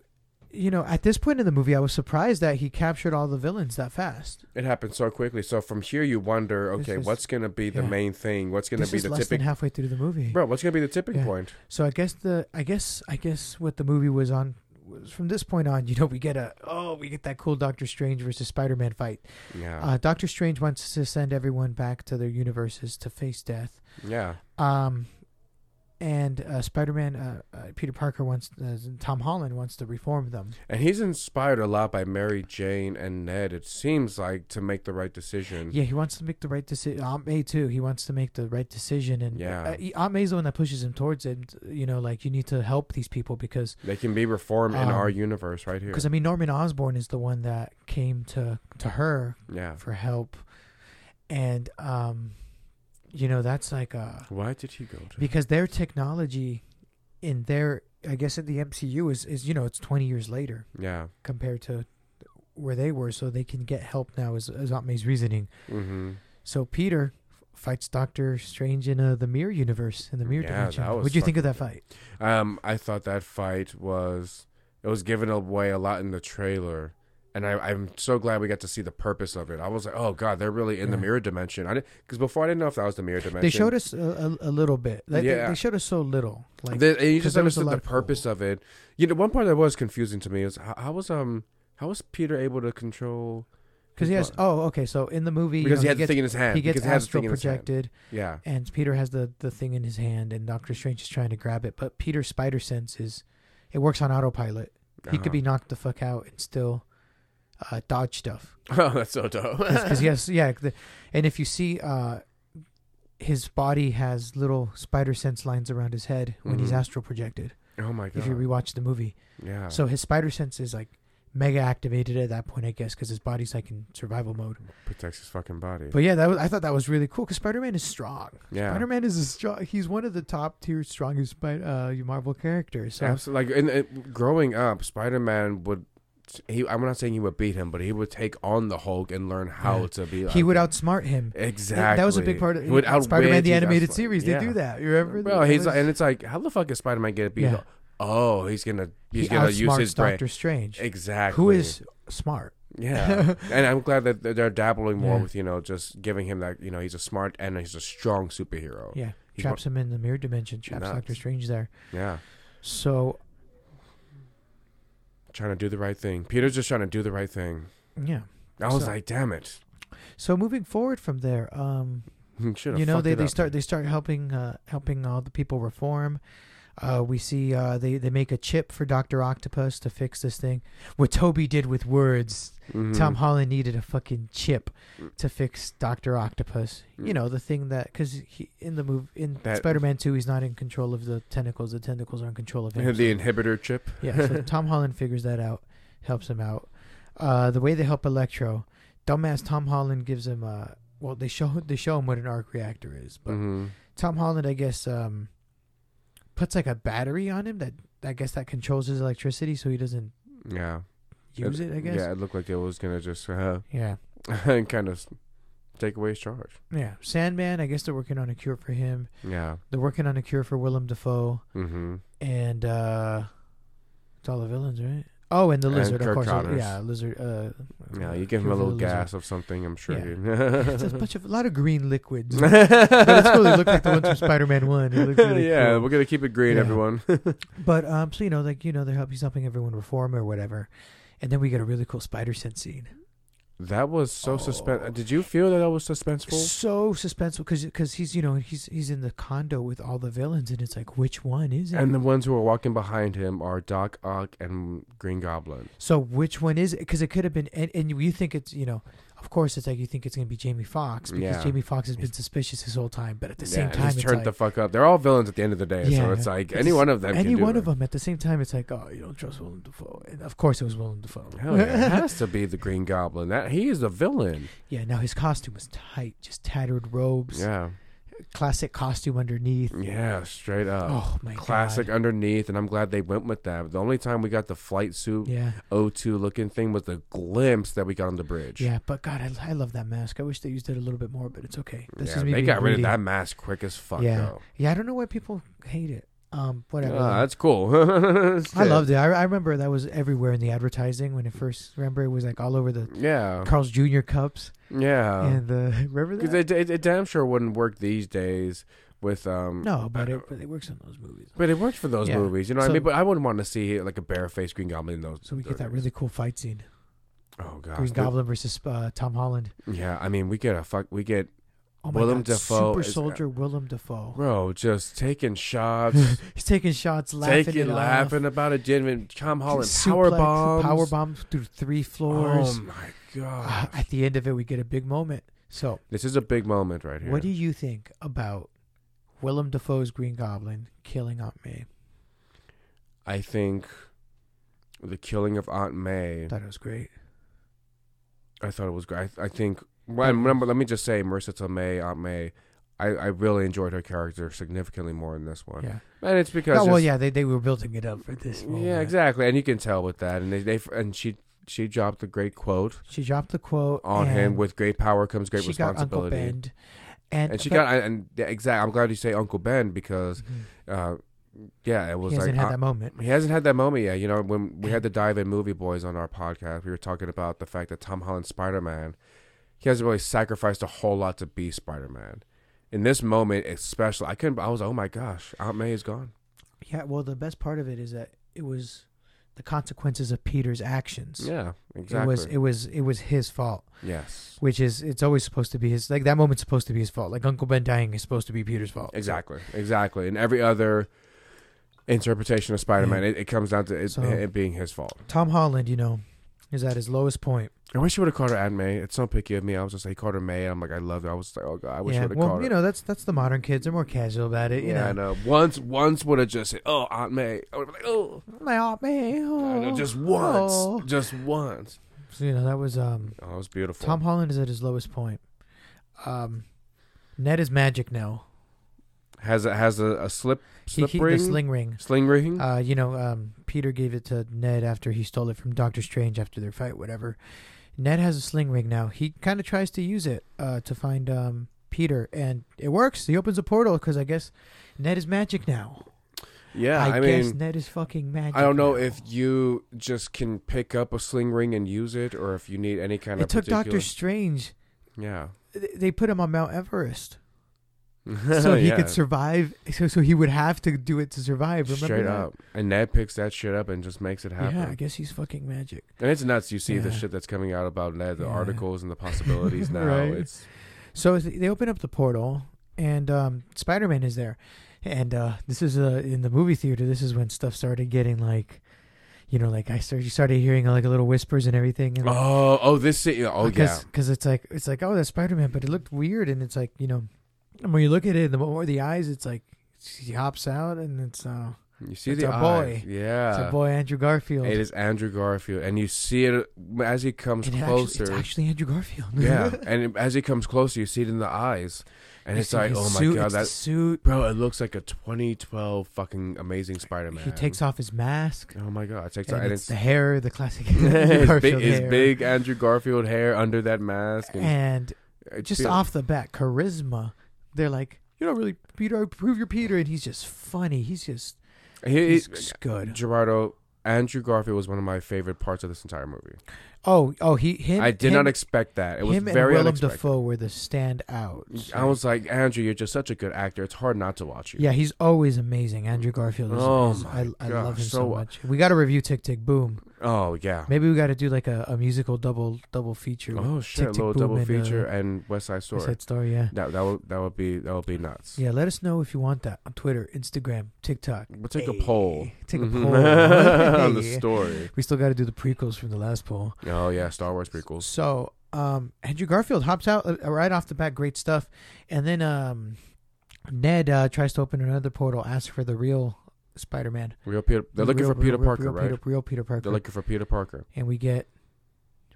[SPEAKER 2] you know, at this point in the movie, I was surprised that he captured all the villains that fast.
[SPEAKER 1] It happened so quickly. So from here, you wonder,
[SPEAKER 2] This
[SPEAKER 1] okay,
[SPEAKER 2] is-
[SPEAKER 1] what's gonna be the
[SPEAKER 2] yeah.
[SPEAKER 1] main thing? What's gonna
[SPEAKER 2] This
[SPEAKER 1] be
[SPEAKER 2] is
[SPEAKER 1] the
[SPEAKER 2] less
[SPEAKER 1] tipping?
[SPEAKER 2] than halfway through the movie.
[SPEAKER 1] Bro, what's gonna be the tipping
[SPEAKER 2] Yeah.
[SPEAKER 1] point?
[SPEAKER 2] So I guess the I guess I guess what the movie was on was from this point on. You know, we get a oh we get that cool Doctor Strange versus Spider Man fight.
[SPEAKER 1] Yeah,
[SPEAKER 2] Uh, Doctor Strange wants to send everyone back to their universes to face death.
[SPEAKER 1] yeah.
[SPEAKER 2] Um, and uh, Spider Man, uh, uh, Peter Parker wants, uh, Tom Holland wants to reform them.
[SPEAKER 1] And he's inspired a lot by Mary Jane and Ned. It seems like to make the right decision.
[SPEAKER 2] Yeah, he wants to make the right decision. Aunt May too. He wants to make the right decision, and
[SPEAKER 1] Yeah.
[SPEAKER 2] uh, he- Aunt May's the one that pushes him towards it. You know, like you need to help these people because,
[SPEAKER 1] They can be reformed in
[SPEAKER 2] Um,
[SPEAKER 1] our universe right here.
[SPEAKER 2] because I mean, Norman Osborn is the one that came to to her
[SPEAKER 1] Yeah.
[SPEAKER 2] for help, and um, you know, that's like a
[SPEAKER 1] Why did he go to?
[SPEAKER 2] because their technology, in their I guess in the MCU is is you know it's twenty years later.
[SPEAKER 1] yeah.
[SPEAKER 2] compared to where they were, so they can get help now. Is, is Aunt May's reasoning?
[SPEAKER 1] Mm-hmm.
[SPEAKER 2] So Peter f- fights Doctor Strange in uh, the mirror universe, in the mirror
[SPEAKER 1] Yeah,
[SPEAKER 2] dimension.
[SPEAKER 1] that was
[SPEAKER 2] What'd you think of that
[SPEAKER 1] fucking-
[SPEAKER 2] fight?
[SPEAKER 1] Um, I thought that fight was it was given away a lot in the trailer, and I, I'm so glad we got to see the purpose of it. I was like, oh god, they're really in the
[SPEAKER 2] Yeah.
[SPEAKER 1] mirror dimension. I because before I didn't know if that was the mirror dimension.
[SPEAKER 2] They showed us a, a, a little bit. Like, they-
[SPEAKER 1] Yeah.
[SPEAKER 2] they, showed us so little. Like
[SPEAKER 1] The- and you
[SPEAKER 2] 'cause
[SPEAKER 1] just
[SPEAKER 2] there was a
[SPEAKER 1] understood
[SPEAKER 2] lot
[SPEAKER 1] the
[SPEAKER 2] of-
[SPEAKER 1] purpose of it. You know, one part that was confusing to me is how, how was um how was Peter able to control?
[SPEAKER 2] because he has.
[SPEAKER 1] his body?
[SPEAKER 2] Oh, okay. So in the movie, you
[SPEAKER 1] because
[SPEAKER 2] know,
[SPEAKER 1] he had the
[SPEAKER 2] gets,
[SPEAKER 1] thing in his hand.
[SPEAKER 2] he gets
[SPEAKER 1] because he has the
[SPEAKER 2] astral
[SPEAKER 1] thing in his hand.
[SPEAKER 2] projected,
[SPEAKER 1] Yeah,
[SPEAKER 2] and Peter has the the thing in his hand, and Doctor Strange is trying to grab it, but Peter's spider sense is it works on autopilot. He
[SPEAKER 1] Uh-huh.
[SPEAKER 2] could be knocked the fuck out and still uh, dodge stuff.
[SPEAKER 1] Oh, that's so dope.
[SPEAKER 2] because yes, yeah, the, and if you see, uh, his body has little spider sense lines around his head when he's
[SPEAKER 1] Mhm.
[SPEAKER 2] astral projected.
[SPEAKER 1] oh my god.
[SPEAKER 2] If you rewatch the movie,
[SPEAKER 1] yeah.
[SPEAKER 2] so his spider sense is like mega activated at that point, I guess, because his body's like in survival mode.
[SPEAKER 1] protects his fucking body.
[SPEAKER 2] But yeah, that was, I thought that was really cool because Spider Man is strong.
[SPEAKER 1] yeah.
[SPEAKER 2] Spider Man is a strong. He's one of the top tier strongest spi- uh, Marvel characters. So
[SPEAKER 1] Absolutely. Like in, in- growing up, Spider Man would. He, I'm not saying he would beat him, but he would take on the Hulk and learn how
[SPEAKER 2] Yeah.
[SPEAKER 1] to be. Like,
[SPEAKER 2] he would outsmart him.
[SPEAKER 1] exactly.
[SPEAKER 2] That- That was a big part of
[SPEAKER 1] He would
[SPEAKER 2] Spider Man
[SPEAKER 1] outwit
[SPEAKER 2] the
[SPEAKER 1] his
[SPEAKER 2] animated
[SPEAKER 1] ass-
[SPEAKER 2] series.
[SPEAKER 1] yeah.
[SPEAKER 2] They do that. You remember?
[SPEAKER 1] Bro,
[SPEAKER 2] That
[SPEAKER 1] he's
[SPEAKER 2] was-
[SPEAKER 1] like, and it's like, how the fuck is Spider Man gonna beat?
[SPEAKER 2] Yeah.
[SPEAKER 1] Hulk? Oh, he's gonna he's
[SPEAKER 2] he
[SPEAKER 1] gonna use
[SPEAKER 2] outsmarts
[SPEAKER 1] his brain.
[SPEAKER 2] Doctor Strange.
[SPEAKER 1] Exactly.
[SPEAKER 2] who is smart.
[SPEAKER 1] Yeah, and I'm glad that they're- they're dabbling more
[SPEAKER 2] Yeah.
[SPEAKER 1] with you know just giving him that you know he's a smart and he's a strong superhero.
[SPEAKER 2] Yeah,
[SPEAKER 1] He's
[SPEAKER 2] traps him in the mirror dimension. Traps
[SPEAKER 1] Nuts.
[SPEAKER 2] Doctor Strange there.
[SPEAKER 1] Yeah.
[SPEAKER 2] So
[SPEAKER 1] Trying to do the right thing. Peter's just trying to do the right thing.
[SPEAKER 2] yeah.
[SPEAKER 1] I was
[SPEAKER 2] So-
[SPEAKER 1] like, damn it.
[SPEAKER 2] So moving forward from there, um,
[SPEAKER 1] Should have
[SPEAKER 2] you know, they, they start they start helping uh, helping all the people reform. Uh, we see uh, they they make a chip for Doctor Octopus to fix this thing. What Toby did with words,
[SPEAKER 1] Mm-hmm. Hmm.
[SPEAKER 2] Tom Holland needed a fucking chip
[SPEAKER 1] Mm.
[SPEAKER 2] to fix Doctor Octopus. You
[SPEAKER 1] Mm.
[SPEAKER 2] know the thing that because he in the move in
[SPEAKER 1] That-
[SPEAKER 2] Spider-Man Two, he's not in control of the tentacles. The tentacles are in control of him. so-
[SPEAKER 1] the inhibitor chip.
[SPEAKER 2] Yeah, so Tom Holland figures that out, helps him out. Uh, the way they help Electro, dumbass Tom Holland gives him. Uh, well, they show they show him what an arc reactor is, but
[SPEAKER 1] hmm
[SPEAKER 2] Tom Holland, I guess, um, puts like a battery on him that I guess that controls his electricity, so he doesn't
[SPEAKER 1] Mm-hmm. Yeah.
[SPEAKER 2] use it. I guess.
[SPEAKER 1] Yeah, it looked like it was going to just uh,
[SPEAKER 2] Yeah.
[SPEAKER 1] kind of take away his charge.
[SPEAKER 2] Yeah. Sandman, I guess they're working on a cure for him.
[SPEAKER 1] Yeah.
[SPEAKER 2] They're working on a cure for Willem Dafoe,
[SPEAKER 1] Mm-hmm.
[SPEAKER 2] and uh, it's all the villains, right? Oh, and the
[SPEAKER 1] And
[SPEAKER 2] lizard, of
[SPEAKER 1] Kirk
[SPEAKER 2] course.
[SPEAKER 1] Connors.
[SPEAKER 2] Yeah, lizard. Uh,
[SPEAKER 1] Yeah, you give him
[SPEAKER 2] cure
[SPEAKER 1] a
[SPEAKER 2] for the
[SPEAKER 1] little
[SPEAKER 2] lizard.
[SPEAKER 1] gas of something, I'm sure.
[SPEAKER 2] Yeah.
[SPEAKER 1] he-
[SPEAKER 2] It's a bunch of a lot of green liquids. but
[SPEAKER 1] but
[SPEAKER 2] it's cool. They look like the ones from Spider-Man One. It looks really
[SPEAKER 1] yeah,
[SPEAKER 2] cool.
[SPEAKER 1] we're going to keep it green,
[SPEAKER 2] Yeah.
[SPEAKER 1] everyone.
[SPEAKER 2] But um, so you know, like you know, they're help, he's helping everyone reform or whatever, and then we get a really cool spider sense scene.
[SPEAKER 1] that was so
[SPEAKER 2] Oh.
[SPEAKER 1] suspense. Did you feel that that was suspenseful?
[SPEAKER 2] So suspenseful because he's you know he's he's in the condo with all the villains, and it's like which one is it?
[SPEAKER 1] And the ones who are walking behind him are Doc Ock and Green Goblin.
[SPEAKER 2] so which one is it? Because it could have been, and, and you think it's you know, of course, it's like you think it's going to be Jamie Foxx because
[SPEAKER 1] Yeah.
[SPEAKER 2] Jamie Fox has been suspicious his whole time. But at the
[SPEAKER 1] Yeah,
[SPEAKER 2] same
[SPEAKER 1] and
[SPEAKER 2] time,
[SPEAKER 1] he's
[SPEAKER 2] it's
[SPEAKER 1] turned
[SPEAKER 2] like,
[SPEAKER 1] the fuck up. They're all villains at the end of the day, so
[SPEAKER 2] Yeah.
[SPEAKER 1] it's like
[SPEAKER 2] It's-
[SPEAKER 1] any one of them.
[SPEAKER 2] any
[SPEAKER 1] can do
[SPEAKER 2] one
[SPEAKER 1] it.
[SPEAKER 2] of them. At the same time, it's like, oh, you don't trust Willem Dafoe, and of course it was Willem Dafoe.
[SPEAKER 1] Hell yeah, it has to be the Green Goblin. That he is the villain.
[SPEAKER 2] yeah. Now his costume was tight, just tattered robes,
[SPEAKER 1] Yeah,
[SPEAKER 2] classic costume underneath.
[SPEAKER 1] yeah, straight up.
[SPEAKER 2] oh my
[SPEAKER 1] Classic
[SPEAKER 2] god,
[SPEAKER 1] underneath, and I'm glad they went with that. The only time we got the flight suit
[SPEAKER 2] yeah,
[SPEAKER 1] O2 looking thing was the glimpse that we got on the bridge.
[SPEAKER 2] yeah. But God, I, I love that mask. I wish they used it a little bit more, but it's okay. This
[SPEAKER 1] Yeah,
[SPEAKER 2] is me
[SPEAKER 1] they
[SPEAKER 2] being
[SPEAKER 1] got rid of
[SPEAKER 2] greedy.
[SPEAKER 1] that mask quick as fuck.
[SPEAKER 2] Yeah.
[SPEAKER 1] though.
[SPEAKER 2] Yeah, I don't know why people hate it. Um, whatever.
[SPEAKER 1] Ah, that's cool.
[SPEAKER 2] I loved it. I, I remember that was everywhere in the advertising when it first. Remember, it was like all over the
[SPEAKER 1] Yeah,
[SPEAKER 2] Carl's Jr. cups
[SPEAKER 1] yeah.
[SPEAKER 2] and the remember
[SPEAKER 1] Because
[SPEAKER 2] that.
[SPEAKER 1] it, it, it damn sure wouldn't work these days with um.
[SPEAKER 2] no, but it, but it works in those movies.
[SPEAKER 1] But it works for those
[SPEAKER 2] Yeah.
[SPEAKER 1] movies, you know what
[SPEAKER 2] So-
[SPEAKER 1] I mean. But I wouldn't want to see like a barefaced Green Goblin in those.
[SPEAKER 2] So we get that
[SPEAKER 1] those-
[SPEAKER 2] really cool fight scene:
[SPEAKER 1] Oh god,
[SPEAKER 2] Green Goblin versus uh, Tom Holland.
[SPEAKER 1] Yeah, I mean we get a fuck. We get
[SPEAKER 2] Oh my
[SPEAKER 1] Willem
[SPEAKER 2] God,
[SPEAKER 1] Dafoe
[SPEAKER 2] super
[SPEAKER 1] is- uh,
[SPEAKER 2] soldier Willem Dafoe.
[SPEAKER 1] bro just taking shots,
[SPEAKER 2] He's taking shots, laughing,
[SPEAKER 1] taking
[SPEAKER 2] it off.
[SPEAKER 1] laughing about it. Genuine Tom Holland
[SPEAKER 2] Suplex,
[SPEAKER 1] power bombs.
[SPEAKER 2] power bombs through three
[SPEAKER 1] Oh
[SPEAKER 2] floors.
[SPEAKER 1] my
[SPEAKER 2] Uh,
[SPEAKER 1] god,
[SPEAKER 2] at the end of it, we get a big moment. So
[SPEAKER 1] this is a big moment right here.
[SPEAKER 2] What do you think about Willem Dafoe's Green Goblin killing Aunt May?
[SPEAKER 1] I think the killing of Aunt May.
[SPEAKER 2] I thought it was great.
[SPEAKER 1] I thought it was great. I, I think. Well, and remember, let me just say, Marissa Tomei, Aunt May. I, I really enjoyed her character significantly more in this one,
[SPEAKER 2] Yeah.
[SPEAKER 1] and it's because
[SPEAKER 2] Oh, well,
[SPEAKER 1] it's-
[SPEAKER 2] yeah, they, they were building it up for this. Moment.
[SPEAKER 1] yeah, exactly, and you can tell with that, and they, they and she she dropped a great quote
[SPEAKER 2] She dropped the quote
[SPEAKER 1] on
[SPEAKER 2] and
[SPEAKER 1] him with great power comes great
[SPEAKER 2] she got Uncle
[SPEAKER 1] responsibility.
[SPEAKER 2] Ben, and,
[SPEAKER 1] and she
[SPEAKER 2] but-
[SPEAKER 1] got and yeah, exactly. I'm glad you say Uncle Ben because uh,
[SPEAKER 2] Mhm.
[SPEAKER 1] yeah, it was
[SPEAKER 2] he
[SPEAKER 1] like
[SPEAKER 2] hasn't had
[SPEAKER 1] uh,
[SPEAKER 2] that moment.
[SPEAKER 1] he hasn't had that moment yet. You know, when we had the dive in movie boys on our podcast, we were talking about the fact that Tom Holland Spider Man, he hasn't really sacrificed a whole lot to be Spider Man. In this moment, especially, I couldn't. I was, oh my gosh, Aunt May is gone.
[SPEAKER 2] Yeah, well, the best part of it is that it was the consequences of Peter's actions.
[SPEAKER 1] Yeah, exactly.
[SPEAKER 2] It was it was it was his fault,
[SPEAKER 1] yes,
[SPEAKER 2] which is it's always supposed to be his like that moment's supposed to be his fault. Like Uncle Ben dying is supposed to be Peter's fault.
[SPEAKER 1] Exactly, exactly. And every other interpretation of Spider Man,
[SPEAKER 2] Yeah.
[SPEAKER 1] it, it comes down to it,
[SPEAKER 2] So-
[SPEAKER 1] it being his fault.
[SPEAKER 2] Tom Holland, you know, is at his lowest point.
[SPEAKER 1] I wish you would have called her Aunt May. It's so picky of me. I was just like, called her May. I'm like, I love her. I was like, oh god, I wish you would have
[SPEAKER 2] well,
[SPEAKER 1] called
[SPEAKER 2] you
[SPEAKER 1] her.
[SPEAKER 2] know that's that's the modern kids. They're more casual about it. You
[SPEAKER 1] yeah,
[SPEAKER 2] know,
[SPEAKER 1] I know. Once, once would have just said, "Oh, Aunt May." I would have like, "Oh,
[SPEAKER 2] my aunt May.
[SPEAKER 1] I
[SPEAKER 2] Oh.
[SPEAKER 1] know, just once,
[SPEAKER 2] Oh.
[SPEAKER 1] just once."
[SPEAKER 2] So, you know that was um,
[SPEAKER 1] Oh, it was beautiful.
[SPEAKER 2] Tom Holland is at his lowest point. Um, Ned is magic now.
[SPEAKER 1] has a, has a, a slip
[SPEAKER 2] He,
[SPEAKER 1] slip
[SPEAKER 2] he
[SPEAKER 1] ring
[SPEAKER 2] the sling ring.
[SPEAKER 1] sling ring.
[SPEAKER 2] Uh, you know, um, Peter gave it to Ned after he stole it from Doctor Strange after their fight, whatever. Ned has a sling ring now. He kind of tries to use it uh, to find um, Peter, and it works. He opens a portal because I guess Ned is magic now.
[SPEAKER 1] yeah, I,
[SPEAKER 2] I, guess
[SPEAKER 1] mean,
[SPEAKER 2] Ned is fucking magic.
[SPEAKER 1] I don't know
[SPEAKER 2] now.
[SPEAKER 1] if you just can pick up a sling ring and use it, or if you need any kind
[SPEAKER 2] it
[SPEAKER 1] of
[SPEAKER 2] took
[SPEAKER 1] particular.
[SPEAKER 2] Doctor Strange.
[SPEAKER 1] yeah.
[SPEAKER 2] th- They put him on Mount Everest so he
[SPEAKER 1] Yeah.
[SPEAKER 2] could survive. So, so he would have to do it to survive. Remember
[SPEAKER 1] Straight
[SPEAKER 2] that?
[SPEAKER 1] up. And Ned picks that shit up and just makes it happen.
[SPEAKER 2] Yeah, I guess he's fucking magic.
[SPEAKER 1] And it's nuts. You see the
[SPEAKER 2] Yeah.
[SPEAKER 1] shit that's coming out about Ned, the
[SPEAKER 2] Yeah.
[SPEAKER 1] articles and the possibilities now.
[SPEAKER 2] Right.
[SPEAKER 1] It's
[SPEAKER 2] So th- they open up the portal, and um, Spider Man is there. And uh, this is uh, in the movie theater. This is when stuff started getting like, you know, like I started you started hearing like little whispers and everything. And,
[SPEAKER 1] oh oh this city oh yeah
[SPEAKER 2] because it's like it's like oh that's Spider Man, but it looked weird, and it's like you know, and when you look at it, the more the eyes, it's like he hops out, and it's uh.
[SPEAKER 1] you see
[SPEAKER 2] It's
[SPEAKER 1] the
[SPEAKER 2] a
[SPEAKER 1] eyes.
[SPEAKER 2] boy.
[SPEAKER 1] yeah
[SPEAKER 2] It's a boy, Andrew Garfield.
[SPEAKER 1] Uh, it is Andrew Garfield and you see it as he comes
[SPEAKER 2] And it actually-
[SPEAKER 1] closer
[SPEAKER 2] it's actually Andrew Garfield.
[SPEAKER 1] yeah and it- as he comes closer you see it in the eyes and
[SPEAKER 2] You
[SPEAKER 1] it's
[SPEAKER 2] see
[SPEAKER 1] like
[SPEAKER 2] his
[SPEAKER 1] oh my
[SPEAKER 2] suit,
[SPEAKER 1] god
[SPEAKER 2] it's the
[SPEAKER 1] that
[SPEAKER 2] suit.
[SPEAKER 1] bro it looks like a 2012 fucking amazing Spider-Man
[SPEAKER 2] He takes off his mask.
[SPEAKER 1] oh my god it takes
[SPEAKER 2] and
[SPEAKER 1] and
[SPEAKER 2] it's
[SPEAKER 1] it's,
[SPEAKER 2] the hair, the classic Andrew
[SPEAKER 1] his, big,
[SPEAKER 2] Garfield
[SPEAKER 1] his
[SPEAKER 2] hair.
[SPEAKER 1] big Andrew Garfield hair under that mask and,
[SPEAKER 2] And
[SPEAKER 1] it
[SPEAKER 2] just
[SPEAKER 1] feels-
[SPEAKER 2] off the bat, charisma. They're like, you don't really Peter. Prove you're Peter, and he's just funny. He's just
[SPEAKER 1] he,
[SPEAKER 2] he's
[SPEAKER 1] he-
[SPEAKER 2] just good.
[SPEAKER 1] Gerardo, Andrew Garfield was one of my favorite parts of this entire movie.
[SPEAKER 2] Oh, oh, he him.
[SPEAKER 1] I did
[SPEAKER 2] him,
[SPEAKER 1] not expect that. It was
[SPEAKER 2] him
[SPEAKER 1] very
[SPEAKER 2] and Willem
[SPEAKER 1] unexpected.
[SPEAKER 2] Dafoe were the standouts.
[SPEAKER 1] I was like, Andrew, you're just such a good actor. It's hard not to watch you.
[SPEAKER 2] Yeah, he's always amazing. Andrew Garfield is
[SPEAKER 1] Oh
[SPEAKER 2] amazing. I,
[SPEAKER 1] my
[SPEAKER 2] I love him
[SPEAKER 1] gosh,
[SPEAKER 2] so,
[SPEAKER 1] so-
[SPEAKER 2] much. We got to review Tick Tick Boom.
[SPEAKER 1] Oh yeah.
[SPEAKER 2] Maybe we got to do like a, a musical double double feature. with
[SPEAKER 1] Oh shit.
[SPEAKER 2] Tick, Tick,
[SPEAKER 1] little
[SPEAKER 2] Boom
[SPEAKER 1] double
[SPEAKER 2] and, uh,
[SPEAKER 1] feature and West Side Story.
[SPEAKER 2] West Side Story, yeah.
[SPEAKER 1] That that would that would be that would be nuts.
[SPEAKER 2] Yeah, let us know if you want that on Twitter, Instagram, TikTok.
[SPEAKER 1] We'll take a
[SPEAKER 2] Hey,
[SPEAKER 1] poll.
[SPEAKER 2] Take a
[SPEAKER 1] Mhm.
[SPEAKER 2] poll.
[SPEAKER 1] on the
[SPEAKER 2] Hey.
[SPEAKER 1] story.
[SPEAKER 2] We still got to do the prequels from the last poll.
[SPEAKER 1] Oh yeah, Star Wars prequels.
[SPEAKER 2] So, um, Andrew Garfield hops out uh, right off the bat. Great stuff. And then um, Ned uh, tries to open another portal, asks for the real Spider-Man.
[SPEAKER 1] Real Peter. They're looking for
[SPEAKER 2] Real-
[SPEAKER 1] Peter
[SPEAKER 2] real- real-
[SPEAKER 1] Parker,
[SPEAKER 2] real
[SPEAKER 1] right?
[SPEAKER 2] Peter, real Peter Parker.
[SPEAKER 1] They're looking for Peter Parker.
[SPEAKER 2] and we get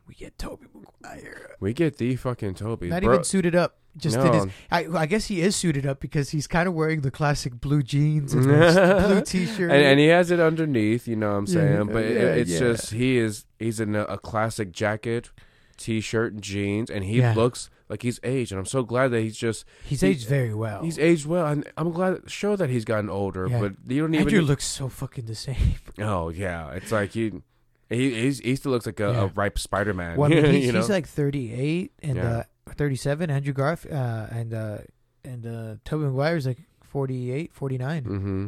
[SPEAKER 2] we get Toby Maguire.
[SPEAKER 1] We get the fucking Toby.
[SPEAKER 2] Not
[SPEAKER 1] Bro-
[SPEAKER 2] even suited up. Just
[SPEAKER 1] no.
[SPEAKER 2] did his, I, I guess he is suited up because he's kind of wearing the classic blue jeans and the blue t-shirt.
[SPEAKER 1] and, and he has it underneath. You know what I'm
[SPEAKER 2] Yeah.
[SPEAKER 1] saying? But it,
[SPEAKER 3] Yeah,
[SPEAKER 1] it's
[SPEAKER 3] yeah.
[SPEAKER 1] just he is he's in a, a classic jacket, t-shirt, and jeans, and he
[SPEAKER 2] Yeah.
[SPEAKER 1] looks like he's aged. And I'm so glad that he's just
[SPEAKER 2] he's
[SPEAKER 1] he-
[SPEAKER 2] aged very well.
[SPEAKER 1] he's aged well. And I'm glad sure that he's gotten older,
[SPEAKER 2] Oh. Yeah.
[SPEAKER 1] but you don't even.
[SPEAKER 2] Andrew looks so fucking the same.
[SPEAKER 1] oh yeah, it's like he. He, he's, he still looks like a,
[SPEAKER 2] Yeah.
[SPEAKER 1] a ripe Spider-Man.
[SPEAKER 2] Well, I mean, he's,
[SPEAKER 1] you know?
[SPEAKER 2] he's like 38 and
[SPEAKER 1] Yeah.
[SPEAKER 2] uh, 37. Andrew Garf uh, and uh, and uh, Toby Maguire's like 48, 49.
[SPEAKER 1] mm-hmm.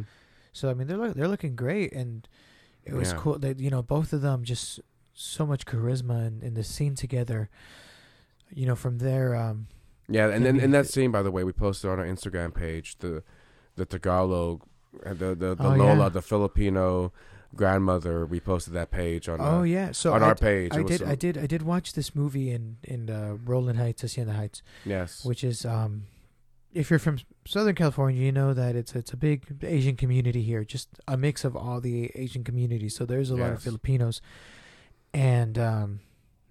[SPEAKER 2] So I mean, they're look, they're looking great, and it was
[SPEAKER 1] Yeah.
[SPEAKER 2] cool that you know both of them just so much charisma in, in the scene together. You know, from there, um,
[SPEAKER 1] Yeah, and
[SPEAKER 2] Yeah, I
[SPEAKER 1] then
[SPEAKER 2] mean,
[SPEAKER 1] in that
[SPEAKER 2] it-
[SPEAKER 1] scene, by the way, we posted on our Instagram page the the Tagalog, uh, the the, the
[SPEAKER 2] Oh,
[SPEAKER 1] Lola,
[SPEAKER 2] yeah.
[SPEAKER 1] the Filipino grandmother. We posted that page on
[SPEAKER 2] oh
[SPEAKER 1] uh,
[SPEAKER 2] yeah, so
[SPEAKER 1] on
[SPEAKER 2] I,
[SPEAKER 1] our page.
[SPEAKER 2] I
[SPEAKER 1] It was
[SPEAKER 2] did,
[SPEAKER 1] some-
[SPEAKER 2] I did, I did watch this movie in in uh, Roland Heights, Hacienda Heights,
[SPEAKER 1] Yes,
[SPEAKER 2] which is um, if you're from Southern California, you know that it's it's a big Asian community here, just a mix of all the Asian communities. So there's a lot of
[SPEAKER 1] Yes.
[SPEAKER 2] Filipinos, and um,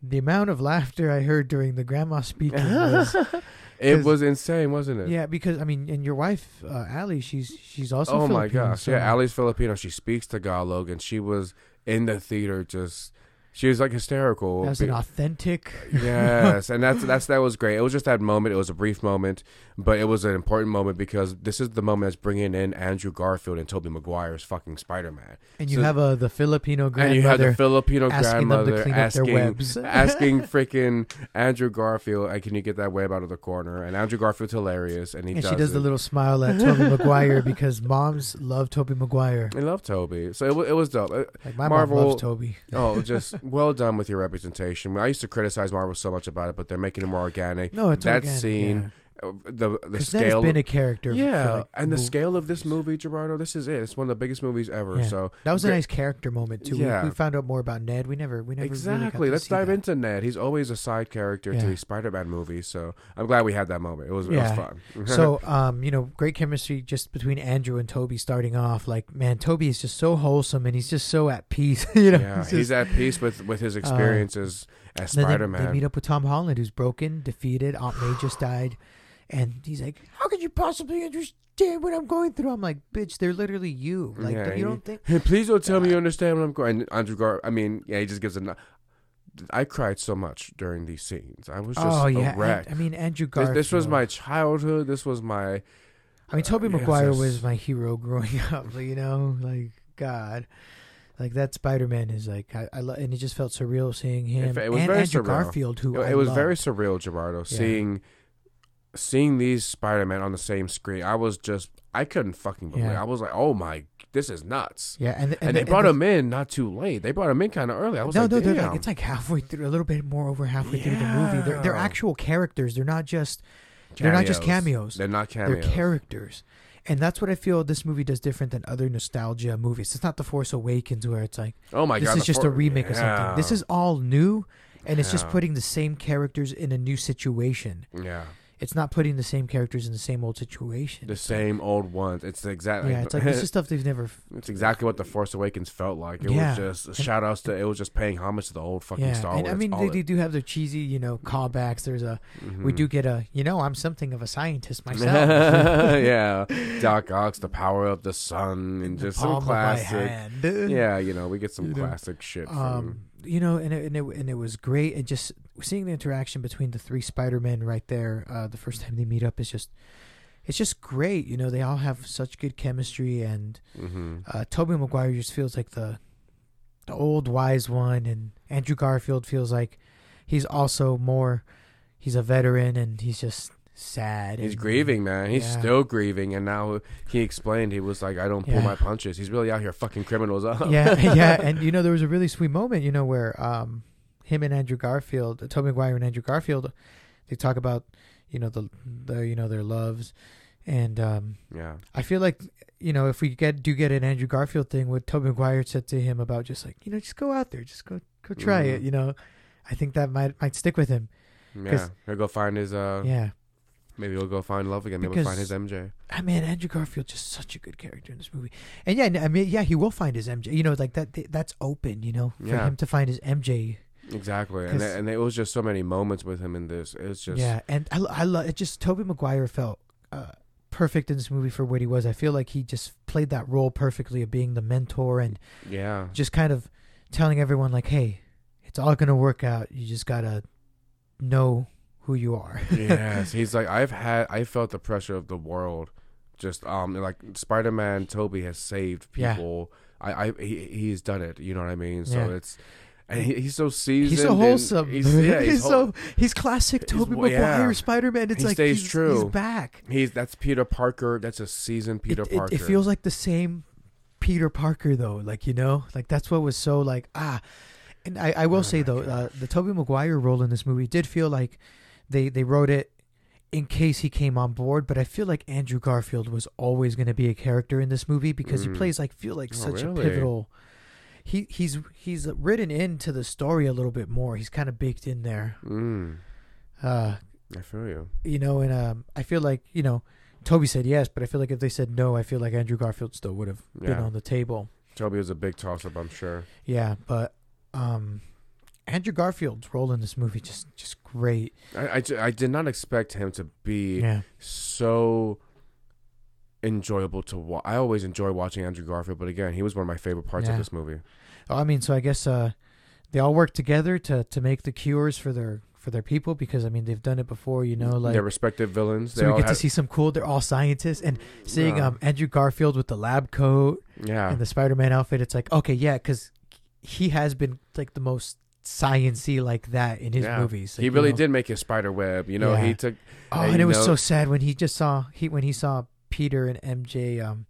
[SPEAKER 2] the amount of laughter I heard during the grandma speaking was.
[SPEAKER 1] it
[SPEAKER 2] 'cause-
[SPEAKER 1] was insane, wasn't it?
[SPEAKER 2] Yeah, because I mean, and your wife, uh, Allie, she's she's also.
[SPEAKER 1] oh my
[SPEAKER 2] Filipino,
[SPEAKER 1] gosh!
[SPEAKER 2] so-
[SPEAKER 1] Yeah, Ali's Filipino. She speaks Tagalog, and she was in the theater just. She was like hysterical.
[SPEAKER 2] That's
[SPEAKER 1] be-
[SPEAKER 2] an authentic.
[SPEAKER 1] yes, and that's that's that was great. It was just that moment. It was a brief moment, but it was an important moment because this is the moment that's bringing in Andrew Garfield and Tobey Maguire's fucking Spider Man,
[SPEAKER 2] And you
[SPEAKER 1] So-
[SPEAKER 2] have a the Filipino
[SPEAKER 1] and you have
[SPEAKER 2] grandmother
[SPEAKER 1] the Filipino
[SPEAKER 2] asking them to
[SPEAKER 1] grandmother
[SPEAKER 2] clean up their
[SPEAKER 1] asking
[SPEAKER 2] webs.
[SPEAKER 1] asking freaking Andrew Garfield, "Hey, can you get that web out of the corner?" And Andrew Garfield's hilarious, and he
[SPEAKER 2] and
[SPEAKER 1] does.
[SPEAKER 2] she does the
[SPEAKER 1] it.
[SPEAKER 2] little smile at Toby Maguire because moms love Toby Maguire.
[SPEAKER 1] I love Toby, so it, wa- it was dope. Uh,
[SPEAKER 2] Like my
[SPEAKER 1] Marvel-
[SPEAKER 2] mom loves Toby.
[SPEAKER 1] Oh, just well done with your representation. I used to criticize Marvel so much about it, but they're making it more organic.
[SPEAKER 2] No, it's
[SPEAKER 1] that
[SPEAKER 2] organic,
[SPEAKER 1] scene,
[SPEAKER 2] yeah.
[SPEAKER 1] uh, the the
[SPEAKER 2] 'Cause
[SPEAKER 1] scale.
[SPEAKER 2] Ned's been a character. for,
[SPEAKER 1] yeah,
[SPEAKER 2] like,
[SPEAKER 1] and the
[SPEAKER 2] mo-
[SPEAKER 1] scale of this movie, Gerardo, this is it. It's one of the biggest movies ever.
[SPEAKER 2] Yeah.
[SPEAKER 1] So
[SPEAKER 2] That was a
[SPEAKER 1] Great.
[SPEAKER 2] nice character moment too. We-
[SPEAKER 1] Yeah.
[SPEAKER 2] We, found out more about Ned. We never, we never
[SPEAKER 1] exactly.
[SPEAKER 2] Really got to
[SPEAKER 1] Let's
[SPEAKER 2] see
[SPEAKER 1] dive
[SPEAKER 2] that.
[SPEAKER 1] into Ned. He's always a side character to
[SPEAKER 2] Yeah.
[SPEAKER 1] these Spider-Man movies. So I'm glad we had that moment. It was
[SPEAKER 2] Yeah.
[SPEAKER 1] it was fun.
[SPEAKER 2] so um you know great chemistry just between andrew and toby starting off like man toby is just so wholesome and he's just so at peace you know
[SPEAKER 1] yeah,
[SPEAKER 2] it's
[SPEAKER 1] he's
[SPEAKER 2] just-
[SPEAKER 1] at peace with with his experiences as
[SPEAKER 2] And uh, then they-
[SPEAKER 1] Spider-Man.
[SPEAKER 2] they meet up with tom holland who's broken defeated aunt may just died and he's like how could you possibly understand what i'm going through i'm like bitch they're literally you like
[SPEAKER 1] Yeah,
[SPEAKER 2] you
[SPEAKER 1] you-
[SPEAKER 2] don't think
[SPEAKER 1] Hey, please don't tell me
[SPEAKER 2] Uh,
[SPEAKER 1] you understand what I'm going. And Andrew Gar, I mean, yeah, he just gives a. n- I cried so much during these scenes. I was just
[SPEAKER 2] oh
[SPEAKER 1] a
[SPEAKER 2] yeah and-
[SPEAKER 1] wreck.
[SPEAKER 2] I, mean andrew
[SPEAKER 1] This,
[SPEAKER 2] Garfield.
[SPEAKER 1] this was my childhood. This was my.
[SPEAKER 2] I mean, Toby
[SPEAKER 1] Uh, yes,
[SPEAKER 2] Maguire
[SPEAKER 1] yes.
[SPEAKER 2] was my hero growing up. You know, like God, like that Spider Man is like I, I lo- and it just felt surreal seeing him
[SPEAKER 1] It was
[SPEAKER 2] and
[SPEAKER 1] very
[SPEAKER 2] Andrew
[SPEAKER 1] surreal.
[SPEAKER 2] Garfield, who
[SPEAKER 1] It, it
[SPEAKER 2] I
[SPEAKER 1] was
[SPEAKER 2] love.
[SPEAKER 1] very surreal, Gerardo,
[SPEAKER 2] Yeah.
[SPEAKER 1] seeing seeing these Spider-Man on the same screen. I was just. I couldn't fucking believe. it.
[SPEAKER 2] Yeah.
[SPEAKER 1] I was like, oh my, this is nuts.
[SPEAKER 2] yeah, and
[SPEAKER 1] And, they brought him in not too late. They brought him in kind of early. I was
[SPEAKER 2] no,
[SPEAKER 1] like,
[SPEAKER 2] no,
[SPEAKER 1] damn.
[SPEAKER 2] they're like it's like halfway through, a little bit more over halfway through the movie. They're they're
[SPEAKER 1] Yeah.
[SPEAKER 2] actual characters. They're not just they're not just cameos.
[SPEAKER 1] They're not
[SPEAKER 2] they're
[SPEAKER 1] cameos.
[SPEAKER 2] characters. And that's what I feel this movie does different than other nostalgia movies. It's not The Force Awakens where it's like
[SPEAKER 1] oh my
[SPEAKER 2] this
[SPEAKER 1] god!
[SPEAKER 2] is
[SPEAKER 1] the
[SPEAKER 2] just
[SPEAKER 1] four-
[SPEAKER 2] a remake of
[SPEAKER 1] Yeah.
[SPEAKER 2] something. This is all new, and it's just
[SPEAKER 1] Yeah.
[SPEAKER 2] putting the same characters in a new situation.
[SPEAKER 1] yeah.
[SPEAKER 2] It's not putting the same characters in the same old situation.
[SPEAKER 1] the same old ones. It's exactly
[SPEAKER 2] yeah, it's like this is stuff they've never. f-
[SPEAKER 1] it's exactly what the Force Awakens felt like. It
[SPEAKER 2] Yeah.
[SPEAKER 1] was just shout outs to it was just paying homage to the old fucking
[SPEAKER 2] Yeah,
[SPEAKER 1] Star Wars.
[SPEAKER 2] and I mean
[SPEAKER 1] all
[SPEAKER 2] they,
[SPEAKER 1] it-
[SPEAKER 2] they do have their cheesy, you know, callbacks. There's a we
[SPEAKER 1] Mhm.
[SPEAKER 2] do get a you know I'm something of a scientist myself.
[SPEAKER 1] yeah, Doc Ock's the power of the sun and just some classic.
[SPEAKER 2] hand.
[SPEAKER 1] Yeah, you know we get some
[SPEAKER 2] You know.
[SPEAKER 1] classic shit. From,
[SPEAKER 2] Um, you know, and it, and it and it was great. And just seeing the interaction between the three Spider Men right there, uh, the first time they meet up is just, it's just great. You know, they all have such good chemistry, and
[SPEAKER 1] mhm.
[SPEAKER 2] uh, Tobey Maguire just feels like the, the old wise one, and Andrew Garfield feels like he's also more, he's a veteran, and he's just sad.
[SPEAKER 1] He's
[SPEAKER 2] and-
[SPEAKER 1] grieving, man. He's
[SPEAKER 2] yeah.
[SPEAKER 1] still grieving, and now he explained he was like, "I don't pull
[SPEAKER 2] Yeah.
[SPEAKER 1] my punches." He's really out here fucking criminals up.
[SPEAKER 2] yeah, yeah, and you know there was a really sweet moment, you know, where um, him and Andrew Garfield, Tobey Maguire and Andrew Garfield, they talk about, you know, the, the you know their loves, and um,
[SPEAKER 1] yeah.
[SPEAKER 2] I feel like, you know, if we get do get an Andrew Garfield thing, what Tobey Maguire said to him about just like you know just go out there, just go go try it,
[SPEAKER 1] Mhm.
[SPEAKER 2] you know, I think that might might stick with him,
[SPEAKER 1] Yeah,
[SPEAKER 2] 'Cause-
[SPEAKER 1] he'll go find his. uh
[SPEAKER 2] yeah.
[SPEAKER 1] Maybe he'll go find love again. Maybe he'll find
[SPEAKER 2] Because-
[SPEAKER 1] his MJ.
[SPEAKER 2] I mean, Andrew Garfield just such a good character in this movie, and yeah, and I mean, yeah, he will find his MJ. You know, like that. That's open. You know, for
[SPEAKER 1] Yeah.
[SPEAKER 2] him to find his MJ.
[SPEAKER 1] Exactly, and
[SPEAKER 2] 'Cause-
[SPEAKER 1] and it was just so many moments with him in this. It's just
[SPEAKER 2] yeah, and I, lo- I love it. Just Toby Maguire felt uh, perfect in this movie for what he was. I feel like he just played that role perfectly of being the mentor and
[SPEAKER 1] yeah,
[SPEAKER 2] just kind of telling everyone like, "Hey, it's all gonna work out. You just gotta know who you are."
[SPEAKER 1] yes. He's like I've had. I felt the pressure of the world. Just um, like Spider Man, Toby has saved
[SPEAKER 2] Yeah.
[SPEAKER 1] people. I, I, he, he's done it. You know what I mean? So
[SPEAKER 2] Yeah.
[SPEAKER 1] it's, and he, he's so seasoned.
[SPEAKER 2] He's so
[SPEAKER 1] and
[SPEAKER 2] wholesome.
[SPEAKER 1] He's, yeah, he's, whole-
[SPEAKER 2] so he's classic
[SPEAKER 1] He's-
[SPEAKER 2] Toby
[SPEAKER 1] well, yeah.
[SPEAKER 2] Maguire Spider Man. It's
[SPEAKER 1] He
[SPEAKER 2] like
[SPEAKER 1] stays
[SPEAKER 2] he's,
[SPEAKER 1] true.
[SPEAKER 2] he's back.
[SPEAKER 1] he's that's Peter Parker. That's a seasoned Peter
[SPEAKER 2] it, it-
[SPEAKER 1] Parker.
[SPEAKER 2] It, feels like the same Peter Parker though. Like you know, like that's what was so like ah. And I, I will
[SPEAKER 1] Oh
[SPEAKER 2] say
[SPEAKER 1] my
[SPEAKER 2] though, uh, the Toby Maguire role in this movie did feel like they they wrote it in case he came on board. But I feel like Andrew Garfield was always going to be a character in this movie because
[SPEAKER 1] Mm.
[SPEAKER 2] he plays like feel like
[SPEAKER 1] Oh,
[SPEAKER 2] such
[SPEAKER 1] really?
[SPEAKER 2] a pivotal. He he's he's written into the story a little bit more. He's kind of baked in there.
[SPEAKER 1] Mm,
[SPEAKER 2] Uh,
[SPEAKER 1] I feel you.
[SPEAKER 2] you know, and um, I feel like you know, Toby said yes, but I feel like if they said no, I feel like Andrew Garfield still would have been
[SPEAKER 1] Yeah.
[SPEAKER 2] on the table.
[SPEAKER 1] Toby was a big toss up. I'm sure.
[SPEAKER 2] Yeah, but um, Andrew Garfield's role in this movie just just great.
[SPEAKER 1] I, I, ju- I did not expect him to be
[SPEAKER 2] Yeah,
[SPEAKER 1] so enjoyable to watch. I always enjoy watching Andrew Garfield, but again, he was one of my favorite parts of
[SPEAKER 2] Yeah.
[SPEAKER 1] this movie.
[SPEAKER 2] oh, I mean, so I guess uh, they all work together to to make the cures for their for their people because I mean they've done it before, you know, like.
[SPEAKER 1] their respective villains. They
[SPEAKER 2] so
[SPEAKER 1] all
[SPEAKER 2] we get to
[SPEAKER 1] had-
[SPEAKER 2] see some cool. They're all scientists, and seeing
[SPEAKER 1] Yeah.
[SPEAKER 2] um Andrew Garfield with the lab coat
[SPEAKER 1] yeah,
[SPEAKER 2] and the Spider-Man outfit, it's like okay, yeah, because he has been like the most sciency like that in his
[SPEAKER 1] Yeah.
[SPEAKER 2] movies. Like,
[SPEAKER 1] he
[SPEAKER 2] you
[SPEAKER 1] really
[SPEAKER 2] know-
[SPEAKER 1] did make his spider web. You know,
[SPEAKER 2] Yeah.
[SPEAKER 1] he took
[SPEAKER 2] Oh,
[SPEAKER 1] Hey,
[SPEAKER 2] and it
[SPEAKER 1] you
[SPEAKER 2] was
[SPEAKER 1] know-
[SPEAKER 2] so sad when he just saw he when he saw Peter and MJ um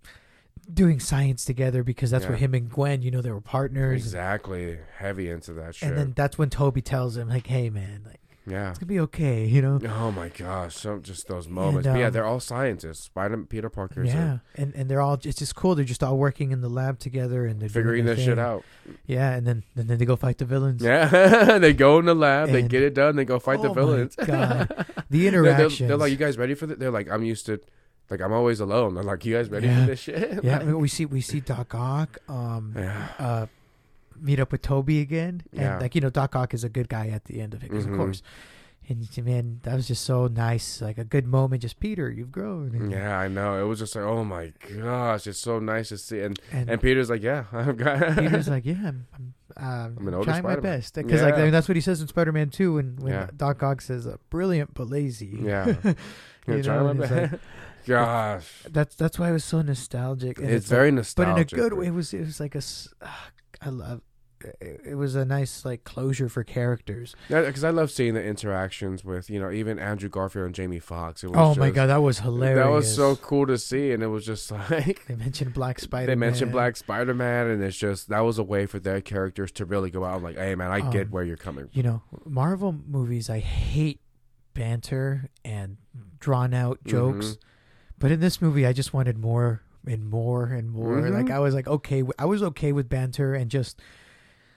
[SPEAKER 2] doing science together because that's what
[SPEAKER 1] Yeah.
[SPEAKER 2] him and Gwen, you know, they were partners.
[SPEAKER 1] exactly heavy into that shit.
[SPEAKER 2] And then that's when Toby tells him like, "Hey, man, like
[SPEAKER 1] yeah.
[SPEAKER 2] it's gonna be okay," you know.
[SPEAKER 1] Oh my gosh! So just those moments.
[SPEAKER 2] And,
[SPEAKER 1] but yeah,
[SPEAKER 2] um,
[SPEAKER 1] they're all scientists. Spider Peter Parker's
[SPEAKER 2] yeah,
[SPEAKER 1] yeah,
[SPEAKER 2] and and they're all it's just cool. They're just all working in the lab together and they're doing
[SPEAKER 1] figuring
[SPEAKER 2] their
[SPEAKER 1] this shit
[SPEAKER 2] thing.
[SPEAKER 1] out.
[SPEAKER 2] Yeah, and then and then they go fight the villains.
[SPEAKER 1] Yeah, they go in the lab, they
[SPEAKER 2] And-
[SPEAKER 1] get it done, they go fight
[SPEAKER 2] Oh
[SPEAKER 1] the
[SPEAKER 2] my
[SPEAKER 1] villains.
[SPEAKER 2] God. The
[SPEAKER 1] They're- they're-
[SPEAKER 2] interactions.
[SPEAKER 1] They're, like, you guys ready for this? They're like, I'm used to, like, I'm always alone. They're like, you guys ready
[SPEAKER 2] Yeah.
[SPEAKER 1] for this shit?
[SPEAKER 2] yeah, I
[SPEAKER 1] Like,
[SPEAKER 2] mean, we see we see Doc Ock um
[SPEAKER 1] yeah.
[SPEAKER 2] uh meet up with Toby again. And
[SPEAKER 1] Yeah.
[SPEAKER 2] like, you know, Doc Ock is a good guy at the end of it, 'cause
[SPEAKER 1] Mhm.
[SPEAKER 2] of course. And man, that was just so nice. Like a good moment, just Peter, you've grown. And,
[SPEAKER 1] Yeah, I know. It was just like, oh my gosh, it's so nice to see. And
[SPEAKER 2] And,
[SPEAKER 1] and Peter's like, yeah, I've got.
[SPEAKER 2] Peter's like, yeah, I'm, I'm, um,
[SPEAKER 1] I'm an older
[SPEAKER 2] trying my
[SPEAKER 1] Spider-Man."
[SPEAKER 2] best. Because like, I
[SPEAKER 1] Yeah.
[SPEAKER 2] mean, that's what he says in Spider Man 2 when, when
[SPEAKER 1] Yeah.
[SPEAKER 2] Doc Ock says, uh, brilliant but lazy.
[SPEAKER 1] yeah, yeah,
[SPEAKER 2] You
[SPEAKER 1] try
[SPEAKER 2] know,
[SPEAKER 1] my
[SPEAKER 2] and it's
[SPEAKER 1] best. gosh,
[SPEAKER 2] That's that's why it was so nostalgic. And
[SPEAKER 1] it's,
[SPEAKER 2] like-
[SPEAKER 1] very
[SPEAKER 2] but in a
[SPEAKER 1] nostalgic.
[SPEAKER 2] good way. It was it was like a, s- ah, I love, it, it was a nice like closure for characters.
[SPEAKER 1] because I love seeing the interactions with you know even Andrew Garfield and Jamie Foxx. It was
[SPEAKER 2] Oh my
[SPEAKER 1] just-
[SPEAKER 2] god, that was hilarious.
[SPEAKER 1] that was so cool to see, and it was just like.
[SPEAKER 2] They mentioned Black Spider.
[SPEAKER 1] They mentioned Black Spider Man, and it's just that was a way for their characters to really go out. Like, hey man, I get
[SPEAKER 2] Um,
[SPEAKER 1] where you're coming.
[SPEAKER 2] You know, Marvel movies. I hate banter and drawn out jokes,
[SPEAKER 1] Mhm.
[SPEAKER 2] but in this movie, I just wanted more and more and more.
[SPEAKER 1] Mhm.
[SPEAKER 2] Like I was like okay, w- I was okay with banter and just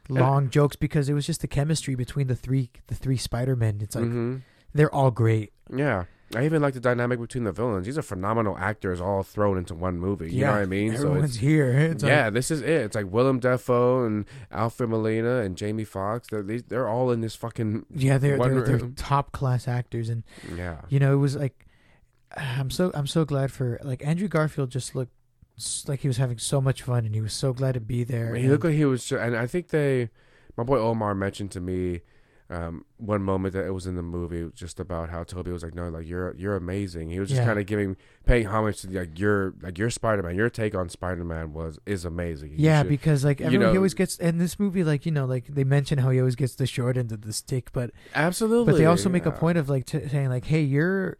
[SPEAKER 2] long jokes because it was just the chemistry between the three the three Spider Men. It's like
[SPEAKER 1] Mhm.
[SPEAKER 2] they're all great.
[SPEAKER 1] Yeah. I even like the dynamic between the villains. These are phenomenal actors all thrown into one movie. You know what I mean? So
[SPEAKER 2] Everyone's
[SPEAKER 1] it's,
[SPEAKER 2] here. It's like-
[SPEAKER 1] yeah, this is it. It's like Willem Dafoe and Alfred Molina and Jamie Foxx. They're, they, they're all in this fucking.
[SPEAKER 2] yeah, they're
[SPEAKER 1] One
[SPEAKER 2] they're, they're
[SPEAKER 1] room.
[SPEAKER 2] top class actors and.
[SPEAKER 1] Yeah.
[SPEAKER 2] you know it was like i'm so i'm so glad for like andrew garfield just looked s- like he was having so much fun and he was so glad to be there
[SPEAKER 1] He
[SPEAKER 2] and-
[SPEAKER 1] looked like he was. And I think they. My boy Omar mentioned to me um, one moment that it was in the movie just about how Toby was like, no, like, you're you're amazing. He was just
[SPEAKER 2] Yeah.
[SPEAKER 1] kind of giving, paying homage to like your, like your Spider Man. Your take on Spider Man was, is amazing. You
[SPEAKER 2] yeah
[SPEAKER 1] should-
[SPEAKER 2] because like
[SPEAKER 1] you
[SPEAKER 2] everyone he
[SPEAKER 1] know-
[SPEAKER 2] always gets in this movie like you know like they mention how he always gets the short end of the stick but
[SPEAKER 1] absolutely.
[SPEAKER 2] but they also make a
[SPEAKER 1] yeah.
[SPEAKER 2] point of like t- saying like hey you're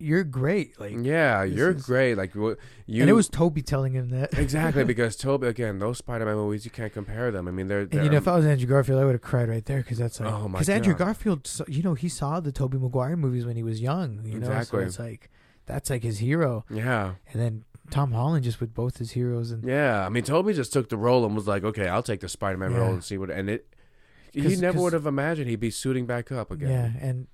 [SPEAKER 2] you're great like
[SPEAKER 1] Yeah,
[SPEAKER 2] This
[SPEAKER 1] you're
[SPEAKER 2] is-
[SPEAKER 1] great. Like wh- you,
[SPEAKER 2] and it was toby telling him that
[SPEAKER 1] exactly because Toby again. Those Spider-Man movies, you can't compare them. I mean, they're,
[SPEAKER 2] And
[SPEAKER 1] they're
[SPEAKER 2] you know, if I was Andrew Garfield, I would have cried right there because that's like,
[SPEAKER 1] Oh, my
[SPEAKER 2] because Andrew
[SPEAKER 1] God.
[SPEAKER 2] Garfield, so- you know, he saw the Toby Maguire movies when he was young. You know,
[SPEAKER 1] Exactly.
[SPEAKER 2] so it's like that's like his hero.
[SPEAKER 1] yeah,
[SPEAKER 2] and then Tom Holland just with both his heroes and
[SPEAKER 1] yeah. I mean, Toby just took the role and was like, okay, I'll take the Spider-Man
[SPEAKER 2] Yeah.
[SPEAKER 1] role and see what. And it, he
[SPEAKER 2] 'Cause-
[SPEAKER 1] never
[SPEAKER 2] 'cause-
[SPEAKER 1] would have imagined he'd be suiting back up again.
[SPEAKER 2] yeah, and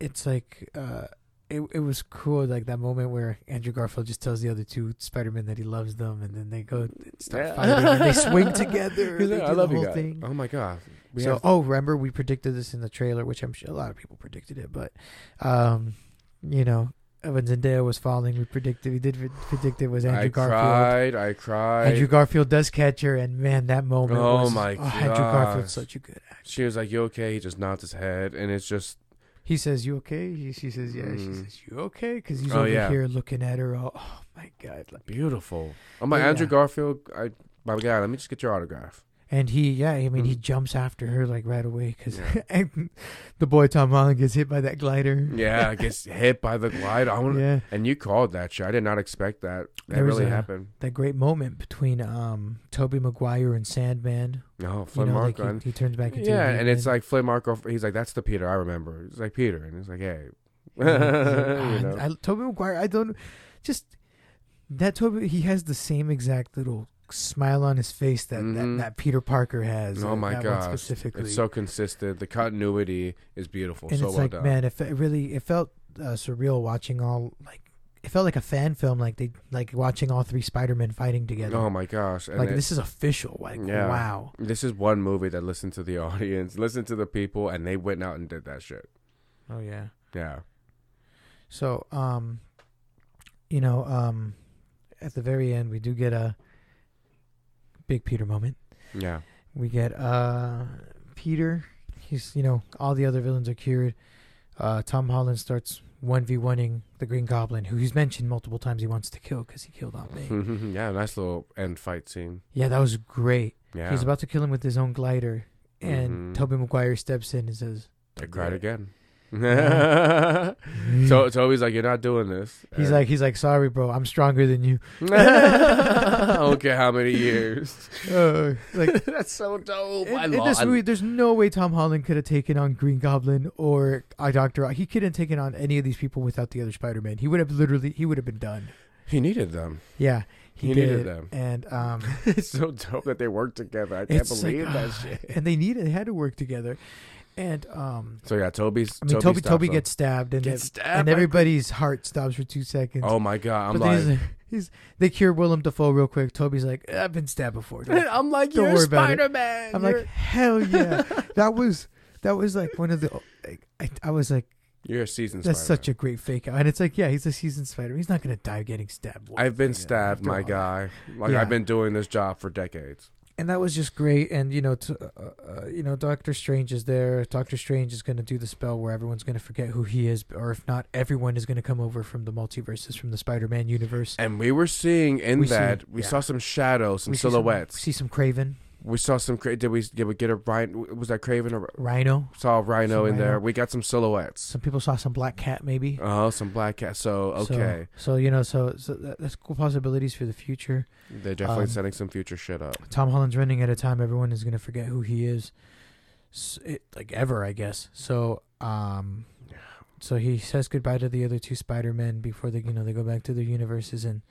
[SPEAKER 2] it's like uh, it it was cool like that moment where Andrew Garfield just tells the other two Spider Men that he loves them, and then they go and start
[SPEAKER 1] Yeah.
[SPEAKER 2] fighting, and they swing together.
[SPEAKER 1] He's
[SPEAKER 2] they
[SPEAKER 1] like,
[SPEAKER 2] do
[SPEAKER 1] I love
[SPEAKER 2] the
[SPEAKER 1] you
[SPEAKER 2] whole
[SPEAKER 1] guys.
[SPEAKER 2] thing.
[SPEAKER 1] Oh my god. We
[SPEAKER 2] so
[SPEAKER 1] have-
[SPEAKER 2] oh, remember we predicted this in the trailer, which I'm sure a lot of people predicted it, but um, you know. When Zendaya was falling, we predicted we did pre- predict it was oh, Andrew
[SPEAKER 1] I
[SPEAKER 2] Garfield.
[SPEAKER 1] cried. I cried.
[SPEAKER 2] Andrew Garfield does catch her, and man, that moment.
[SPEAKER 1] Oh
[SPEAKER 2] was,
[SPEAKER 1] my
[SPEAKER 2] oh, Andrew Garfield's
[SPEAKER 1] gosh.
[SPEAKER 2] such a good actor.
[SPEAKER 1] she was like, "You okay?" He just nods his head, and it's just
[SPEAKER 2] He says, "You okay?" He, she says, "Yeah." She
[SPEAKER 1] Mm.
[SPEAKER 2] says, "You okay?" Because he's
[SPEAKER 1] Oh,
[SPEAKER 2] over
[SPEAKER 1] yeah.
[SPEAKER 2] here looking at her. All, oh my god! Like,
[SPEAKER 1] beautiful. I'm like
[SPEAKER 2] Yeah.
[SPEAKER 1] Andrew Garfield. I, my God, let me just get your autograph.
[SPEAKER 2] and he, yeah, I mean, he
[SPEAKER 1] Mhm.
[SPEAKER 2] jumps after her like right away because
[SPEAKER 1] Yeah.
[SPEAKER 2] the boy Tom Holland gets hit by that glider.
[SPEAKER 1] Yeah, I gets hit by the glide. I want.
[SPEAKER 2] yeah.
[SPEAKER 1] And you called that shit. I did not expect that. That
[SPEAKER 2] There was
[SPEAKER 1] really
[SPEAKER 2] a-
[SPEAKER 1] happened.
[SPEAKER 2] That great moment between um Toby Maguire and Sandman.
[SPEAKER 1] No, Flynn
[SPEAKER 2] You know, like
[SPEAKER 1] Marco.
[SPEAKER 2] he,
[SPEAKER 1] and-
[SPEAKER 2] he turns back into a
[SPEAKER 1] yeah, and it's
[SPEAKER 2] human.
[SPEAKER 1] like Flynn Marco. He's like, "That's the Peter I remember." It's like Peter, and he's like, "Hey." you
[SPEAKER 2] Yeah, he's like,
[SPEAKER 1] know?
[SPEAKER 2] "Ah, I, Toby Maguire, I don't just that Toby. He has the same exact little smile on his face that
[SPEAKER 1] Mhm.
[SPEAKER 2] that, that Peter Parker has.
[SPEAKER 1] Oh
[SPEAKER 2] uh,
[SPEAKER 1] my
[SPEAKER 2] that one
[SPEAKER 1] gosh.
[SPEAKER 2] specifically.
[SPEAKER 1] It's so consistent. The continuity is beautiful.
[SPEAKER 2] and
[SPEAKER 1] so
[SPEAKER 2] it's
[SPEAKER 1] well
[SPEAKER 2] like,
[SPEAKER 1] done.
[SPEAKER 2] man, it, fe- it really it felt uh, surreal watching all like it felt like a fan film, like they like watching all three Spider Men fighting together.
[SPEAKER 1] oh my gosh! And
[SPEAKER 2] like
[SPEAKER 1] it-
[SPEAKER 2] this is official. Like
[SPEAKER 1] Yeah.
[SPEAKER 2] wow,
[SPEAKER 1] this is one movie that listened to the audience, listened to the people, and they went out and did that shit.
[SPEAKER 2] oh yeah.
[SPEAKER 1] Yeah.
[SPEAKER 2] So, um, you know, um, at the very end, we do get a big Peter moment.
[SPEAKER 1] Yeah.
[SPEAKER 2] We get uh Peter. He's you know all the other villains are cured. Uh, Tom Holland starts one v oneing the Green Goblin, who he's mentioned multiple times he wants to kill because he killed Aunt May.
[SPEAKER 1] yeah, nice little end fight scene.
[SPEAKER 2] yeah, that was great.
[SPEAKER 1] Yeah.
[SPEAKER 2] He's about to kill him with his own glider, and
[SPEAKER 1] Mhm.
[SPEAKER 2] Tobey Maguire steps in and says,
[SPEAKER 1] I
[SPEAKER 2] "Don't do
[SPEAKER 1] cried
[SPEAKER 2] it."
[SPEAKER 1] again.
[SPEAKER 2] Yeah.
[SPEAKER 1] so Toby's like, You're not doing this.
[SPEAKER 2] Mm. He's
[SPEAKER 1] And-
[SPEAKER 2] like, he's like, sorry, bro, I'm stronger than you.
[SPEAKER 1] I don't care how many years. Oh
[SPEAKER 2] Uh, like
[SPEAKER 1] That's so dope.
[SPEAKER 2] In,
[SPEAKER 1] I
[SPEAKER 2] in
[SPEAKER 1] love
[SPEAKER 2] this
[SPEAKER 1] I-
[SPEAKER 2] movie, there's no way Tom Holland could have taken on Green Goblin or I Doctor. He couldn't have taken on any of these people without the other Spider-Man. He would have literally, he would have been done.
[SPEAKER 1] He needed them.
[SPEAKER 2] Yeah, he,
[SPEAKER 1] He
[SPEAKER 2] did.
[SPEAKER 1] needed them.
[SPEAKER 2] and um,
[SPEAKER 1] it's so dope that they worked together. I can't
[SPEAKER 2] it's like,
[SPEAKER 1] believe that
[SPEAKER 2] ah,
[SPEAKER 1] shit.
[SPEAKER 2] And they needed, they had to work together. And um,
[SPEAKER 1] So yeah, Toby's
[SPEAKER 2] I mean, Toby,
[SPEAKER 1] stops
[SPEAKER 2] Toby
[SPEAKER 1] him.
[SPEAKER 2] gets stabbed, and
[SPEAKER 1] Gets
[SPEAKER 2] ev-
[SPEAKER 1] stabbed
[SPEAKER 2] and
[SPEAKER 1] by-
[SPEAKER 2] everybody's heart stops for two seconds.
[SPEAKER 1] Oh my god, I'm
[SPEAKER 2] but then
[SPEAKER 1] like
[SPEAKER 2] he's, he's they cure Willem Dafoe real quick. Toby's like, I've been stabbed before.
[SPEAKER 1] I'm like,
[SPEAKER 2] Don't
[SPEAKER 1] You're
[SPEAKER 2] worry about it."
[SPEAKER 1] Spider Man.
[SPEAKER 2] I'm like, hell yeah, that was that was like one of the. like, I, I was like.
[SPEAKER 1] You're a seasoned
[SPEAKER 2] That's
[SPEAKER 1] Spider-Man.
[SPEAKER 2] such a great fake out. And it's like, yeah, he's a seasoned spider. He's not going to die getting stabbed. once.
[SPEAKER 1] I've been
[SPEAKER 2] Yeah,
[SPEAKER 1] stabbed,
[SPEAKER 2] after all
[SPEAKER 1] my
[SPEAKER 2] that.
[SPEAKER 1] guy. Like
[SPEAKER 2] Yeah.
[SPEAKER 1] I've been doing this job for decades.
[SPEAKER 2] And that was just great. And, you know, to, uh, uh, you know, Doctor Strange is there. Doctor Strange is going to do the spell where everyone's going to forget who he is. Or if not, everyone is going to come over from the multiverses, from the Spider Man universe.
[SPEAKER 1] And we were seeing in
[SPEAKER 2] We see-
[SPEAKER 1] that we
[SPEAKER 2] yeah.
[SPEAKER 1] saw some shadows, some
[SPEAKER 2] We see
[SPEAKER 1] silhouettes.
[SPEAKER 2] See some Craven,
[SPEAKER 1] we saw some. Cra- did we did we get a Ryan? Was that Craven or
[SPEAKER 2] Rhino.
[SPEAKER 1] saw Rhino
[SPEAKER 2] Some
[SPEAKER 1] in
[SPEAKER 2] Rhino.
[SPEAKER 1] there? We got some silhouettes.
[SPEAKER 2] Some people saw some Black Cat, maybe.
[SPEAKER 1] Oh, some black cat. So
[SPEAKER 2] So-
[SPEAKER 1] Oh, okay,
[SPEAKER 2] So, you know, so, so that, that's cool possibilities for the future.
[SPEAKER 1] they're definitely
[SPEAKER 2] um,
[SPEAKER 1] setting some future shit up.
[SPEAKER 2] Tom Holland's running at a time. Everyone is going to forget who he is, S it, like ever, I guess. So, um, so he says goodbye to the other two Spider Men before they, you know, they go back to their universes, and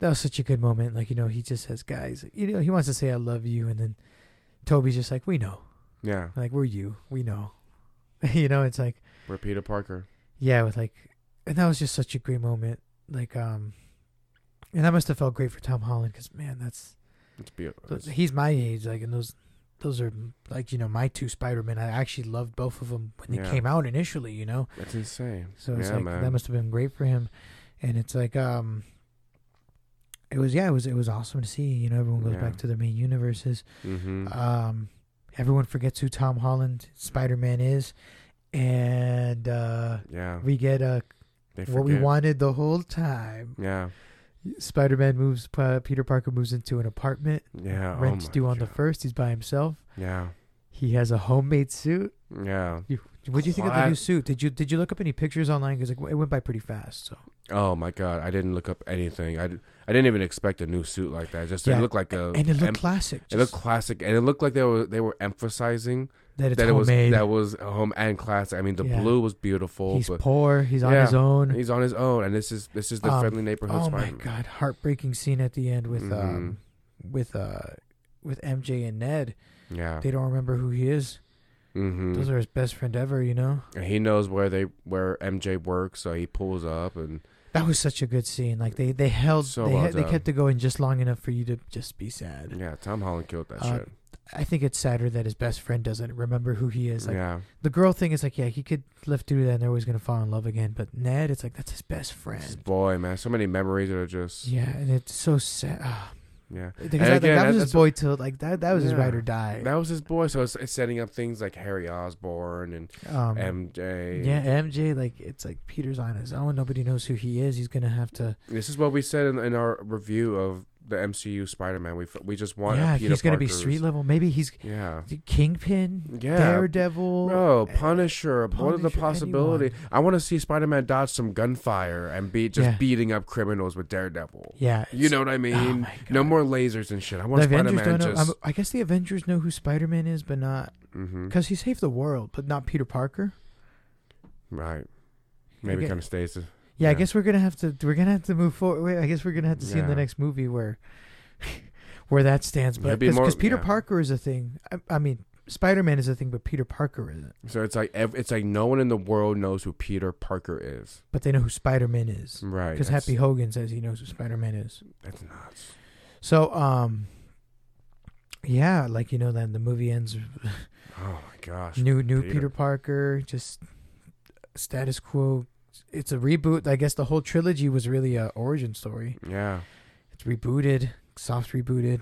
[SPEAKER 2] that was such a good moment. Like, you know, he just says, "Guys, you know," he wants to say, "I love you," and then Toby's just like, "We know,
[SPEAKER 1] Yeah,
[SPEAKER 2] like we're you, we know," you know. It's like,
[SPEAKER 1] we're Peter Parker.
[SPEAKER 2] yeah, with like, and that was just such a great moment. Like, um, and that must have felt great for Tom Holland because man, that's
[SPEAKER 1] It's beautiful.
[SPEAKER 2] Th- he's my age, like, and those those are like you know my two Spider Men. I actually loved both of them when they
[SPEAKER 1] Yeah.
[SPEAKER 2] came out initially, you know.
[SPEAKER 1] That's insane.
[SPEAKER 2] So it's
[SPEAKER 1] yeah,
[SPEAKER 2] like
[SPEAKER 1] man.
[SPEAKER 2] that must have been great for him, and it's like um, it was yeah, it was it was awesome to see. You know, everyone goes
[SPEAKER 1] Yeah.
[SPEAKER 2] back to their main universes.
[SPEAKER 1] mm-hmm.
[SPEAKER 2] Um, everyone forgets who Tom Holland Spider Man is, and uh,
[SPEAKER 1] yeah,
[SPEAKER 2] we get uh
[SPEAKER 1] they
[SPEAKER 2] what we
[SPEAKER 1] forget.
[SPEAKER 2] wanted the whole time.
[SPEAKER 1] Yeah,
[SPEAKER 2] Spider Man moves. Uh, Peter Parker moves into an apartment.
[SPEAKER 1] yeah.
[SPEAKER 2] Rent's
[SPEAKER 1] oh my
[SPEAKER 2] due on the
[SPEAKER 1] God.
[SPEAKER 2] first. He's by himself.
[SPEAKER 1] Yeah,
[SPEAKER 2] He has a homemade suit.
[SPEAKER 1] yeah.
[SPEAKER 2] What do you think of the new
[SPEAKER 1] Class-
[SPEAKER 2] suit? Did you did you look up any pictures online? Because it went by pretty fast. So
[SPEAKER 1] Oh my god, I didn't look up anything. I, d- I didn't even expect a new suit like that. Just
[SPEAKER 2] Yeah,
[SPEAKER 1] it looked like a
[SPEAKER 2] and it looked
[SPEAKER 1] em-
[SPEAKER 2] classic.
[SPEAKER 1] it looked
[SPEAKER 2] just
[SPEAKER 1] classic, and it looked like they were they were emphasizing
[SPEAKER 2] that it's
[SPEAKER 1] that
[SPEAKER 2] homemade.
[SPEAKER 1] it was that was home and classic. I mean, the
[SPEAKER 2] Yeah.
[SPEAKER 1] blue was beautiful,
[SPEAKER 2] he's
[SPEAKER 1] but
[SPEAKER 2] poor. He's on his
[SPEAKER 1] Yeah.
[SPEAKER 2] own.
[SPEAKER 1] he's on his own, and this is this is the
[SPEAKER 2] Um,
[SPEAKER 1] friendly neighborhood.
[SPEAKER 2] Oh my
[SPEAKER 1] Spider-Man.
[SPEAKER 2] god! Heartbreaking scene at the end with
[SPEAKER 1] Mm-hmm.
[SPEAKER 2] um with uh with MJ and Ned.
[SPEAKER 1] Yeah,
[SPEAKER 2] They don't remember who he is.
[SPEAKER 1] Mm-hmm.
[SPEAKER 2] Those are his best friend ever, you know.
[SPEAKER 1] And he knows where they where MJ works, so he pulls up and
[SPEAKER 2] That was such a good scene. Like they they held
[SPEAKER 1] So
[SPEAKER 2] they
[SPEAKER 1] well
[SPEAKER 2] had- they
[SPEAKER 1] done.
[SPEAKER 2] kept it going just long enough for you to just be sad.
[SPEAKER 1] yeah, Tom Holland killed that
[SPEAKER 2] Uh,
[SPEAKER 1] shit.
[SPEAKER 2] I think it's sadder that his best friend doesn't remember who he is. Like
[SPEAKER 1] yeah,
[SPEAKER 2] the girl thing is like, yeah, he could live through that and they're always gonna fall in love again. But Ned, it's like that's his best
[SPEAKER 1] This
[SPEAKER 2] friend.
[SPEAKER 1] boy, man, so many memories that are just yeah.
[SPEAKER 2] Yeah, and it's so sad. ah. Because
[SPEAKER 1] And
[SPEAKER 2] that,
[SPEAKER 1] again,
[SPEAKER 2] that
[SPEAKER 1] that-
[SPEAKER 2] was his
[SPEAKER 1] that's
[SPEAKER 2] boy till like that. That was his
[SPEAKER 1] Yeah.
[SPEAKER 2] ride or die.
[SPEAKER 1] That was his boy, so it's, it's setting up things like Harry Osborn and
[SPEAKER 2] um,
[SPEAKER 1] MJ.
[SPEAKER 2] yeah, MJ. Like it's like Peter's on his own. Nobody knows who he is. He's gonna have to.
[SPEAKER 1] This is what we said in, in our review of the MCU Spider-Man. We f- we just want a
[SPEAKER 2] yeah,
[SPEAKER 1] Peter
[SPEAKER 2] he's gonna be
[SPEAKER 1] Parker's-
[SPEAKER 2] street level. Maybe he's
[SPEAKER 1] Yeah.
[SPEAKER 2] Kingpin,
[SPEAKER 1] Yeah.
[SPEAKER 2] Daredevil.
[SPEAKER 1] Bro,
[SPEAKER 2] eh,
[SPEAKER 1] Punisher, what are the
[SPEAKER 2] Punisher,
[SPEAKER 1] possibility?
[SPEAKER 2] anyone.
[SPEAKER 1] I want to see Spider-Man dodge some gunfire and be just
[SPEAKER 2] Yeah.
[SPEAKER 1] beating up criminals with Daredevil.
[SPEAKER 2] Yeah,
[SPEAKER 1] You
[SPEAKER 2] it's-
[SPEAKER 1] know what I mean?
[SPEAKER 2] my
[SPEAKER 1] no
[SPEAKER 2] God.
[SPEAKER 1] more lasers and shit. I want
[SPEAKER 2] the Avengers
[SPEAKER 1] Spider-Man
[SPEAKER 2] don't know.
[SPEAKER 1] just.
[SPEAKER 2] I'm- I guess the Avengers know who Spider Man is, but not
[SPEAKER 1] hmm
[SPEAKER 2] because he saved the world, but not Peter Parker.
[SPEAKER 1] Right. Maybe
[SPEAKER 2] get-
[SPEAKER 1] kind of stays.
[SPEAKER 2] Yeah, I
[SPEAKER 1] Yeah.
[SPEAKER 2] guess we're gonna have to we're gonna have to move forward. Wait, I guess we're gonna have to see in the
[SPEAKER 1] Yeah.
[SPEAKER 2] next movie where where that stands. But
[SPEAKER 1] There'd be more-
[SPEAKER 2] because Peter
[SPEAKER 1] yeah.
[SPEAKER 2] Parker is a thing, I, I mean Spider Man is a thing, but Peter Parker isn't.
[SPEAKER 1] So it's like ev- it's like no one in the world knows who Peter Parker is.
[SPEAKER 2] But they know who Spider Man is
[SPEAKER 1] Mm, Right.
[SPEAKER 2] because
[SPEAKER 1] that's-
[SPEAKER 2] Happy Hogan says he knows who Spider Man is.
[SPEAKER 1] That's nuts.
[SPEAKER 2] So um, yeah, like you know, then the movie ends
[SPEAKER 1] Oh my gosh.
[SPEAKER 2] new new Peter.
[SPEAKER 1] Peter.
[SPEAKER 2] Parker, just status quo. It's a reboot. I guess the whole trilogy was really a origin story.
[SPEAKER 1] Yeah.
[SPEAKER 2] It's rebooted, soft rebooted,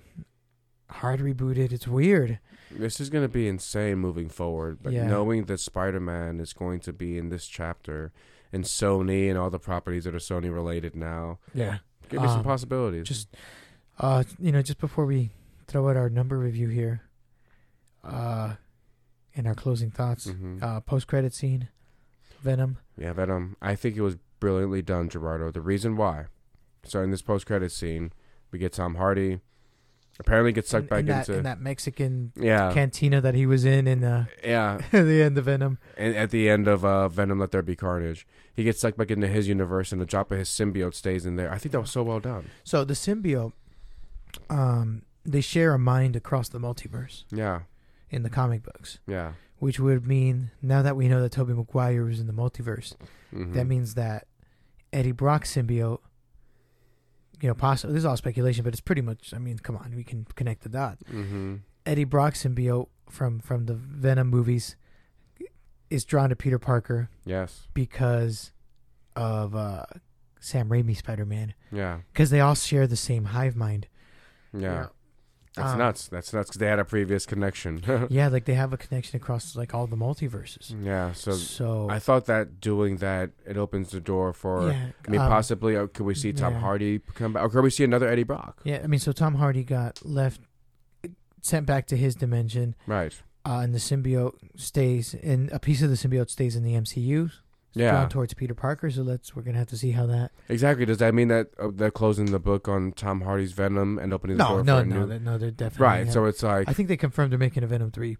[SPEAKER 2] hard rebooted. It's weird.
[SPEAKER 1] This is going to be insane moving forward. But
[SPEAKER 2] Yeah.
[SPEAKER 1] knowing that Spider Man is going to be in this chapter and Sony and all the properties that are Sony related now,
[SPEAKER 2] Yeah.
[SPEAKER 1] give me some
[SPEAKER 2] Um,
[SPEAKER 1] possibilities.
[SPEAKER 2] Just uh you know, just before we throw out our number review here, uh and our closing thoughts.
[SPEAKER 1] Mhm.
[SPEAKER 2] Uh post credit scene. Venom.
[SPEAKER 1] yeah, Venom. I think it was brilliantly done, Gerardo. The reason why. So in this post credit scene, we get Tom Hardy apparently gets sucked
[SPEAKER 2] in,
[SPEAKER 1] back
[SPEAKER 2] in that
[SPEAKER 1] into. Uh,
[SPEAKER 2] in that Mexican
[SPEAKER 1] yeah.
[SPEAKER 2] cantina that he was in in uh
[SPEAKER 1] yeah.
[SPEAKER 2] the end of Venom.
[SPEAKER 1] And at the end of uh, Venom, Let There Be Carnage, he gets sucked back into his universe, and the drop of his symbiote stays in there. I think that was so well done.
[SPEAKER 2] So the symbiote, um, they share a mind across the multiverse
[SPEAKER 1] Yeah,
[SPEAKER 2] in the comic books,
[SPEAKER 1] yeah.
[SPEAKER 2] which would mean now that we know that Tobey Maguire is in the multiverse,
[SPEAKER 1] Mhm.
[SPEAKER 2] that means that Eddie Brock's symbiote, you know, possibly this is all speculation, but it's pretty much. I mean, come on, we can connect the dots.
[SPEAKER 1] Mhm.
[SPEAKER 2] Eddie Brock's symbiote from from the Venom movies is drawn to Peter Parker
[SPEAKER 1] Yes.
[SPEAKER 2] because of uh, Sam Raimi Spider Man,
[SPEAKER 1] Yeah.
[SPEAKER 2] because they all share the same hive mind.
[SPEAKER 1] Yeah.
[SPEAKER 2] Yeah.
[SPEAKER 1] That's
[SPEAKER 2] Um,
[SPEAKER 1] nuts. That's nuts because they had a previous connection.
[SPEAKER 2] Yeah, like they have a connection across like all the multiverses.
[SPEAKER 1] yeah.
[SPEAKER 2] So,
[SPEAKER 1] Mm, So I thought that doing that it opens the door for.
[SPEAKER 2] yeah,
[SPEAKER 1] I mean,
[SPEAKER 2] um,
[SPEAKER 1] possibly uh, could we see Tom
[SPEAKER 2] yeah.
[SPEAKER 1] Hardy come back, or could we see another Eddie Brock?
[SPEAKER 2] yeah. I mean, so Tom Hardy got left, sent back to his dimension,
[SPEAKER 1] Right.
[SPEAKER 2] uh, and the symbiote stays, and a piece of the symbiote stays in the MCU,
[SPEAKER 1] Yeah.
[SPEAKER 2] drawn towards Peter Parker. So let's we're gonna have to see how that.
[SPEAKER 1] Exactly. Does that mean that uh, they're closing the book on Tom Hardy's Venom and opening the
[SPEAKER 2] No,
[SPEAKER 1] door
[SPEAKER 2] no,
[SPEAKER 1] for a
[SPEAKER 2] no,
[SPEAKER 1] new?
[SPEAKER 2] they- no, they're definitely
[SPEAKER 1] Right.
[SPEAKER 2] yeah.
[SPEAKER 1] So it's like,
[SPEAKER 2] I think they confirmed they're making a Venom three.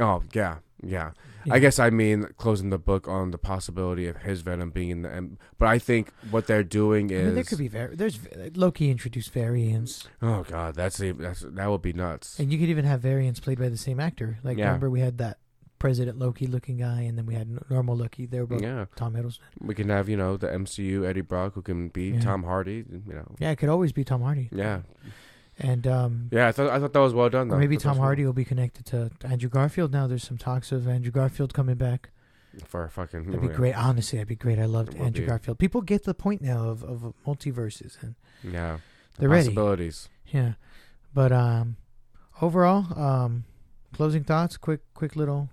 [SPEAKER 1] oh yeah, yeah.
[SPEAKER 2] Yeah.
[SPEAKER 1] I guess I mean closing the book on the possibility of his Venom being in the. M- But I think what they're doing
[SPEAKER 2] I
[SPEAKER 1] is
[SPEAKER 2] mean, there could be var- there's Loki introduced variants,
[SPEAKER 1] Oh god, that's even, that's that would be nuts.
[SPEAKER 2] and you could even have variants played by the same actor. Like
[SPEAKER 1] Yeah.
[SPEAKER 2] remember we had that President Loki looking guy, and then we had n- normal Loki. They were both
[SPEAKER 1] Yeah,
[SPEAKER 2] Tom Hiddleston.
[SPEAKER 1] we can have you know the MCU Eddie Brock who can be
[SPEAKER 2] Yeah.
[SPEAKER 1] Tom Hardy. You know,
[SPEAKER 2] Yeah, it could always be Tom Hardy.
[SPEAKER 1] yeah,
[SPEAKER 2] And um
[SPEAKER 1] yeah. I thought I thought that was well done. Though.
[SPEAKER 2] or maybe
[SPEAKER 1] That was
[SPEAKER 2] Tom
[SPEAKER 1] well-
[SPEAKER 2] Hardy will be connected to Andrew Garfield now. There's some talks of Andrew Garfield coming back.
[SPEAKER 1] for a fucking.
[SPEAKER 2] That'd be great. Honestly, that'd be great. I loved
[SPEAKER 1] Oh, It would
[SPEAKER 2] Andrew
[SPEAKER 1] be.
[SPEAKER 2] Garfield. People get the point now of, of multiverses and
[SPEAKER 1] Yeah,
[SPEAKER 2] they're ready.
[SPEAKER 1] possibilities.
[SPEAKER 2] Yeah. But um overall, um closing thoughts, quick quick little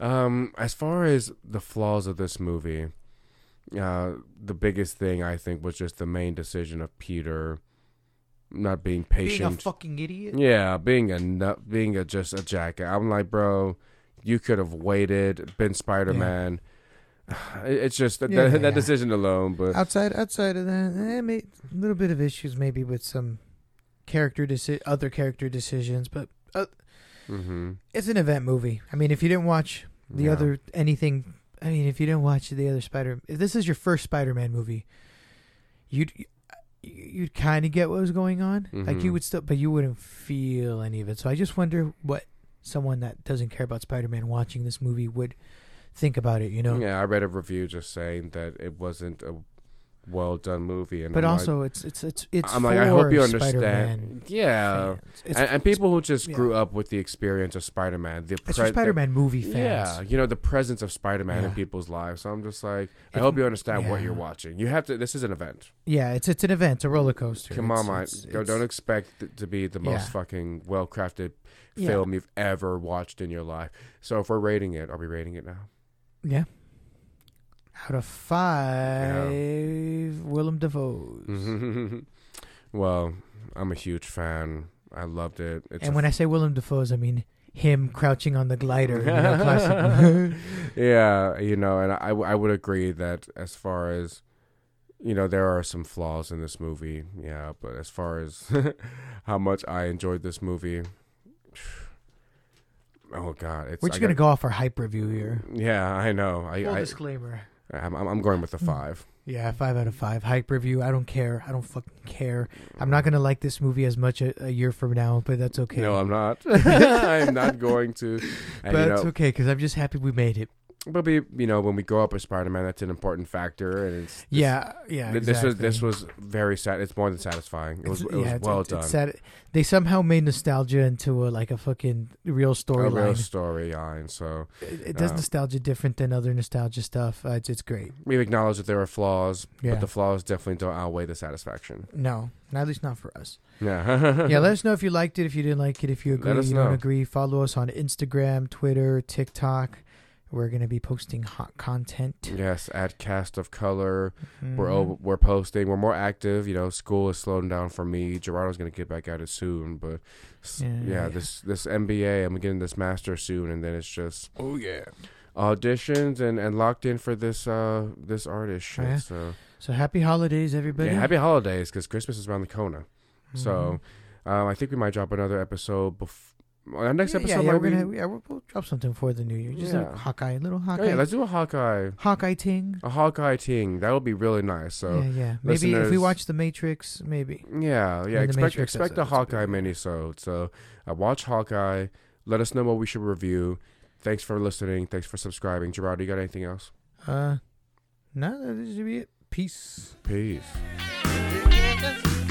[SPEAKER 1] Um, as far as the flaws of this movie, uh, the biggest thing I think was just the main decision of Peter not being patient.
[SPEAKER 2] being a fucking idiot.
[SPEAKER 1] Yeah, being a nut, being a just a jacket. I'm like, bro, you could have waited, been Spider Man. It's just that,
[SPEAKER 2] Yeah,
[SPEAKER 1] that,
[SPEAKER 2] yeah,
[SPEAKER 1] that
[SPEAKER 2] yeah.
[SPEAKER 1] decision alone, but
[SPEAKER 2] Outside outside of that, eh, may, a little bit of issues maybe with some character deci- other character decisions, but
[SPEAKER 1] hmm
[SPEAKER 2] it's an event movie. I mean, if you didn't watch the other anything i mean if you didn't watch the other spider if this is your first spider-man movie you'd you'd kind of get what was going on like you
[SPEAKER 1] Mhm.
[SPEAKER 2] would still but you wouldn't feel any of it so i just wonder what someone that doesn't care about Spider-Man watching this movie would think about it, you know.
[SPEAKER 1] Yeah, I read a review just saying that it wasn't a well done movie, and
[SPEAKER 2] But
[SPEAKER 1] I'm
[SPEAKER 2] also, it's it's it's it's.
[SPEAKER 1] like, I'm
[SPEAKER 2] for
[SPEAKER 1] like, I hope you understand.
[SPEAKER 2] Spider-Man
[SPEAKER 1] Yeah,
[SPEAKER 2] fans. It's,
[SPEAKER 1] and, and people who just
[SPEAKER 2] yeah.
[SPEAKER 1] grew up with the experience of Spider Man, the
[SPEAKER 2] it's
[SPEAKER 1] pre-
[SPEAKER 2] for
[SPEAKER 1] the-
[SPEAKER 2] Spider-Man movie fans.
[SPEAKER 1] Yeah, you know the presence of Spider Man in
[SPEAKER 2] Yeah.
[SPEAKER 1] people's lives. So I'm just like, I
[SPEAKER 2] It-
[SPEAKER 1] hope you understand what you're
[SPEAKER 2] yeah.
[SPEAKER 1] watching. You have to. This is an event.
[SPEAKER 2] Yeah, it's it's an event, it's a roller coaster.
[SPEAKER 1] Come
[SPEAKER 2] It's-
[SPEAKER 1] on, man.
[SPEAKER 2] it's-
[SPEAKER 1] Don't,
[SPEAKER 2] it's-
[SPEAKER 1] don't expect it to be the most
[SPEAKER 2] Yeah.
[SPEAKER 1] fucking well crafted
[SPEAKER 2] Yeah.
[SPEAKER 1] film you've ever watched in your life. So if we're rating it, are we rating it now?
[SPEAKER 2] Yeah. Out of five, Willem Dafoe.
[SPEAKER 1] Mm,
[SPEAKER 2] Mm-hmm.
[SPEAKER 1] well, I'm a huge fan. I loved it. It's
[SPEAKER 2] and
[SPEAKER 1] a-
[SPEAKER 2] when I say Willem Dafoe's, I mean him crouching on the glider. You know, classic.
[SPEAKER 1] yeah, you know, and I, I would agree that as far as you know, there are some flaws in this movie. Yeah, but as far as how much I enjoyed this movie, oh god, it's
[SPEAKER 2] We're
[SPEAKER 1] I
[SPEAKER 2] just gonna
[SPEAKER 1] got-
[SPEAKER 2] go off our hype review here.
[SPEAKER 1] Yeah, I know. I,
[SPEAKER 2] Full
[SPEAKER 1] I
[SPEAKER 2] disclaimer.
[SPEAKER 1] I'm, I'm I'm going with the
[SPEAKER 2] Mm.
[SPEAKER 1] five.
[SPEAKER 2] Yeah, five out of five. Hype review. I don't care. I don't fucking care. I'm not gonna like this movie as much a, a year from now, but that's okay.
[SPEAKER 1] No, I'm not. I'm not going to. And,
[SPEAKER 2] but
[SPEAKER 1] you
[SPEAKER 2] it's
[SPEAKER 1] know,
[SPEAKER 2] okay because I'm just happy we made it.
[SPEAKER 1] but we, you know, when we grow up as Spider-Man, that's an important factor, and it's
[SPEAKER 2] yeah, yeah.
[SPEAKER 1] th- this was
[SPEAKER 2] exactly.
[SPEAKER 1] this was very sad. It's more than satisfying. It was
[SPEAKER 2] It's-
[SPEAKER 1] it was
[SPEAKER 2] yeah, it's-
[SPEAKER 1] well
[SPEAKER 2] it's-
[SPEAKER 1] done.
[SPEAKER 2] it's sad. They somehow made nostalgia into a, like a fucking real
[SPEAKER 1] a real
[SPEAKER 2] storyline.
[SPEAKER 1] storyline. So
[SPEAKER 2] It, it does
[SPEAKER 1] Um,
[SPEAKER 2] nostalgia different than other nostalgia stuff. Uh, it's, it's great.
[SPEAKER 1] we've acknowledged that there are flaws,
[SPEAKER 2] Yeah.
[SPEAKER 1] but the flaws definitely don't outweigh the satisfaction.
[SPEAKER 2] No, at least not for us.
[SPEAKER 1] Yeah.
[SPEAKER 2] yeah, let us know if you liked it, if you didn't like it, if you
[SPEAKER 1] Let
[SPEAKER 2] agree,
[SPEAKER 1] us
[SPEAKER 2] you
[SPEAKER 1] know.
[SPEAKER 2] don't agree. Follow us on Instagram, Twitter, TikTok. We're gonna be posting hot content.
[SPEAKER 1] Yes, at Cast of Color, we're
[SPEAKER 2] Mhm.
[SPEAKER 1] oh, we're posting. We're more active. You know, school is slowing down for me. Gerardo's gonna get back at it soon, but s-
[SPEAKER 2] Yeah,
[SPEAKER 1] yeah,
[SPEAKER 2] yeah.
[SPEAKER 1] this this MBA, I'm getting this master soon, and then it's just
[SPEAKER 3] Oh yeah.
[SPEAKER 1] auditions and and locked in for this uh this artist shit.
[SPEAKER 2] Oh, yeah.
[SPEAKER 1] So
[SPEAKER 2] So happy holidays, everybody.
[SPEAKER 1] yeah, happy holidays because Christmas is around the corner.
[SPEAKER 2] Mhm.
[SPEAKER 1] So um, I think we might drop another episode before. Our next
[SPEAKER 2] Yeah,
[SPEAKER 1] episode
[SPEAKER 2] yeah, yeah,
[SPEAKER 1] might
[SPEAKER 2] we're
[SPEAKER 1] be.
[SPEAKER 2] gonna yeah, we'll, we'll drop something for the new year. Just
[SPEAKER 1] Yeah.
[SPEAKER 2] a Hawkeye,
[SPEAKER 1] Oh,
[SPEAKER 2] little Hawkeye,
[SPEAKER 1] yeah, let's do a Hawkeye.
[SPEAKER 2] Hawkeye ting.
[SPEAKER 1] A Hawkeye ting. That would be really nice. So
[SPEAKER 2] yeah, yeah. Maybe if we
[SPEAKER 1] listeners-
[SPEAKER 2] watch The Matrix, maybe.
[SPEAKER 1] yeah, yeah.
[SPEAKER 2] the
[SPEAKER 1] expect
[SPEAKER 2] Matrix
[SPEAKER 1] expect a
[SPEAKER 2] episodes would be
[SPEAKER 1] Hawkeye minisode. So uh, watch Hawkeye. Let us know what we should review. Thanks for listening. Thanks for subscribing. Gerard, you got anything else?
[SPEAKER 2] Uh, no, that should be it. Peace.
[SPEAKER 1] Peace.
[SPEAKER 3] Yes.